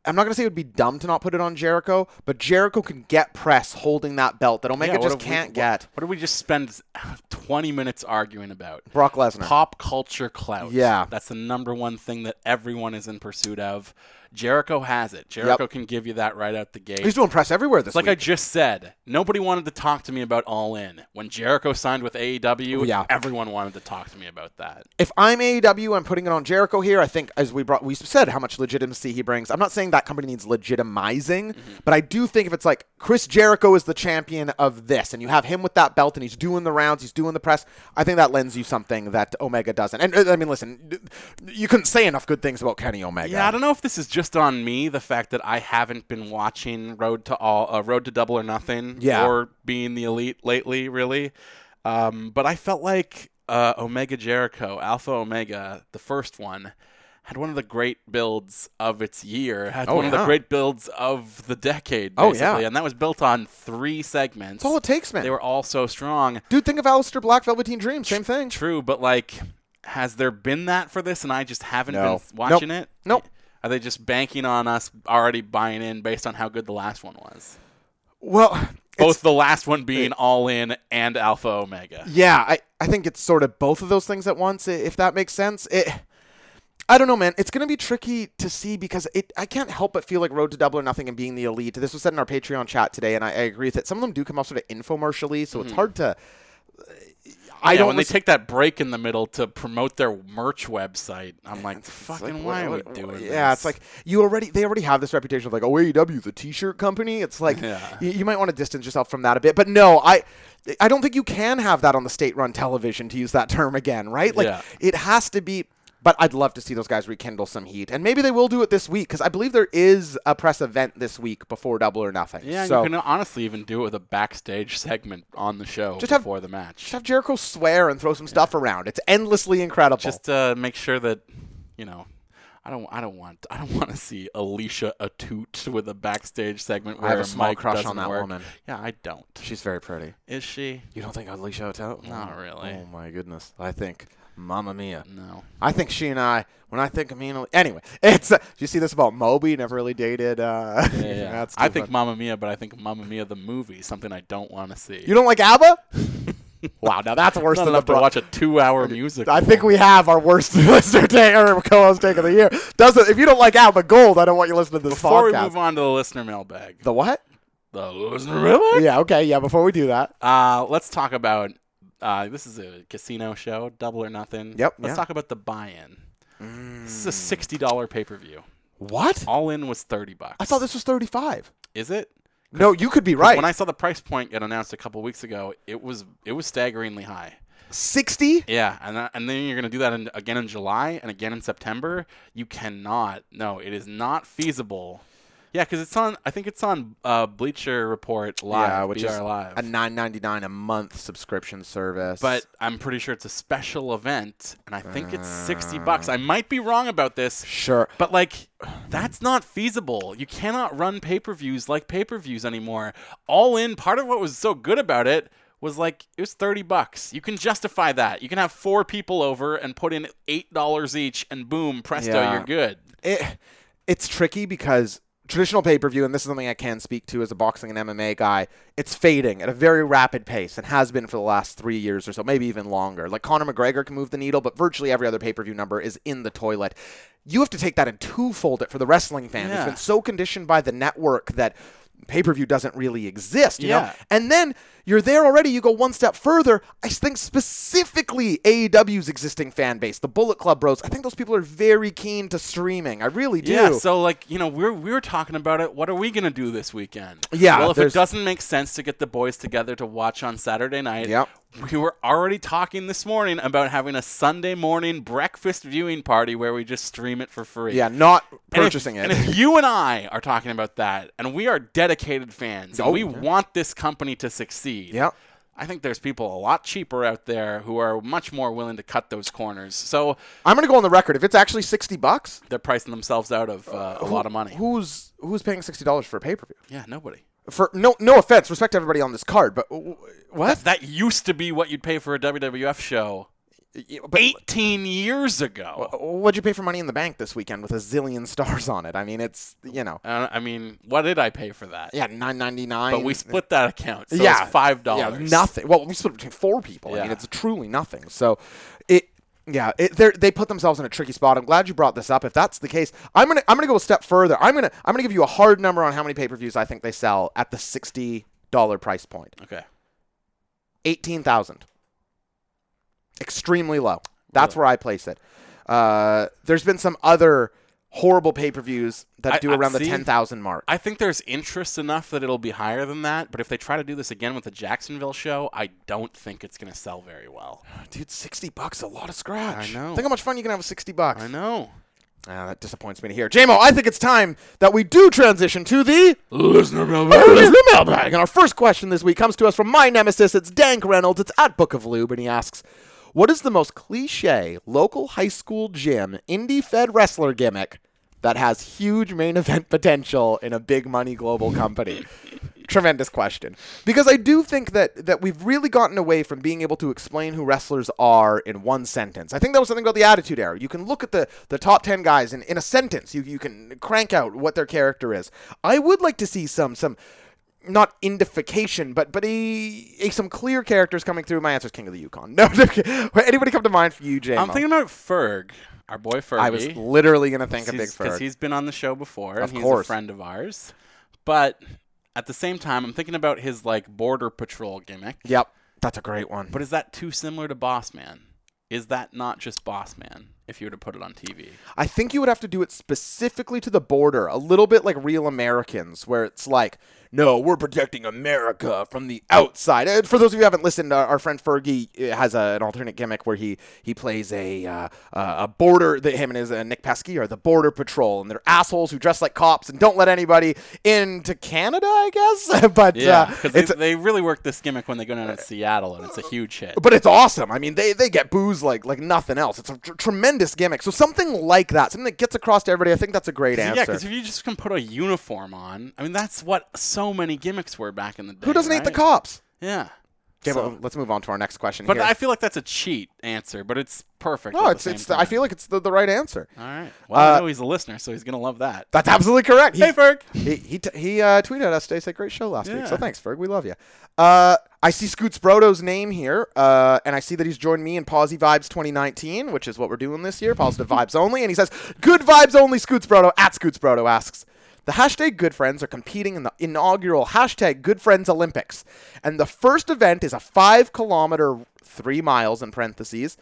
Speaker 4: I'm not gonna say it would be dumb to not put it on Jericho, but Jericho can get press holding that belt that Omega
Speaker 3: what
Speaker 4: just
Speaker 3: if we-
Speaker 4: can't
Speaker 3: what-
Speaker 4: get.
Speaker 3: What did we just spend [LAUGHS] 20 minutes arguing about?
Speaker 4: Brock Lesnar.
Speaker 3: Pop culture clout.
Speaker 4: Yeah.
Speaker 3: That's the number one thing that everyone is in pursuit of. Jericho has it. Jericho can give you that right out the gate.
Speaker 4: He's doing press everywhere this
Speaker 3: It's like I
Speaker 4: week.
Speaker 3: just said, nobody wanted to talk to me about All In. When Jericho signed with AEW,
Speaker 4: Yeah.
Speaker 3: everyone wanted to talk to me about that.
Speaker 4: E if I'm AEW, I'm putting it on Jericho here. I think as we brought we said how much legitimacy he brings. I'm not saying think that company needs legitimizing.
Speaker 3: Mm-hmm.
Speaker 4: But I do think if it's like Chris Jericho is the champion of this, and you have him with that belt, and he's doing the rounds, he's doing the press, I think that lends you something that Omega doesn't. And uh, I mean, listen, you couldn't say enough good things about Kenny Omega.
Speaker 3: Yeah, I don't know if this is just on me, the fact that I haven't been watching Road to All, uh, Road to Double or Nothing,
Speaker 4: Yeah.
Speaker 3: or being the elite lately, really. Um, but I felt like uh, Omega Jericho, Alpha Omega, the first one, had one of the great builds of its year. Had one of the
Speaker 4: yeah.
Speaker 3: great builds of the decade,
Speaker 4: Oh, yeah.
Speaker 3: basically, and that was built on three segments.
Speaker 4: That's all it takes, man.
Speaker 3: They were all so strong.
Speaker 4: Dude, think of Alistair Black, Velveteen Dream, same thing.
Speaker 3: True, but like, has there been that for this, and I just haven't
Speaker 4: No.
Speaker 3: been watching
Speaker 4: Nope.
Speaker 3: it?
Speaker 4: Nope.
Speaker 3: Are they just banking on us already buying in based on how good the last one was?
Speaker 4: Well, it's-
Speaker 3: Both the last one being all in and Alpha Omega.
Speaker 4: yeah, I, I think it's sort of both of those things at once, i- if that makes sense. It, I don't know, man. It's going to be tricky to see because it. I can't help but feel like Road to Double or Nothing and being the elite. This was said in our Patreon chat today, and I, I agree with it. Some of them do come out sort of infomercially, so it's hard to. I
Speaker 3: Hmm. Yeah,
Speaker 4: don't.
Speaker 3: when they
Speaker 4: res-
Speaker 3: take that break in the middle to promote their merch website, I'm like, fucking why
Speaker 4: What-
Speaker 3: are
Speaker 4: what-
Speaker 3: we doing this?
Speaker 4: yeah, it's like you already they already have this reputation of like oh AEW's a t-shirt company. It's like
Speaker 3: Yeah.
Speaker 4: y- you might want to distance yourself from that a bit. But no, I I don't think you can have that on the state-run television to use that term again, right? Like
Speaker 3: Yeah.
Speaker 4: it has to be but I'd love to see those guys rekindle some heat. And maybe they will do it this week cuz I believe there is a press event this week before Double or Nothing.
Speaker 3: Yeah, and
Speaker 4: so
Speaker 3: you can uh, honestly even do it with a backstage segment on the show
Speaker 4: Just have-
Speaker 3: before the match.
Speaker 4: just have Jericho swear and throw some stuff around. It's endlessly incredible.
Speaker 3: just uh, make sure that you know I don't I don't want I don't [LAUGHS] want to see Alicia Atoot with a backstage segment
Speaker 4: I
Speaker 3: where
Speaker 4: have a
Speaker 3: her
Speaker 4: small
Speaker 3: mic
Speaker 4: crush on
Speaker 3: doesn't
Speaker 4: that
Speaker 3: work.
Speaker 4: woman.
Speaker 3: Yeah, I don't.
Speaker 4: She's very pretty.
Speaker 3: Is she?
Speaker 4: You don't think Alicia Otel?
Speaker 3: Not really.
Speaker 4: Oh my goodness. I think Mamma Mia.
Speaker 3: No.
Speaker 4: I think she and I, when I think of me and Ali- anyway, [LAUGHS] it's. Uh, do you see this about Moby? Never really dated. Uh, [LAUGHS] that's too
Speaker 3: I think
Speaker 4: fun.
Speaker 3: Mamma Mia, but I think Mamma Mia the movie, something I don't want to see.
Speaker 4: you don't like ABBA.
Speaker 3: [LAUGHS]
Speaker 4: wow, now that's worse
Speaker 3: Not
Speaker 4: than
Speaker 3: enough to
Speaker 4: Abra-
Speaker 3: watch a two-hour musical.
Speaker 4: I think we have our worst [LAUGHS] listener take or co-host take of the year. Doesn't if you don't like ABBA Gold, I don't want you listening to this
Speaker 3: Before we
Speaker 4: podcast.
Speaker 3: move on to the listener mailbag,
Speaker 4: The what?
Speaker 3: the listener mailbag.
Speaker 4: Yeah, okay, yeah. Before we do that,
Speaker 3: Uh, let's talk about. Uh, this is a casino show, double or nothing.
Speaker 4: Yep,
Speaker 3: Let's
Speaker 4: yeah. Mm.
Speaker 3: talk about the buy-in. This is a sixty-dollar pay-per-view.
Speaker 4: what?
Speaker 3: All in was thirty bucks.
Speaker 4: I thought this was thirty-five.
Speaker 3: Is it?
Speaker 4: No, you could be right.
Speaker 3: When I saw the price point get announced a couple weeks ago, it was it was staggeringly high.
Speaker 4: Sixty.
Speaker 3: Yeah, and tha- and then you're gonna do that in, again in July and again in September. You cannot. No, it is not feasible. Yeah, because it's on. I think it's on uh, Bleacher Report live.
Speaker 4: yeah, which
Speaker 3: BR
Speaker 4: is
Speaker 3: live.
Speaker 4: a nine ninety nine a month subscription service.
Speaker 3: but I'm pretty sure it's a special event, and I think it's sixty
Speaker 4: Ah.
Speaker 3: bucks. I might be wrong about this.
Speaker 4: sure,
Speaker 3: But like, that's not feasible. You cannot run pay per views like pay per views anymore. All in, part of what was so good about it was like it was 30 bucks. You can justify that. You can have four people over and put in $8 each, and boom, presto,
Speaker 4: Yeah.
Speaker 3: you're good.
Speaker 4: it it's tricky because traditional pay-per-view and this is something I can speak to as a boxing and MMA guy, it's fading at a very rapid pace and has been for the last 3 years or so, maybe even longer. Like Conor McGregor can move the needle, but virtually every other pay-per-view number is in the toilet. You have to take that and twofold it for the wrestling fan. who's
Speaker 3: Yeah.
Speaker 4: been so conditioned by the network that pay-per-view doesn't really exist, you know?
Speaker 3: Yeah.
Speaker 4: And then you're there already. You go one step further. I think specifically AEW's existing fan base, the Bullet Club Bros. I think those people are very keen to streaming. I really do.
Speaker 3: Yeah, so like, you know, we're we're talking about it. What are we gonna do this weekend?
Speaker 4: Yeah,
Speaker 3: Well, if it
Speaker 4: there's-
Speaker 3: doesn't make sense to get the boys together to watch on Saturday night,
Speaker 4: Yep.
Speaker 3: we were already talking this morning about having a Sunday morning breakfast viewing party where we just stream it for free.
Speaker 4: yeah, not
Speaker 3: And if-
Speaker 4: purchasing
Speaker 3: and
Speaker 4: it.
Speaker 3: if you and I are talking about that, and we are dedicated fans, and
Speaker 4: Oh,
Speaker 3: we
Speaker 4: yeah.
Speaker 3: want this company to succeed.
Speaker 4: Yep.
Speaker 3: I think there's people a lot cheaper out there who are much more willing to cut those corners. So
Speaker 4: I'm gonna go on the record. If it's actually sixty bucks,
Speaker 3: they're pricing themselves out of uh, a lot of money.
Speaker 4: who's who's paying sixty dollars for a pay per view?
Speaker 3: Yeah, nobody.
Speaker 4: For no no offense, respect to everybody on this card, but w- w- what?
Speaker 3: That used to be what you'd pay for a WWF show
Speaker 4: But oh.
Speaker 3: 18 years ago.
Speaker 4: what'd you pay for Money in the Bank this weekend with a zillion [LAUGHS] stars on it? I mean, it's you know,
Speaker 3: Uh, I mean, what did I pay for that?
Speaker 4: yeah, nine ninety nine.
Speaker 3: But we split that account. So
Speaker 4: yeah,
Speaker 3: it's $5.
Speaker 4: Yeah, nothing. Well, we split it between four people. I mean,
Speaker 3: Yeah.
Speaker 4: it's truly nothing. So, it. Yeah, it, they're- they put themselves in a tricky spot. I'm glad you brought this up. If that's the case, I'm gonna I'm gonna go a step further. I'm gonna I'm gonna give you a hard number on how many pay per views I think they sell at the sixty dollar price point.
Speaker 3: Okay.
Speaker 4: Eighteen thousand. Extremely low. That's
Speaker 3: Really?
Speaker 4: where I place it. Uh, there's been some other horrible pay per views that
Speaker 3: I-
Speaker 4: do
Speaker 3: I-
Speaker 4: around the
Speaker 3: see?
Speaker 4: ten thousand mark.
Speaker 3: I think there's interest enough that it'll be higher than that. But if they try to do this again with the Jacksonville show, I don't think it's going to sell very well.
Speaker 4: Uh, Dude, sixty bucks a lot of scratch.
Speaker 3: I know.
Speaker 4: Think how much fun you can have with sixty bucks.
Speaker 3: I know.
Speaker 4: Ah, that disappoints me to hear. JMO, I think it's time that we do transition to the
Speaker 3: Listener
Speaker 4: Listener mailbag. And our first question this week comes to us from my nemesis. It's Dank Reynolds. It's at Book of Lube, and he asks, "What is the most cliche local high school gym indie fed wrestler gimmick that has huge main event [LAUGHS] potential in a big money global company?" Tremendous question, because I do think that that we've really gotten away from being able to explain who wrestlers are in one sentence. I think that was something about the Attitude Era. You can look at the the top ten guys in, in a sentence. You you can crank out what their character is. I would like to see some some not indification, but but a, a some clear characters coming through. My answer is King of the Yukon. [LAUGHS] No, anybody come to mind for you, Jay?
Speaker 3: I'm thinking about Ferg, our boy Fergie.
Speaker 4: I was literally gonna think of Big
Speaker 3: because
Speaker 4: Ferg.
Speaker 3: he's been on the show before.
Speaker 4: Of
Speaker 3: and he's
Speaker 4: course.
Speaker 3: a friend of ours. But at the same time, I'm thinking about his like border patrol gimmick.
Speaker 4: Yep, that's a great one.
Speaker 3: But is that too similar to Boss Man? Is that not just Boss Man if you were to put it on TV?
Speaker 4: I think you would have to do it specifically to the border, a little bit like real Americans, where it's like, no, we're protecting America from the outside. Uh, For those of you who haven't listened, uh, our friend Fergie uh, has a, an alternate gimmick where he he plays a uh, uh, a border that him and his uh, Nick Pesky are the border patrol, and they're assholes who dress like cops and don't let anybody into Canada, I guess. [LAUGHS] but
Speaker 3: Yeah,
Speaker 4: uh,
Speaker 3: because
Speaker 4: it's
Speaker 3: they, they really work this gimmick when they go down to Seattle, and it's a huge hit.
Speaker 4: but it's awesome. I mean, they, they get booze like like nothing else. It's a tr- tremendous gimmick. So something like that, something that gets across to everybody. I think that's a great
Speaker 3: Yeah,
Speaker 4: answer.
Speaker 3: 'cause if you just can put a uniform on, I mean, that's what so many gimmicks were back in the day.
Speaker 4: Who doesn't hate the
Speaker 3: right?
Speaker 4: cops?
Speaker 3: Yeah.
Speaker 4: Okay,
Speaker 3: So-
Speaker 4: but let's move on to our next question.
Speaker 3: but
Speaker 4: here.
Speaker 3: I feel like that's a cheat answer, but it's perfect.
Speaker 4: no,
Speaker 3: at
Speaker 4: it's
Speaker 3: the same
Speaker 4: it's. The, I
Speaker 3: time.
Speaker 4: feel like it's the, the right answer.
Speaker 3: All right. Well,
Speaker 4: Uh,
Speaker 3: I know he's a listener, so he's gonna love that.
Speaker 4: That's absolutely correct. He,
Speaker 3: Hey, Ferg.
Speaker 4: He he, t- he uh, tweeted at us today. Said great show last week. So
Speaker 3: Yeah.
Speaker 4: thanks, Ferg. We love you. Uh, I see Scoots Brodo's name here, uh, and I see that he's joined me in Posy Vibes 2019, which is what we're doing this year, positive vibes only. And he says, "Good vibes only." Scoots Brodo at Scoots Brodo asks. The hashtag Good Friends are competing in the inaugural hashtag Good Friends Olympics. And the first event is a five kilometer, three miles in parentheses,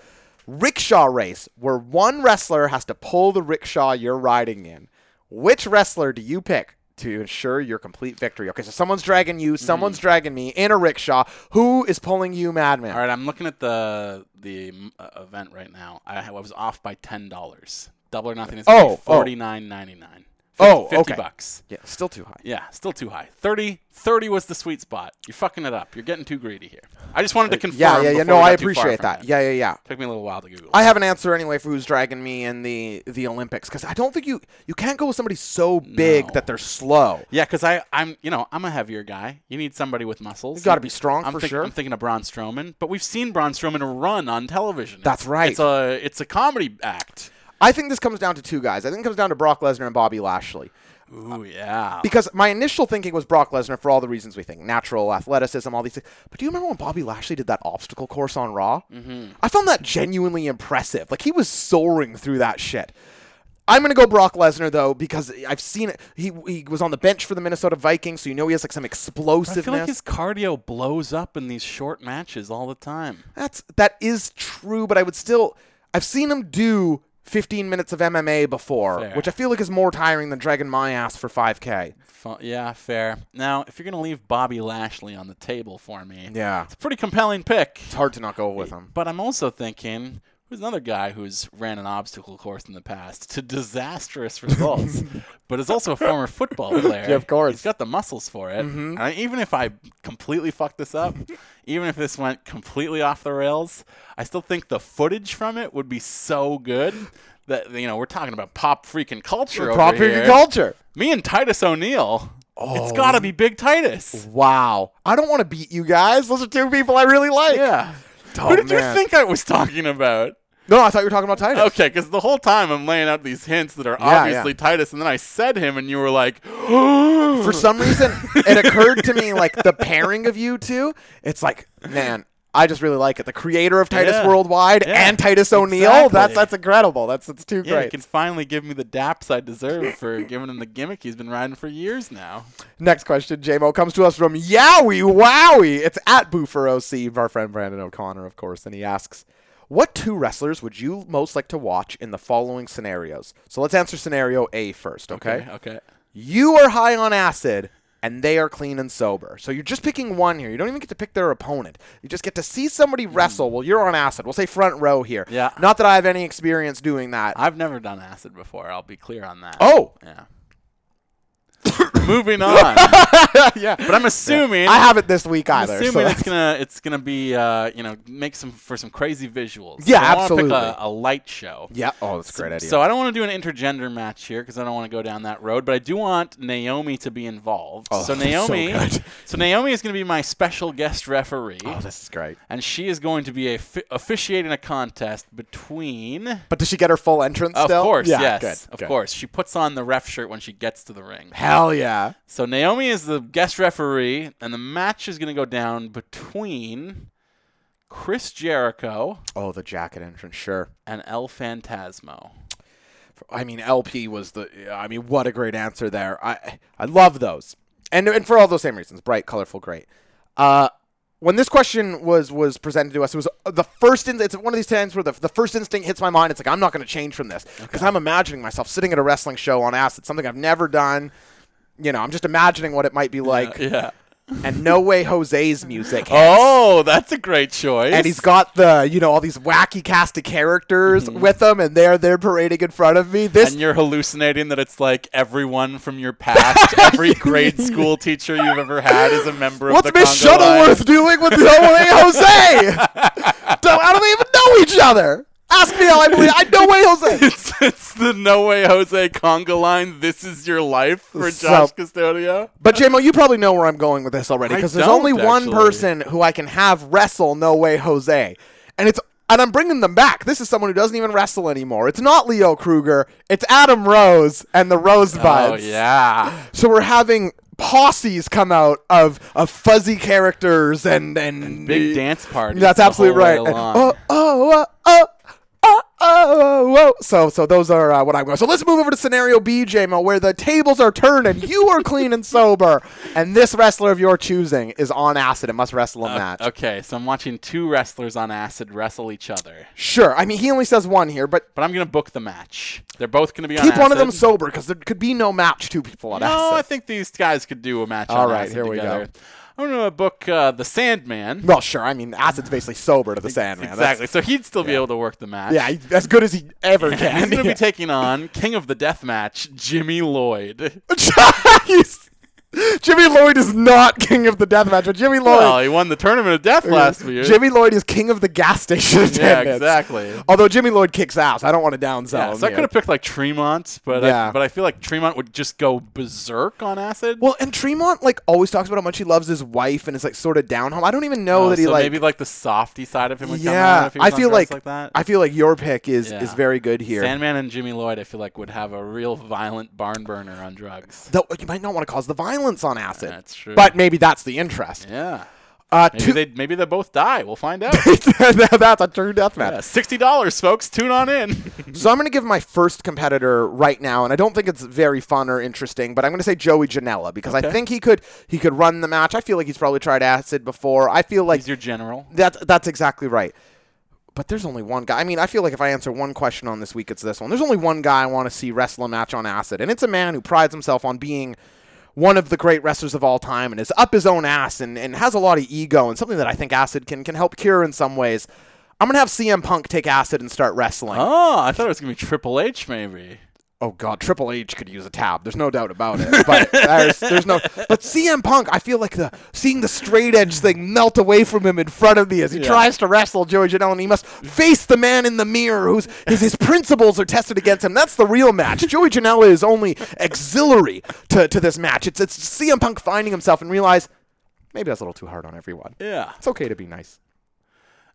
Speaker 4: rickshaw race where one wrestler has to pull the rickshaw you're riding in. Which wrestler do you pick to ensure your complete victory? Okay, so someone's dragging
Speaker 3: Mm-hmm.
Speaker 4: you, someone's dragging me in a rickshaw. Who is pulling you, Madman?
Speaker 3: All right, I'm looking at the the mm, uh, event right now. I, I was off by ten dollars. Double or nothing is
Speaker 4: Oh, oh.
Speaker 3: forty nine ninety nine.
Speaker 4: Oh, okay.
Speaker 3: bucks.
Speaker 4: Yeah, still too high.
Speaker 3: Yeah, still too high. 30, 30 was the sweet spot. You're fucking it up. You're getting too greedy here. I just wanted to confirm.
Speaker 4: Yeah, yeah, yeah.
Speaker 3: before
Speaker 4: No,
Speaker 3: we got too
Speaker 4: I
Speaker 3: far
Speaker 4: appreciate
Speaker 3: from
Speaker 4: that. Yeah, yeah, yeah.
Speaker 3: Took me a little while to Google.
Speaker 4: I have an answer anyway for who's dragging me in the the Olympics because I don't think you you can't go with somebody so big
Speaker 3: No.
Speaker 4: that they're slow.
Speaker 3: Yeah, because I, I'm, you know, I'm a heavier guy. You need somebody with muscles.
Speaker 4: You gotta be strong
Speaker 3: I'm
Speaker 4: for
Speaker 3: think-
Speaker 4: sure.
Speaker 3: I'm thinking of Braun Strowman, but we've seen Braun Strowman run on television.
Speaker 4: That's
Speaker 3: It's-
Speaker 4: right.
Speaker 3: It's a, it's a comedy act.
Speaker 4: I think this comes down to two guys. I think it comes down to Brock Lesnar and Bobby Lashley.
Speaker 3: Ooh, yeah.
Speaker 4: Because my initial thinking was Brock Lesnar for all the reasons we think natural athleticism, all these things. But do you remember when Bobby Lashley did that obstacle course on Raw? Mm-hmm. I found that genuinely impressive. Like he was soaring through that shit. I'm gonna go Brock Lesnar though because I've seen it. He he was on the bench for the Minnesota Vikings, so you know he has like some
Speaker 3: I
Speaker 4: explosiveness.
Speaker 3: feel like his cardio blows up in these short matches all the time.
Speaker 4: That's that is true, but I would still I've seen him do 15 minutes of MMA before,
Speaker 3: Fair.
Speaker 4: which I feel like is more tiring than dragging my ass for 5k.
Speaker 3: Fu- Yeah, fair. Now, if you're gonna leave Bobby Lashley on the table for me,
Speaker 4: Yeah.
Speaker 3: it's a pretty compelling pick.
Speaker 4: It's hard to not go with him.
Speaker 3: But I'm also thinking, who's another guy who's ran an obstacle course in the past to
Speaker 4: [LAUGHS]
Speaker 3: disastrous results, but is also a former football player.
Speaker 4: Yeah, of course. Mm-hmm.
Speaker 3: He's got the muscles for it. And I, even if I completely fucked this
Speaker 4: [LAUGHS]
Speaker 3: up, even if this went completely off the rails, I still think the footage from it would be so good that, you know, we're talking about pop freaking culture
Speaker 4: Prop
Speaker 3: over
Speaker 4: your
Speaker 3: here.
Speaker 4: culture.
Speaker 3: Me and Titus O'Neil. It's got
Speaker 4: Oh.
Speaker 3: to be Big Titus.
Speaker 4: Wow. I don't want to beat you guys. Those are two people I really like.
Speaker 3: Yeah.
Speaker 4: Oh,
Speaker 3: Who did
Speaker 4: man.
Speaker 3: you think I was talking about?
Speaker 4: No, I thought you were talking about Titus.
Speaker 3: Okay, because the whole time I'm laying out these hints that are
Speaker 4: yeah.
Speaker 3: obviously Titus, and then I said him, and you were like, [GASPS]
Speaker 4: For some reason, it occurred to me like the pairing of you two. It's like, man, I just really like it. The creator of Titus
Speaker 3: Yeah.
Speaker 4: Worldwide
Speaker 3: Yeah.
Speaker 4: and Titus O'Neil.
Speaker 3: Exactly.
Speaker 4: That's that's incredible. That's that's too
Speaker 3: "Yeah,
Speaker 4: great.
Speaker 3: he can finally give me the daps I deserve for giving him the gimmick he's been riding for years now."
Speaker 4: Next question, JMO, comes to us from Yowie Wowie. It's at Boofer OC, our friend Brandon O'Connor, of course, and he asks, What two wrestlers would you most like to watch in the following scenarios? So let's answer scenario A first, okay?
Speaker 3: Okay.
Speaker 4: You are high on acid and they are clean and sober. So you're just picking one here. You don't even get to pick their opponent. You just get to see somebody wrestle. Well, you're on acid. We'll say front row here.
Speaker 3: Hmm. Yeah.
Speaker 4: Not that I have any experience doing that.
Speaker 3: I've never done acid before. I'll be clear on that.
Speaker 4: oh, [COUGHS]
Speaker 3: Yeah. Moving on.
Speaker 4: [LAUGHS]
Speaker 3: [LAUGHS]
Speaker 4: yeah.
Speaker 3: But I'm assuming
Speaker 4: I haven't this week
Speaker 3: I'm
Speaker 4: either. so
Speaker 3: assuming it's
Speaker 4: that's-
Speaker 3: gonna it's gonna be uh, you know make some for some crazy visuals. So
Speaker 4: Yeah,
Speaker 3: I wanna
Speaker 4: absolutely.
Speaker 3: Pick a, a light show.
Speaker 4: [LAUGHS] yeah. Oh, that's a great idea.
Speaker 3: So I don't want to do an intergender match here because I don't want to go down that road, but I do want Naomi to be involved.
Speaker 4: Oh,
Speaker 3: so
Speaker 4: [LAUGHS] so
Speaker 3: Naomi,
Speaker 4: good.
Speaker 3: so Naomi is going to be my special guest referee,
Speaker 4: oh, this is great.
Speaker 3: and she is going to be a fi- officiating a contest between.
Speaker 4: But does she get her full entrance
Speaker 3: Of
Speaker 4: Oh, still?
Speaker 3: course,
Speaker 4: yeah,
Speaker 3: yes,
Speaker 4: good,
Speaker 3: of
Speaker 4: good.
Speaker 3: course. She puts on the ref shirt when she gets to the ring.
Speaker 4: Hell yeah.
Speaker 3: So Naomi is the guest referee, and the match is going to go down between Chris Jericho
Speaker 4: Oh, the jacket entrance, sure.
Speaker 3: and El Fantasmo.
Speaker 4: I mean, LP was the. I mean, what a great answer there. I I love those, and and for all those same reasons, bright, colorful, great. Uh, when this question was was presented to us, it was the first. In, it's one of these times where the, the first instinct hits my mind. It's like I'm not going to change from this because I'm imagining myself sitting at a wrestling show on acid, something I've never done. You know, I'm just imagining what it might be like.
Speaker 3: [LAUGHS] Yeah.
Speaker 4: And no way, Jose's
Speaker 3: [LAUGHS]
Speaker 4: music. hits.
Speaker 3: Oh, that's a great choice.
Speaker 4: And he's got the you know all these wacky cast of characters with him, and they're they're parading in front of me. This
Speaker 3: Mm-hmm. and you're hallucinating that it's like everyone from your past,
Speaker 4: [LAUGHS]
Speaker 3: every grade school teacher you've ever had is a member
Speaker 4: What's
Speaker 3: of the
Speaker 4: Miss
Speaker 3: Congo Line.
Speaker 4: Shuttleworth doing with the way Jose? Don't- I don't even know each other. Ask me how I believe. I know way Jose.
Speaker 3: [LAUGHS] [LAUGHS] It's, it's the No Way Jose Conga line. This is your life for
Speaker 4: So-
Speaker 3: Josh Custodio.
Speaker 4: But JMO, you probably know where I'm going with this already
Speaker 3: I
Speaker 4: because there's
Speaker 3: don't,
Speaker 4: only one
Speaker 3: actually.
Speaker 4: person who I can have wrestle No Way Jose, and it's and I'm bringing them back. This is someone who doesn't even wrestle anymore. It's not Leo Kruger. It's Adam Rose and the Rosebuds.
Speaker 3: Oh yeah.
Speaker 4: So we're having posses come out of, of fuzzy characters and and,
Speaker 3: Big dance party.
Speaker 4: That's absolutely right. And- oh, oh, oh, oh, oh, oh, oh. So, so those are uh, what I'm going. So let's move over to scenario B, JMO, where the tables are turned and you are clean and sober, and this wrestler of your choosing is on acid and must wrestle a match.
Speaker 3: Uh, Okay, so I'm watching two wrestlers on acid wrestle each other,
Speaker 4: Sure. I mean, he only says one here, but
Speaker 3: but I'm gonna book the match. They're both gonna be on
Speaker 4: keep one
Speaker 3: acid.
Speaker 4: of them sober because there could be no match two people on
Speaker 3: No, I
Speaker 4: acid.
Speaker 3: think these guys could do a match.
Speaker 4: All
Speaker 3: on
Speaker 4: right,
Speaker 3: acid
Speaker 4: here we go.
Speaker 3: together. I'm gonna book uh, the Sandman.
Speaker 4: well, sure. I mean, acid's basically sober to the Sandman. That's-
Speaker 3: Exactly. So he'd still be able to work the match.
Speaker 4: yeah, he- as good as he ever
Speaker 3: He's
Speaker 4: can.
Speaker 3: going to
Speaker 4: [LAUGHS]
Speaker 3: be taking on King of the Death Match, Jimmy Lloyd.
Speaker 4: Jeez. Jimmy Lloyd is not king of the deathmatch, but Jimmy Lloyd.
Speaker 3: Well, he won the Tournament of Death last year.
Speaker 4: Jimmy Lloyd is king of the gas station
Speaker 3: yeah,
Speaker 4: attendants.
Speaker 3: exactly.
Speaker 4: Although Jimmy Lloyd kicks ass, I don't want to down sell
Speaker 3: Yeah,
Speaker 4: him.
Speaker 3: so I
Speaker 4: here.
Speaker 3: could have picked like Tremont, but I,
Speaker 4: Yeah.
Speaker 3: but I feel like Tremont would just go berserk on acid.
Speaker 4: Well, and Tremont like always talks about how much he loves his wife and is like sort of down home. I don't even know
Speaker 3: Uh,
Speaker 4: that he
Speaker 3: so
Speaker 4: like.
Speaker 3: maybe like the softy side of him would come out
Speaker 4: yeah,
Speaker 3: if he
Speaker 4: I
Speaker 3: was on
Speaker 4: feel
Speaker 3: drugs
Speaker 4: like,
Speaker 3: like that.
Speaker 4: I feel like your pick is is
Speaker 3: Yeah.
Speaker 4: very good here.
Speaker 3: Sandman and Jimmy Lloyd, I feel like would have a real violent barn burner on drugs.
Speaker 4: Though you might not want to cause the violence on acid.
Speaker 3: That's true.
Speaker 4: But maybe that's the interest.
Speaker 3: Yeah,
Speaker 4: Uh,
Speaker 3: maybe
Speaker 4: two- [LAUGHS]
Speaker 3: they maybe they both die. We'll find out.
Speaker 4: that's a true death match.
Speaker 3: Yeah, Sixty dollars, folks. Tune on in.
Speaker 4: So I'm going to give my first competitor right now, and I don't think it's very fun or interesting, but I'm going to say Joey Janela because I
Speaker 3: Okay.
Speaker 4: think he could he could run the match. I feel like he's probably tried acid before. I feel
Speaker 3: [LAUGHS]
Speaker 4: like
Speaker 3: He's your general.
Speaker 4: that's that's exactly right. But there's only one guy. I mean, I feel like if I answer one question on this week, it's this one. There's only one guy I want to see wrestle a match on acid, and it's a man who prides himself on being one of the great wrestlers of all time and is up his own ass and, and has a lot of ego and something that I think acid can can help cure in some ways. I'm gonna have CM Punk take acid and start wrestling.
Speaker 3: Oh, I thought it was gonna be Triple H, maybe.
Speaker 4: oh god, Triple H could use a tab. There's no doubt about it. But there's, there's no. But CM Punk, I feel like the seeing the straight edge thing melt away from him in front of me as he tries to wrestle Joey Janela, and he must face the man in the mirror whose his, his principles are tested against him. That's the real match. Joey Janela is only auxiliary to, to this match. It's it's CM Punk finding himself and realize maybe that's a little too hard on everyone.
Speaker 3: Yeah,
Speaker 4: It's okay to be nice.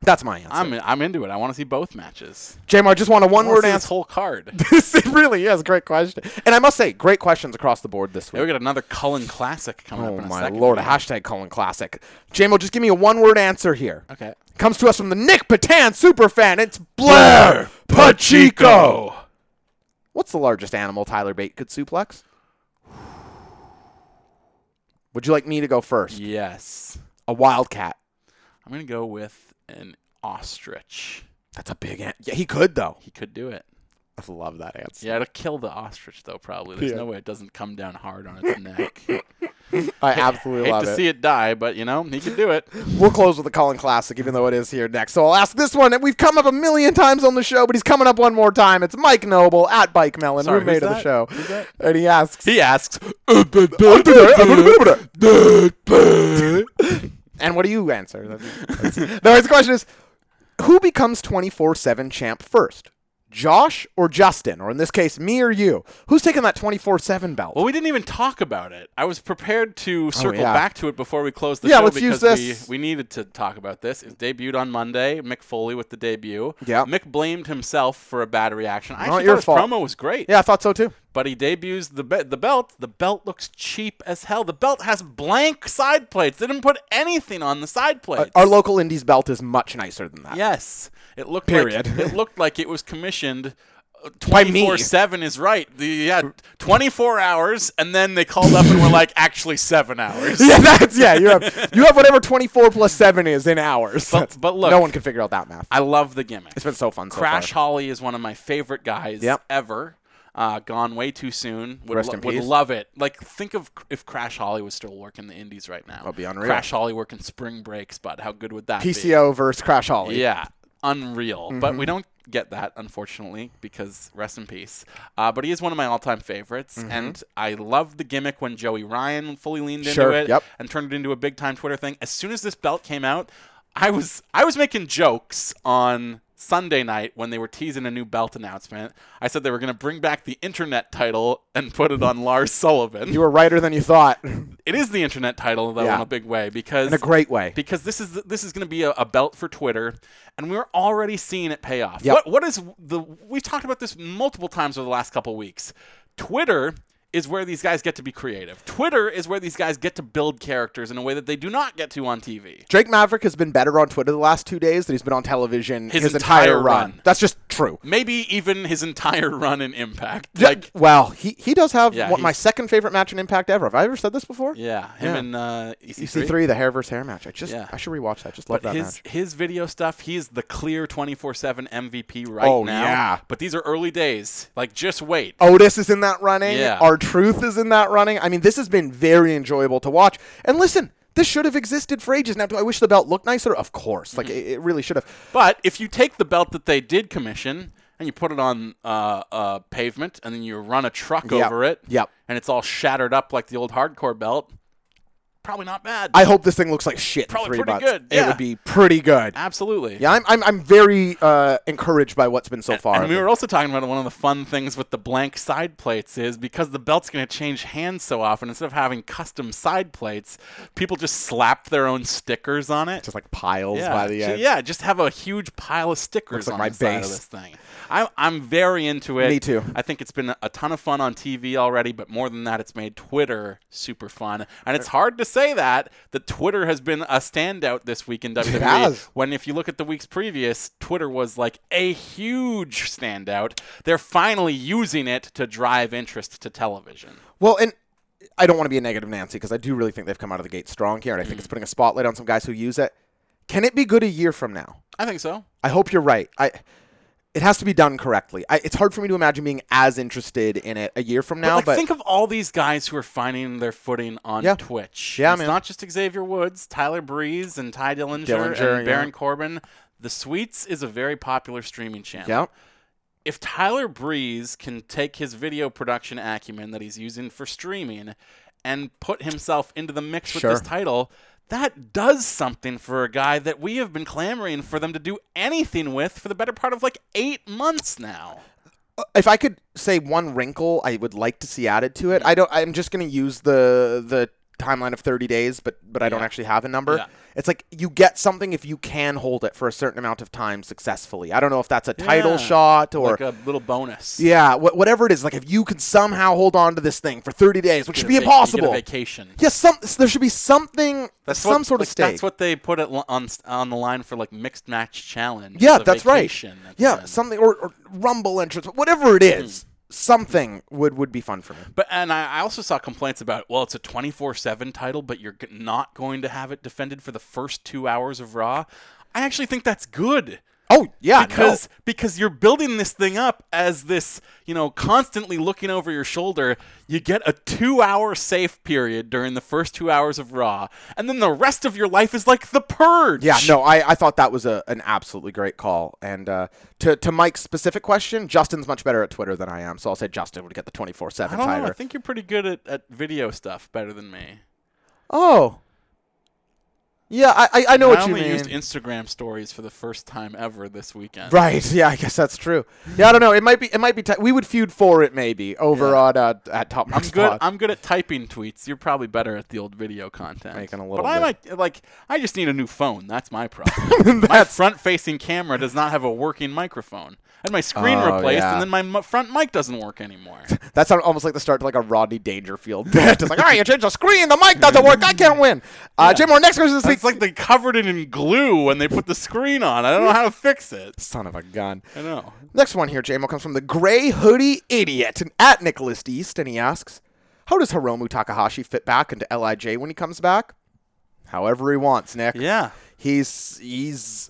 Speaker 4: That's my answer.
Speaker 3: I'm I'm into it. I want to see both matches.
Speaker 4: Jmar, just want a
Speaker 3: I wanna
Speaker 4: one-word
Speaker 3: see this
Speaker 4: answer.
Speaker 3: whole card.
Speaker 4: [LAUGHS] it really is great question, and I must say, great questions across the board this week.
Speaker 3: Yeah, we got another Cullen Classic coming
Speaker 4: Oh
Speaker 3: up in a
Speaker 4: my
Speaker 3: second.
Speaker 4: lord, a hashtag Cullen Classic. JMO, just give me a one word answer here.
Speaker 3: Okay.
Speaker 4: Comes to us from the Nick Patan superfan. It's Blair Pachico. What's the largest animal Tyler Bate could suplex? Would you like me to go first?
Speaker 3: Yes,
Speaker 4: A wildcat.
Speaker 3: I'm gonna go with an ostrich.
Speaker 4: That's a big answer. Yeah, he could though.
Speaker 3: He could do it.
Speaker 4: I love that answer.
Speaker 3: Yeah, it'll kill the ostrich though. Probably. There's
Speaker 4: Yeah.
Speaker 3: no way it doesn't come down hard on its neck.
Speaker 4: I
Speaker 3: [LAUGHS]
Speaker 4: absolutely
Speaker 3: Hate
Speaker 4: love
Speaker 3: to
Speaker 4: it.
Speaker 3: see it die, but you know he could do it.
Speaker 4: We'll close with the Colin Classic, even though it is here next. So I'll ask this one, and we've come up a million times on the show, but he's coming up one more time. It's Mike Noble at Bike Melon,
Speaker 3: Sorry,
Speaker 4: roommate
Speaker 3: who's
Speaker 4: of the
Speaker 3: that?
Speaker 4: show,
Speaker 3: Who's that?
Speaker 4: and he asks,
Speaker 3: He [LAUGHS] asks,
Speaker 4: and what do you answer? That's- [LAUGHS] that's- no, his question is, who becomes twenty four seven champ first, Josh or Justin, or in this case, me or you? Who's taking that twenty four seven belt?
Speaker 3: Well, we didn't even talk about it. I was prepared to circle
Speaker 4: Oh, yeah.
Speaker 3: back to it before we closed the
Speaker 4: Yeah,
Speaker 3: show
Speaker 4: let's use
Speaker 3: because
Speaker 4: this.
Speaker 3: we, we needed to talk about this. It debuted on Monday. Mick Foley with the debut.
Speaker 4: Yeah.
Speaker 3: Mick blamed himself for a bad reaction. I
Speaker 4: Not
Speaker 3: actually
Speaker 4: your
Speaker 3: thought his
Speaker 4: fault.
Speaker 3: promo was great.
Speaker 4: yeah, I thought so too.
Speaker 3: But he debuts the be- the belt. The belt looks cheap as hell. The belt has blank side plates. They didn't put anything on the side plates.
Speaker 4: Our local indies belt is much nicer than that.
Speaker 3: Yes, it looked
Speaker 4: Period.
Speaker 3: like it looked like it was commissioned.
Speaker 4: [LAUGHS] By me.
Speaker 3: Twenty four seven is right. The, yeah, twenty four hours, and then they called up and were like, actually seven hours.
Speaker 4: [LAUGHS] Yeah, that's yeah. You have you have whatever twenty four plus seven is in hours. [LAUGHS]
Speaker 3: But- but look-
Speaker 4: no one can figure out that math.
Speaker 3: I love the gimmick.
Speaker 4: it's been so fun. So
Speaker 3: Crash
Speaker 4: far.
Speaker 3: Holly is one of my favorite guys
Speaker 4: Yep.
Speaker 3: ever. Uh, gone way too soon. Would,
Speaker 4: Rest in
Speaker 3: would
Speaker 4: peace.
Speaker 3: love it. Like think of cr- if Crash Holly was still working the Indies right now.
Speaker 4: That'd be unreal.
Speaker 3: Crash Holly working spring breaks, but how good would that be?
Speaker 4: PCO versus Crash Holly.
Speaker 3: Yeah, unreal. But
Speaker 4: Mm-hmm.
Speaker 3: we don't get that, unfortunately, because rest in peace. Uh, but he is one of my all time favorites.
Speaker 4: Mm-hmm.
Speaker 3: And I love the gimmick when Joey Ryan fully leaned
Speaker 4: Sure,
Speaker 3: into it
Speaker 4: yep.
Speaker 3: and turned it into a big time Twitter thing. As soon as this belt came out, I was I was making jokes on Sunday night when they were teasing a new belt announcement. I said they were going to bring back the internet title and put it on Lars Sullivan.
Speaker 4: You were righter than you thought. In
Speaker 3: it is the internet title though
Speaker 4: Yeah.
Speaker 3: in a big way because
Speaker 4: a great way.
Speaker 3: because this is this is going to be a, a belt for Twitter, and we're already seeing it pay off.
Speaker 4: Yep.
Speaker 3: What what is the we've talked about this multiple times over the last couple weeks. Twitter is where these guys get to be creative. Twitter is where these guys get to build characters in a way that they do not get to on TV.
Speaker 4: Drake Maverick has been better on Twitter the last two days than he's been on television
Speaker 3: His entire
Speaker 4: entire run.
Speaker 3: run.
Speaker 4: That's just true.
Speaker 3: Maybe even his entire [LAUGHS] run in Impact.
Speaker 4: Yeah,
Speaker 3: Like
Speaker 4: well, he, he does have
Speaker 3: Yeah,
Speaker 4: what, my
Speaker 3: he's-
Speaker 4: second favorite match in Impact ever. Have I ever said this before?
Speaker 3: yeah, him
Speaker 4: Yeah. E
Speaker 3: and uh, EC3.
Speaker 4: EC3, the hair versus hair match. I just
Speaker 3: Yeah.
Speaker 4: I should rewatch that. Just love
Speaker 3: But
Speaker 4: that
Speaker 3: his
Speaker 4: match.
Speaker 3: his video stuff, he's the clear twenty four seven MVP right
Speaker 4: Oh,
Speaker 3: now.
Speaker 4: yeah.
Speaker 3: But these are early days. Like just wait.
Speaker 4: Otis is in that running.
Speaker 3: Yeah.
Speaker 4: Our Truth is in that running. I mean, this has been very enjoyable to watch. And listen, this should have existed for ages. Now, do I wish the belt looked nicer? Of course.
Speaker 3: Mm-hmm.
Speaker 4: Like, it, it really should have.
Speaker 3: But if you take the belt that they did commission and you put it on uh, uh, pavement and then you run a truck
Speaker 4: Yep.
Speaker 3: over it,
Speaker 4: Yep.
Speaker 3: and it's all shattered up like the old hardcore belt, probably not bad.
Speaker 4: I hope this thing looks like shit. in
Speaker 3: Probably
Speaker 4: three
Speaker 3: pretty
Speaker 4: months.
Speaker 3: good,
Speaker 4: It
Speaker 3: yeah.
Speaker 4: would be pretty good.
Speaker 3: Absolutely.
Speaker 4: Yeah, I'm, I'm, I'm very uh, encouraged by what's been so far.
Speaker 3: And we were also talking about one of the fun things with the blank side plates is because the belt's going to change hands so often, instead of having custom side plates, people just slap their own stickers on it.
Speaker 4: just like piles
Speaker 3: yeah.
Speaker 4: by the
Speaker 3: ju-
Speaker 4: end.
Speaker 3: yeah, just have a huge pile of stickers
Speaker 4: Looks like
Speaker 3: on
Speaker 4: my
Speaker 3: the side of
Speaker 4: base.
Speaker 3: this thing. I'm, I'm very into it.
Speaker 4: Me too.
Speaker 3: I think it's been a ton of fun on TV already, but more than that, it's made Twitter super fun. And it's hard to say that that Twitter has been a standout this week in WWE.
Speaker 4: has.
Speaker 3: When if you look at the weeks previous, Twitter was like a huge standout. They're finally using it to drive interest to television.
Speaker 4: Well, and I don't want to be a negative Nancy because I do really think they've come out of the gate strong here, and I think
Speaker 3: Mm.
Speaker 4: it's putting a spotlight on some guys who use it. Can it be good a year from now?
Speaker 3: I think so.
Speaker 4: I hope you're right. I it has to be done correctly. I, it's hard for me to imagine being as interested in it a year from now.
Speaker 3: like,
Speaker 4: But,
Speaker 3: think of all these guys who are finding their footing on
Speaker 4: Yeah.
Speaker 3: Twitch.
Speaker 4: Yeah,
Speaker 3: it's
Speaker 4: man.
Speaker 3: not just Xavier Woods, Tyler Breeze, and Ty Dillinger,
Speaker 4: Dillinger, yeah.
Speaker 3: and Baron Corbin. The Sweets is a very popular streaming channel.
Speaker 4: yeah,
Speaker 3: If Tyler Breeze can take his video production acumen that he's using for streaming and put himself into the mix
Speaker 4: Sure.
Speaker 3: with this title, that does something for a guy that we have been clamoring for them to do anything with for the better part of like eight months now.
Speaker 4: if I could say one wrinkle I would like to see added to it, I don't. I'm just going to use the the timeline of 30 days, but but I don't actually have a number.
Speaker 3: Yeah.
Speaker 4: It's like you get something if you can hold it for a certain amount of time successfully. I don't know if that's a title
Speaker 3: Yeah.
Speaker 4: shot or
Speaker 3: like a little bonus.
Speaker 4: Yeah, wh- whatever it is, like if you can somehow hold on to this thing for 30 days, which should be
Speaker 3: You get a vac- you get a
Speaker 4: impossible.
Speaker 3: vacation.
Speaker 4: Yes, some there should be something, some
Speaker 3: what-
Speaker 4: sort of
Speaker 3: like,
Speaker 4: stake.
Speaker 3: That's what they put it li- on s- on the line for like mixed match challenge.
Speaker 4: yeah,
Speaker 3: It's a
Speaker 4: that's right.
Speaker 3: vacation at the
Speaker 4: Yeah,
Speaker 3: end. Mm-hmm.
Speaker 4: something or, or rumble entrance, whatever it is, something would would be fun for me.
Speaker 3: But and I I also saw complaints about well, it's a twenty four seven title, but you're g- not going to have it defended for the first two hours of Raw. I actually think that's good.
Speaker 4: Oh yeah, no.
Speaker 3: because because you're building this thing up as this you know constantly looking over your shoulder you get a two hour safe period during the first two hours of raw and then the rest of your life is like the purge
Speaker 4: Yeah, no, I, I thought that was a, an absolutely great call. And uh, to, to Mike's specific question, Justin's much better at Twitter than I am, so I'll say Justin would get the 24
Speaker 3: i
Speaker 4: 7
Speaker 3: don't know i
Speaker 4: title.
Speaker 3: think you're pretty good at, at video stuff better than me
Speaker 4: Oh. Yeah, I, I, I know
Speaker 3: i
Speaker 4: what you
Speaker 3: only
Speaker 4: mean.
Speaker 3: used instagram stories for the first time ever this weekend
Speaker 4: right, [LAUGHS] yeah, I guess that's true. Yeah, I don't know. It might be, it might be, ti we would feud for it maybe over
Speaker 3: Yeah.
Speaker 4: on uh, at Top
Speaker 3: I'm
Speaker 4: Marks
Speaker 3: good.
Speaker 4: Pod.
Speaker 3: I'm good at typing tweets. You're probably better at the old video content.
Speaker 4: Making a little
Speaker 3: but I
Speaker 4: bit.
Speaker 3: might like. I just need a new phone. That's my
Speaker 4: [LAUGHS]
Speaker 3: problem. my front-facing camera does not have a working microphone. I had my screen
Speaker 4: Oh,
Speaker 3: replaced,
Speaker 4: yeah.
Speaker 3: and then my mu front mic doesn't work
Speaker 4: [LAUGHS]
Speaker 3: anymore.
Speaker 4: That sounded almost like the start to like a Rodney Dangerfield [LAUGHS] bit. It's like, all right, you changed the screen, the mic doesn't work, I can't win. Uh, Jim, our next question this week.
Speaker 3: it's like they covered it in glue when they put the screen on. I don't know how to fix it.
Speaker 4: son of a gun.
Speaker 3: I know.
Speaker 4: Next one here, JMO, comes from the Gray Hoodie Idiot and at Nicholas East, and he asks, How does Hiromu Takahashi fit back into LIJ when he comes back? However he wants, Nick.
Speaker 3: Yeah.
Speaker 4: He's. he's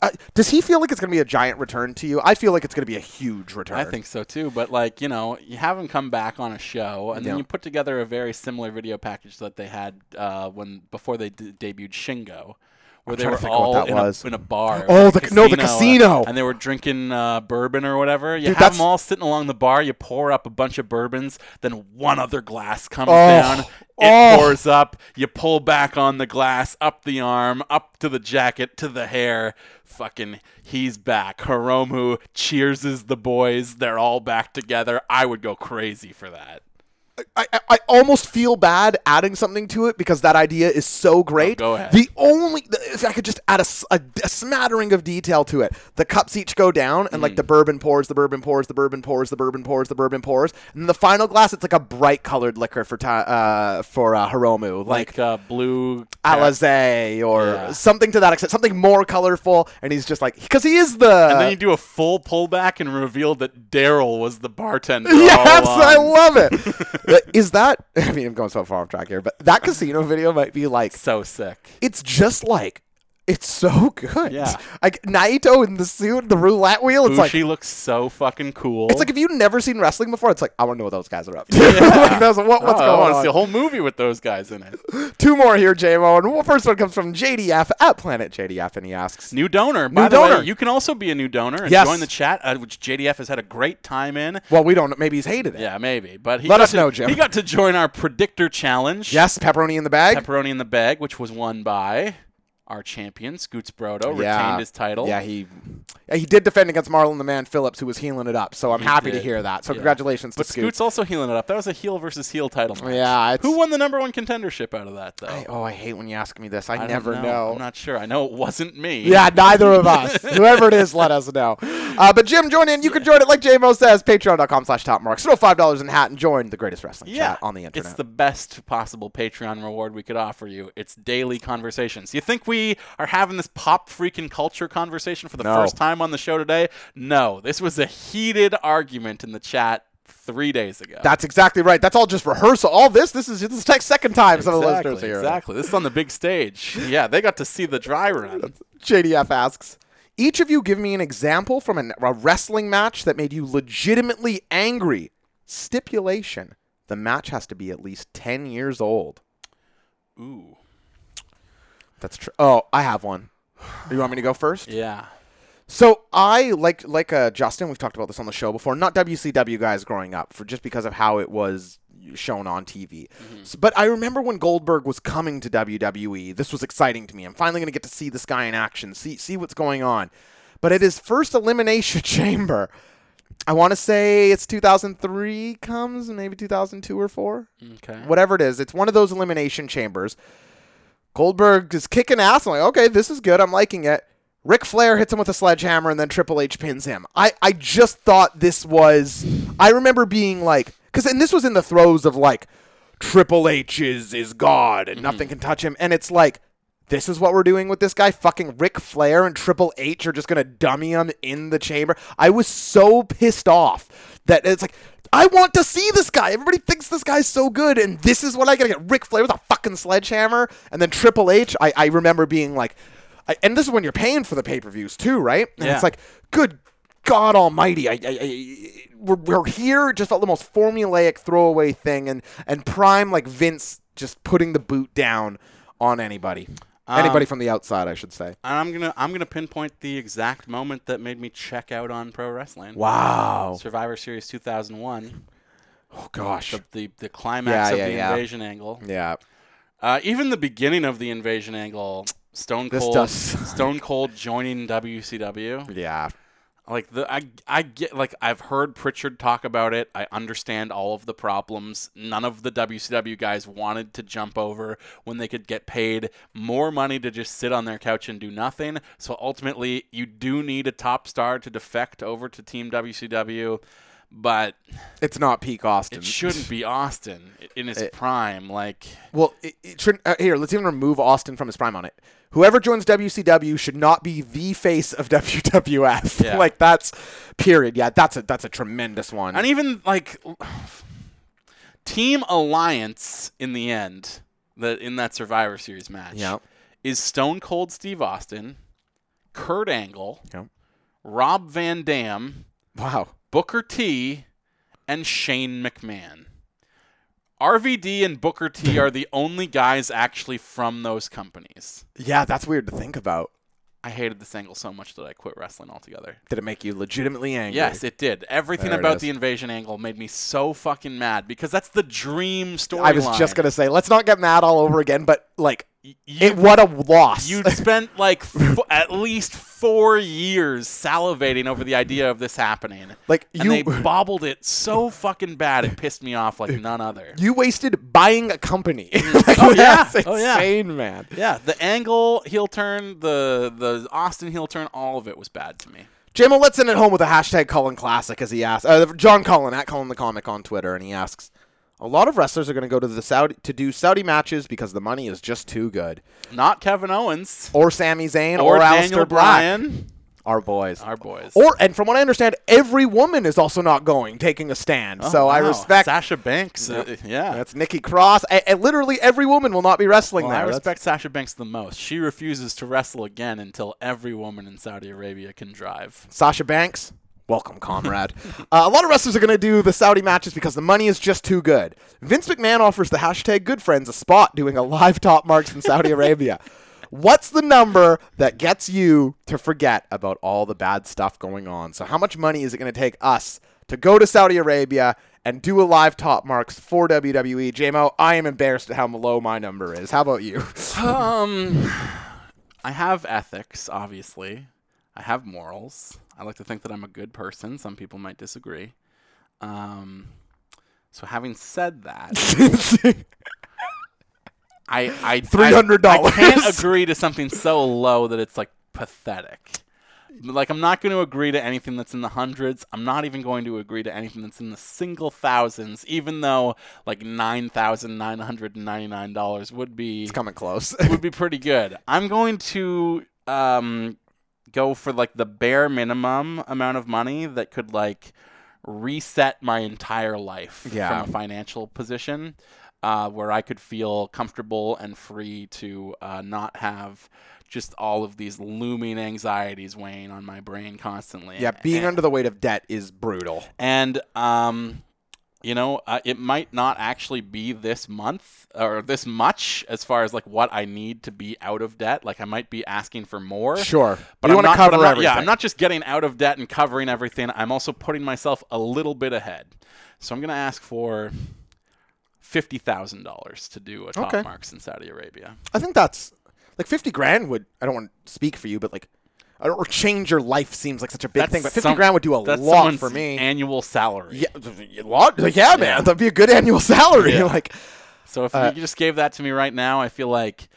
Speaker 4: uh, does he feel like it's going to be a giant return to you? I feel like it's going to be a huge return.
Speaker 3: I think so too, but like you know, you have them come back on a show, and
Speaker 4: Yeah.
Speaker 3: then you put together a very similar video package that they had uh, when before they d- debuted Shingo, where they
Speaker 4: trying
Speaker 3: were
Speaker 4: to think what
Speaker 3: all
Speaker 4: that
Speaker 3: in,
Speaker 4: was.
Speaker 3: A, in a bar.
Speaker 4: Oh,
Speaker 3: or a
Speaker 4: the- no, the casino.
Speaker 3: and they were drinking uh, bourbon or whatever. You
Speaker 4: Dude,
Speaker 3: have
Speaker 4: that's-
Speaker 3: them all sitting along the bar. You pour up a bunch of bourbons, then one other glass comes
Speaker 4: Oh.
Speaker 3: down. It
Speaker 4: Oh.
Speaker 3: pours up. You pull back on the glass, up the arm, up to the jacket, to the hair. Fucking, he's back. Hiromu cheerses the boys. They're all back together. I would go crazy for that.
Speaker 4: I, I, I almost feel bad adding something to it because that idea is so great.
Speaker 3: Oh, go ahead.
Speaker 4: The only th- if I could just add a, s- a- a smattering of detail to it, the cups each go down, and
Speaker 3: Mm.
Speaker 4: like the bourbon pours, the bourbon pours, the bourbon pours, the bourbon pours, the bourbon pours, and then the final glass it's like a bright colored liquor for ta- uh, for uh, Hiromu, like.
Speaker 3: Like uh, blue.
Speaker 4: Alizé or
Speaker 3: Yeah.
Speaker 4: something to that extent, something more colorful, and he's just like because he is the
Speaker 3: And
Speaker 4: [LAUGHS]
Speaker 3: then you do a full pullback and reveal that Daryl was the
Speaker 4: [LAUGHS]
Speaker 3: bartender.
Speaker 4: Yeah,
Speaker 3: all
Speaker 4: that's- I
Speaker 3: along.
Speaker 4: love it.
Speaker 3: [LAUGHS]
Speaker 4: That- Is that? [LAUGHS] I mean, I'm going so far off track here, but that casino video might be like
Speaker 3: so sick.
Speaker 4: it's just like it's so [LAUGHS] good.
Speaker 3: Yeah.
Speaker 4: like Naito in the suit, the roulette wheel. It's
Speaker 3: Bushi
Speaker 4: like
Speaker 3: looks so fucking cool.
Speaker 4: it's like if you've never seen wrestling before, it's like I want to know what those guys are
Speaker 3: [LAUGHS]
Speaker 4: up to. [LAUGHS] like, that's- what- what's
Speaker 3: Oh, I
Speaker 4: going
Speaker 3: want to
Speaker 4: on?
Speaker 3: see a whole movie with those guys in it.
Speaker 4: Two more here, JMO, and the first one comes from JDF at Planet JDF, and he asks,
Speaker 3: New donor. By
Speaker 4: New
Speaker 3: the
Speaker 4: donor.
Speaker 3: way, you can also be a new donor and
Speaker 4: Yes.
Speaker 3: join the chat, uh, which JDF has had a great time in.
Speaker 4: "Well, we don't. Maybe he's hated it.
Speaker 3: Yeah, maybe. But he
Speaker 4: Let
Speaker 3: got
Speaker 4: us
Speaker 3: to-
Speaker 4: know, Jim.
Speaker 3: He got to join our predictor challenge.
Speaker 4: Yes, pepperoni in the bag.
Speaker 3: Pepperoni in the bag, which was won by our champion Scoots Brodo, retained his title.
Speaker 4: Yeah, he yeah, he did defend against Marlon the Man Phillips, who was healing it up. So I'm happy to
Speaker 3: did.
Speaker 4: hear that. So
Speaker 3: Yeah.
Speaker 4: congratulations
Speaker 3: But
Speaker 4: to
Speaker 3: Scoots
Speaker 4: Scoots. Oh,
Speaker 3: also healing it up. That was a heel versus heel title match.
Speaker 4: Yeah, it's-
Speaker 3: Who won the number one contendership out of that though?
Speaker 4: oh, I hate when you ask me this. I,
Speaker 3: I don't
Speaker 4: never know.
Speaker 3: I'm not sure. I know it wasn't me.
Speaker 4: Yeah, neither
Speaker 3: [LAUGHS]
Speaker 4: of us. Whoever it is, let us know. Uh, but Jim, join in. You can join it like JMO says, patreon.com slash top marks. Throw five dollars in the hat and join the greatest wrestling chat on the internet.
Speaker 3: It's the best possible Patreon reward we could offer you. It's daily conversations. You think we are having this pop freaking culture conversation for the
Speaker 4: No.
Speaker 3: first time on the show today? No, this was a heated argument in the chat three days ago.
Speaker 4: That's exactly right. That's all just rehearsal. All this, this is this is like second time some of the listeners
Speaker 3: exactly,
Speaker 4: here.
Speaker 3: exactly. This is on the big stage. Yeah, they got to see the dry run.
Speaker 4: JDF asks, each of you give me an example from an, a wrestling match that made you legitimately angry. Stipulation: the match has to be at least ten years old.
Speaker 3: Ooh,
Speaker 4: That's true. Oh, I have one. You want me to go first?
Speaker 3: yeah.
Speaker 4: So I like like uh, Justin. We've talked about this on the show before. Not WCW guys growing up for just because of how it was shown on TV. So, but I remember when Goldberg was coming to WWE. This was exciting to me. I'm finally going to get to see this guy in action. See see what's going on. But at his first elimination [LAUGHS] chamber, I want to say it's 2003 comes maybe 2002 or four
Speaker 3: Okay.
Speaker 4: whatever it is. It's one of those elimination chambers. Goldberg is kicking ass. I'm like, okay, this is good. I'm liking it. Ric Flair hits him with a sledgehammer, and then Triple H pins him. I, I just thought this was. I remember being like, because and this was in the throes of like, Triple H is is God, and nothing can touch him. And it's like, this is what we're doing with this guy. Fucking Ric Flair and Triple H are just gonna dummy him in the chamber. I was so pissed off that it's like I want to see this guy. Everybody thinks this guy's so good, and this is what I gotta get. Ric Flair with a fucking sledgehammer, and then Triple H. I, I remember being like, I, and this is when you're paying for the pay per views too, right? And
Speaker 3: Yeah.
Speaker 4: it's like, good God Almighty, I, I, I, we're, we're here just at the most formulaic throwaway thing, and and prime like Vince just putting the boot down on anybody, anybody from the outside, I should say.
Speaker 3: And I'm gonna I'm gonna pinpoint the exact moment that made me check out on pro wrestling.
Speaker 4: Wow.
Speaker 3: Survivor Series 2001,
Speaker 4: Oh gosh.
Speaker 3: the the climax
Speaker 4: Yeah,
Speaker 3: of
Speaker 4: yeah,
Speaker 3: the
Speaker 4: yeah.
Speaker 3: invasion angle.
Speaker 4: Yeah.
Speaker 3: Uh, even the beginning of the invasion angle, Stone
Speaker 4: This
Speaker 3: Cold [LAUGHS]
Speaker 4: does-
Speaker 3: Stone Cold joining WCW.
Speaker 4: Yeah.
Speaker 3: Like the I I get like I've heard Pritchard talk about it. I understand all of the problems. None of the WCW guys wanted to jump over when they could get paid more money to just sit on their couch and do nothing. So ultimately, you do need a top star to defect over to team WCW,
Speaker 4: [LAUGHS]
Speaker 3: but
Speaker 4: It's not peak Austin.
Speaker 3: it shouldn't be Austin in his prime. Like
Speaker 4: Well, it, it shouldn't. Uh, here, let's even remove Austin from his prime on it. Whoever joins WCW should not be the face of [LAUGHS] WWF.
Speaker 3: Yeah.
Speaker 4: like that's period. Yeah, that's a that's a tremendous one.
Speaker 3: And even like Team Alliance in the end, the in that Survivor Series match,
Speaker 4: Yep.
Speaker 3: is Stone Cold Steve Austin, Kurt Angle,
Speaker 4: Yep.
Speaker 3: Rob Van Dam,
Speaker 4: wow.
Speaker 3: Booker T, and Shane McMahon. RVD and Booker T are the only guys actually from those companies.
Speaker 4: Yeah, that's weird to think about.
Speaker 3: I hated this angle so much that I quit wrestling altogether.
Speaker 4: Did it make you legitimately angry?
Speaker 3: Yes, it did. Everything
Speaker 4: There it
Speaker 3: about
Speaker 4: is.
Speaker 3: the invasion angle made me so fucking mad because that's the dream storyline.
Speaker 4: I was just gonna say, let's not get mad all over again, but like,
Speaker 3: You,
Speaker 4: it what a loss.
Speaker 3: you'd spent like f- at least four years salivating over the idea of this happening.
Speaker 4: Like,
Speaker 3: and
Speaker 4: you- [LAUGHS]
Speaker 3: they bobbled it so fucking bad, it pissed me off like none other.
Speaker 4: [LAUGHS] you wasted buying a company. like,
Speaker 3: [LAUGHS] Oh, yeah.
Speaker 4: [LAUGHS] that's
Speaker 3: Oh, yeah.
Speaker 4: insane, man.
Speaker 3: yeah, the angle heel turn, the the Austin heel turn, all of it was bad to me.
Speaker 4: Jim Olitson at home with a hashtag Cullen Classic as he asks, uh, John Cullen at Cullen the Comic on Twitter, and he asks, a lot of wrestlers are going to go to the Saudi to do Saudi matches because the money is just too good.
Speaker 3: Not Kevin Owens
Speaker 4: Or Sami Zayn or,
Speaker 3: or, Daniel
Speaker 4: Aleister Black,
Speaker 3: Bryan,
Speaker 4: our boys.
Speaker 3: our boys.
Speaker 4: or and from what I understand, every woman is also not going, taking a stand. so I
Speaker 3: Wow,
Speaker 4: respect.
Speaker 3: Sasha Banks. uh, yeah,
Speaker 4: That's Nikki Cross. A- and literally every woman will not be wrestling
Speaker 3: Well,
Speaker 4: there.
Speaker 3: I
Speaker 4: That's-
Speaker 3: respect Sasha Banks the most. She refuses to wrestle again until every woman in Saudi Arabia can drive.
Speaker 4: Sasha Banks,
Speaker 3: [LAUGHS]
Speaker 4: welcome, comrade. uh, a lot of wrestlers are going to do the Saudi matches because the money is just too good. Vince McMahon offers the hashtag Good Friends a spot doing a live top march
Speaker 3: [LAUGHS]
Speaker 4: in Saudi Arabia. What's the number that gets you to forget about all the bad stuff going on? So, how much money is it going to take us to go to Saudi Arabia and do a live top marks for E? WWE? JMO, I am embarrassed at how low my number is. How about you? [LAUGHS]
Speaker 3: Um, I have ethics, obviously. I have morals. I like to think that I'm a good person. Some people might disagree. Um, so having said that, I I
Speaker 4: $300.
Speaker 3: I can't agree to something so low that it's like pathetic. Like I'm not going to agree to anything that's in the hundreds. I'm not even going to agree to anything that's in the single thousands, even though like nine thousand nine hundred and ninety nine dollars would be
Speaker 4: Coming close.
Speaker 3: [LAUGHS] would be pretty good. I'm going to um, go for like the bare minimum amount of money that could like reset my entire life
Speaker 4: Yeah.
Speaker 3: from a financial position. Uh, where I could feel comfortable and free to uh, not have just all of these looming anxieties weighing on my brain constantly.
Speaker 4: yeah, being
Speaker 3: And-
Speaker 4: under the weight of debt is brutal.
Speaker 3: and um, you know, uh, it might not actually be this month or this much as far as like what I need to be out of debt. Like I might be asking for more.
Speaker 4: Sure.
Speaker 3: But
Speaker 4: You
Speaker 3: I'm
Speaker 4: wanna
Speaker 3: not, but
Speaker 4: cover
Speaker 3: I'm not- Yeah,
Speaker 4: everything.
Speaker 3: I'm not just getting out of debt and covering everything. I'm also putting myself a little bit ahead. So I'm gonna ask for fifty thousand dollars to do a top
Speaker 4: Okay.
Speaker 3: marks in Saudi Arabia.
Speaker 4: I think that's like fifty grand would. I don't want to speak for you, but like, I don't- or change your life seems like such a big thing. But fifty
Speaker 3: some-
Speaker 4: grand would do a
Speaker 3: that's
Speaker 4: lot for
Speaker 3: someone's
Speaker 4: me.
Speaker 3: Annual salary.
Speaker 4: yeah, a lot. Like, yeah, man, that'd be a good annual salary.
Speaker 3: Yeah.
Speaker 4: [LAUGHS] Like,
Speaker 3: So
Speaker 4: Uh,
Speaker 3: if you just gave that to me right now, I feel like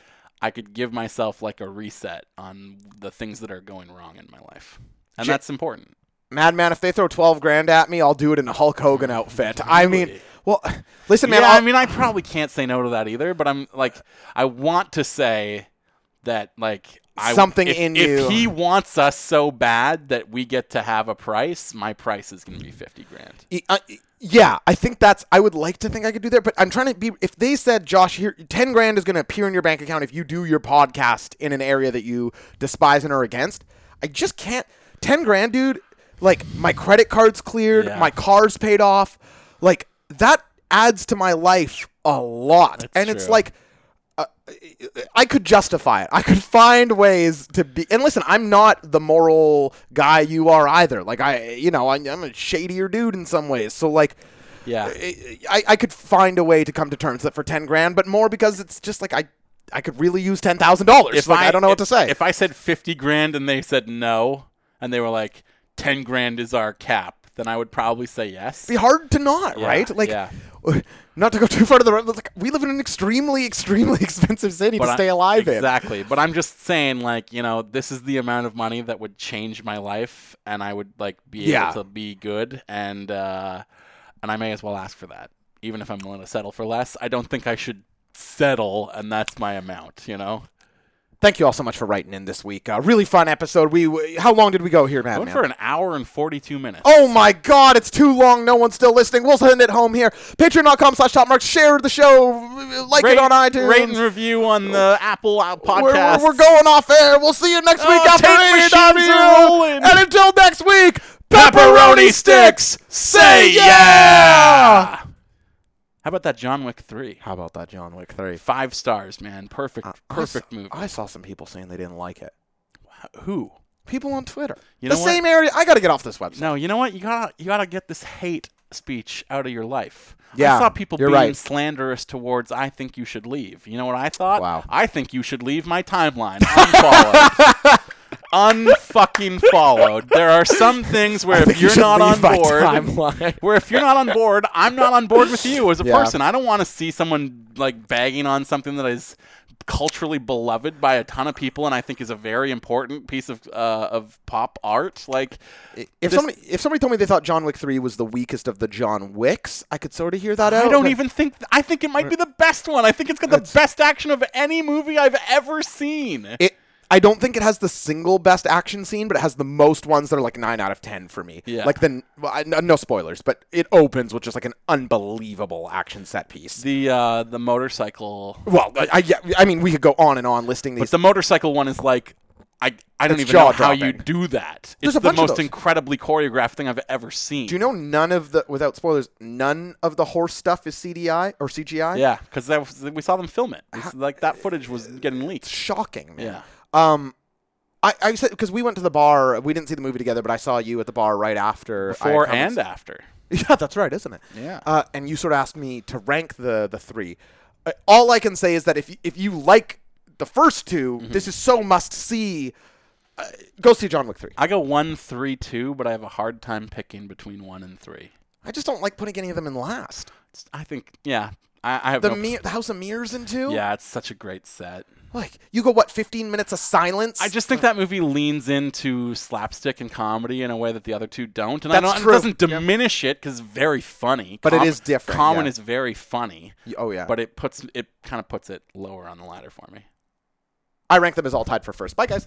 Speaker 3: I could give myself like a reset on the things that are going wrong in my life. And
Speaker 4: Sure.
Speaker 3: that's important.
Speaker 4: madman, if they throw twelve grand at me, I'll do it in a Hulk Hogan outfit. I mean, well, [SIGHS] listen, man.
Speaker 3: yeah,
Speaker 4: I'll-
Speaker 3: I mean, I probably can't say no to that either, but I'm like, I want to say that like I-
Speaker 4: something
Speaker 3: if-
Speaker 4: in
Speaker 3: if
Speaker 4: you.
Speaker 3: he wants us so bad that we get to have a price, my price is going to be 50 grand.
Speaker 4: Y- uh, y- yeah, I think that's. I would like to think I could do that, but I'm trying to be. If they said, Josh, here, ten grand is going to appear in your bank account if you do your podcast in an area that you despise and are against, I just can't. Ten grand, dude. Like my credit card's cleared,
Speaker 3: Yeah.
Speaker 4: my car's paid off. Like that adds to my life a lot, and it's
Speaker 3: true.
Speaker 4: like. uh, I could justify it. I could [LAUGHS] find ways to be. And listen, I'm not the moral guy you are either. Like I, you know, I, I'm a shadier dude in some ways. So like,
Speaker 3: Yeah.
Speaker 4: I, I could find a way to come to terms that for ten grand, but more because it's just like I, I could really use ten thousand dollars. Like I, don't know what to
Speaker 3: if-
Speaker 4: say.
Speaker 3: If I said 50 grand and they said no, and they were like, 10 grand is our cap, then I would probably say yes.
Speaker 4: be hard to not,
Speaker 3: Yeah,
Speaker 4: right? Like.
Speaker 3: yeah.
Speaker 4: [LAUGHS] Not to go too far to the right, but, like, we live in an extremely, [LAUGHS] extremely expensive city to
Speaker 3: I-
Speaker 4: stay alive in.
Speaker 3: Exactly. But I'm just saying, like, you know, this is the amount of money that would change my life, and I would like be
Speaker 4: Yeah.
Speaker 3: able to be good, and uh, and I may as well ask for that, even if I'm willing to settle for less. I don't think I should settle, and that's my amount. You know,
Speaker 4: Thank you all so much for writing in this week. Uh, really fun episode. We how long did we go here, man?
Speaker 3: I went for an hour and 42 minutes.
Speaker 4: Oh my god, it's too long. No one's still listening. We'll send it home here. Patreon.com slash top marks. Share the show. Like it on iTunes.
Speaker 3: Rate and review on the Apple uh,
Speaker 4: Oh. We're-
Speaker 3: podcast.
Speaker 4: we're- We're, going off air. We'll see you next
Speaker 3: Oh,
Speaker 4: week after
Speaker 3: tape machines are
Speaker 4: AEW.
Speaker 3: rolling.
Speaker 4: And until next week,
Speaker 3: pepperoni sticks. Say yeah. How about that John Wick three?
Speaker 4: How about that John Wick 3?
Speaker 3: Five stars, man.
Speaker 4: Uh,
Speaker 3: Perfect, perfect
Speaker 4: I saw,
Speaker 3: movie.
Speaker 4: I saw some people saying they didn't like it.
Speaker 3: Who?
Speaker 4: People on Twitter.
Speaker 3: You
Speaker 4: the
Speaker 3: know what?
Speaker 4: same area. I got to get off this website.
Speaker 3: No, you know what? You gotta you gotta get this hate speech out of your life.
Speaker 4: Yeah,
Speaker 3: I saw people
Speaker 4: you're
Speaker 3: being
Speaker 4: right.
Speaker 3: slanderous towards I think you should leave. You know what I thought?
Speaker 4: Wow.
Speaker 3: I think you should leave my timeline. Unfollowed.
Speaker 4: [LAUGHS]
Speaker 3: Unfucking followed. There are some things where
Speaker 4: think
Speaker 3: if
Speaker 4: [LAUGHS] you
Speaker 3: you're
Speaker 4: should
Speaker 3: not
Speaker 4: leave
Speaker 3: on
Speaker 4: my
Speaker 3: board
Speaker 4: timeline.
Speaker 3: [LAUGHS] where if you're not on board, I'm not on board with you as a
Speaker 4: Yeah.
Speaker 3: person. I don't want to see someone like bagging on something that is culturally beloved by a ton of people and I think is a very important piece of uh, of pop art. Like
Speaker 4: If
Speaker 3: this-
Speaker 4: somebody if somebody told me they thought John Wick 3 was the weakest of the John Wicks, I could sort of hear that out.
Speaker 3: I don't
Speaker 4: but-
Speaker 3: even think. I think it might be the best one. I think it's got the best action of any movie I've ever seen.
Speaker 4: it I don't think it has the single best action scene, but it has the most ones that are like nine out of ten for me.
Speaker 3: Yeah.
Speaker 4: Like the well, I- no no spoilers, but it opens with just like an unbelievable action set piece.
Speaker 3: The uh, the motorcycle,
Speaker 4: well, I, I yeah, I mean we could go on and on listing
Speaker 3: but
Speaker 4: these.
Speaker 3: the motorcycle one is like. I, I don't
Speaker 4: It's
Speaker 3: even know how
Speaker 4: jaw-dropping.
Speaker 3: you do that. It's
Speaker 4: There's a
Speaker 3: the
Speaker 4: bunch
Speaker 3: most
Speaker 4: of those.
Speaker 3: incredibly choreographed thing I've ever seen.
Speaker 4: Do you know none of the without spoilers? None of the horse stuff is CDI or CGI.
Speaker 3: Yeah, because we saw them film it. It's like that footage was getting leaked.
Speaker 4: shocking, man.
Speaker 3: Yeah.
Speaker 4: Um, I, I said because we went to the bar. We didn't see the movie together, but I saw you at the bar right after. I had
Speaker 3: Before
Speaker 4: come and
Speaker 3: and after.
Speaker 4: [LAUGHS] Yeah, that's right, isn't it?
Speaker 3: Yeah.
Speaker 4: Uh, and you sort of asked me to rank the the three. Uh, all I can say is that if you, if you like the first 2
Speaker 3: Mm-hmm.
Speaker 4: this is so must see. Uh, go see John Wick three.
Speaker 3: I go one, three, two, but I have a hard time picking between one and three.
Speaker 4: I just don't like putting any of them in last.
Speaker 3: It's- I think, yeah, I, I have
Speaker 4: The
Speaker 3: no-
Speaker 4: mir- the House of Mirrors in two.
Speaker 3: Yeah, it's such a great set.
Speaker 4: Like you go what fifteen minutes of silence.
Speaker 3: I just think that movie leans into slapstick and comedy in a way that the other two don't, and I
Speaker 4: That's
Speaker 3: don't, and
Speaker 4: true.
Speaker 3: it doesn't diminish it 'cause it because it's very funny.
Speaker 4: But it is different,
Speaker 3: Common
Speaker 4: yeah.
Speaker 3: is very funny,
Speaker 4: Y- oh yeah.
Speaker 3: but it puts it kind of puts it lower on the ladder for me.
Speaker 4: I rank them as all tied for first. Bye guys.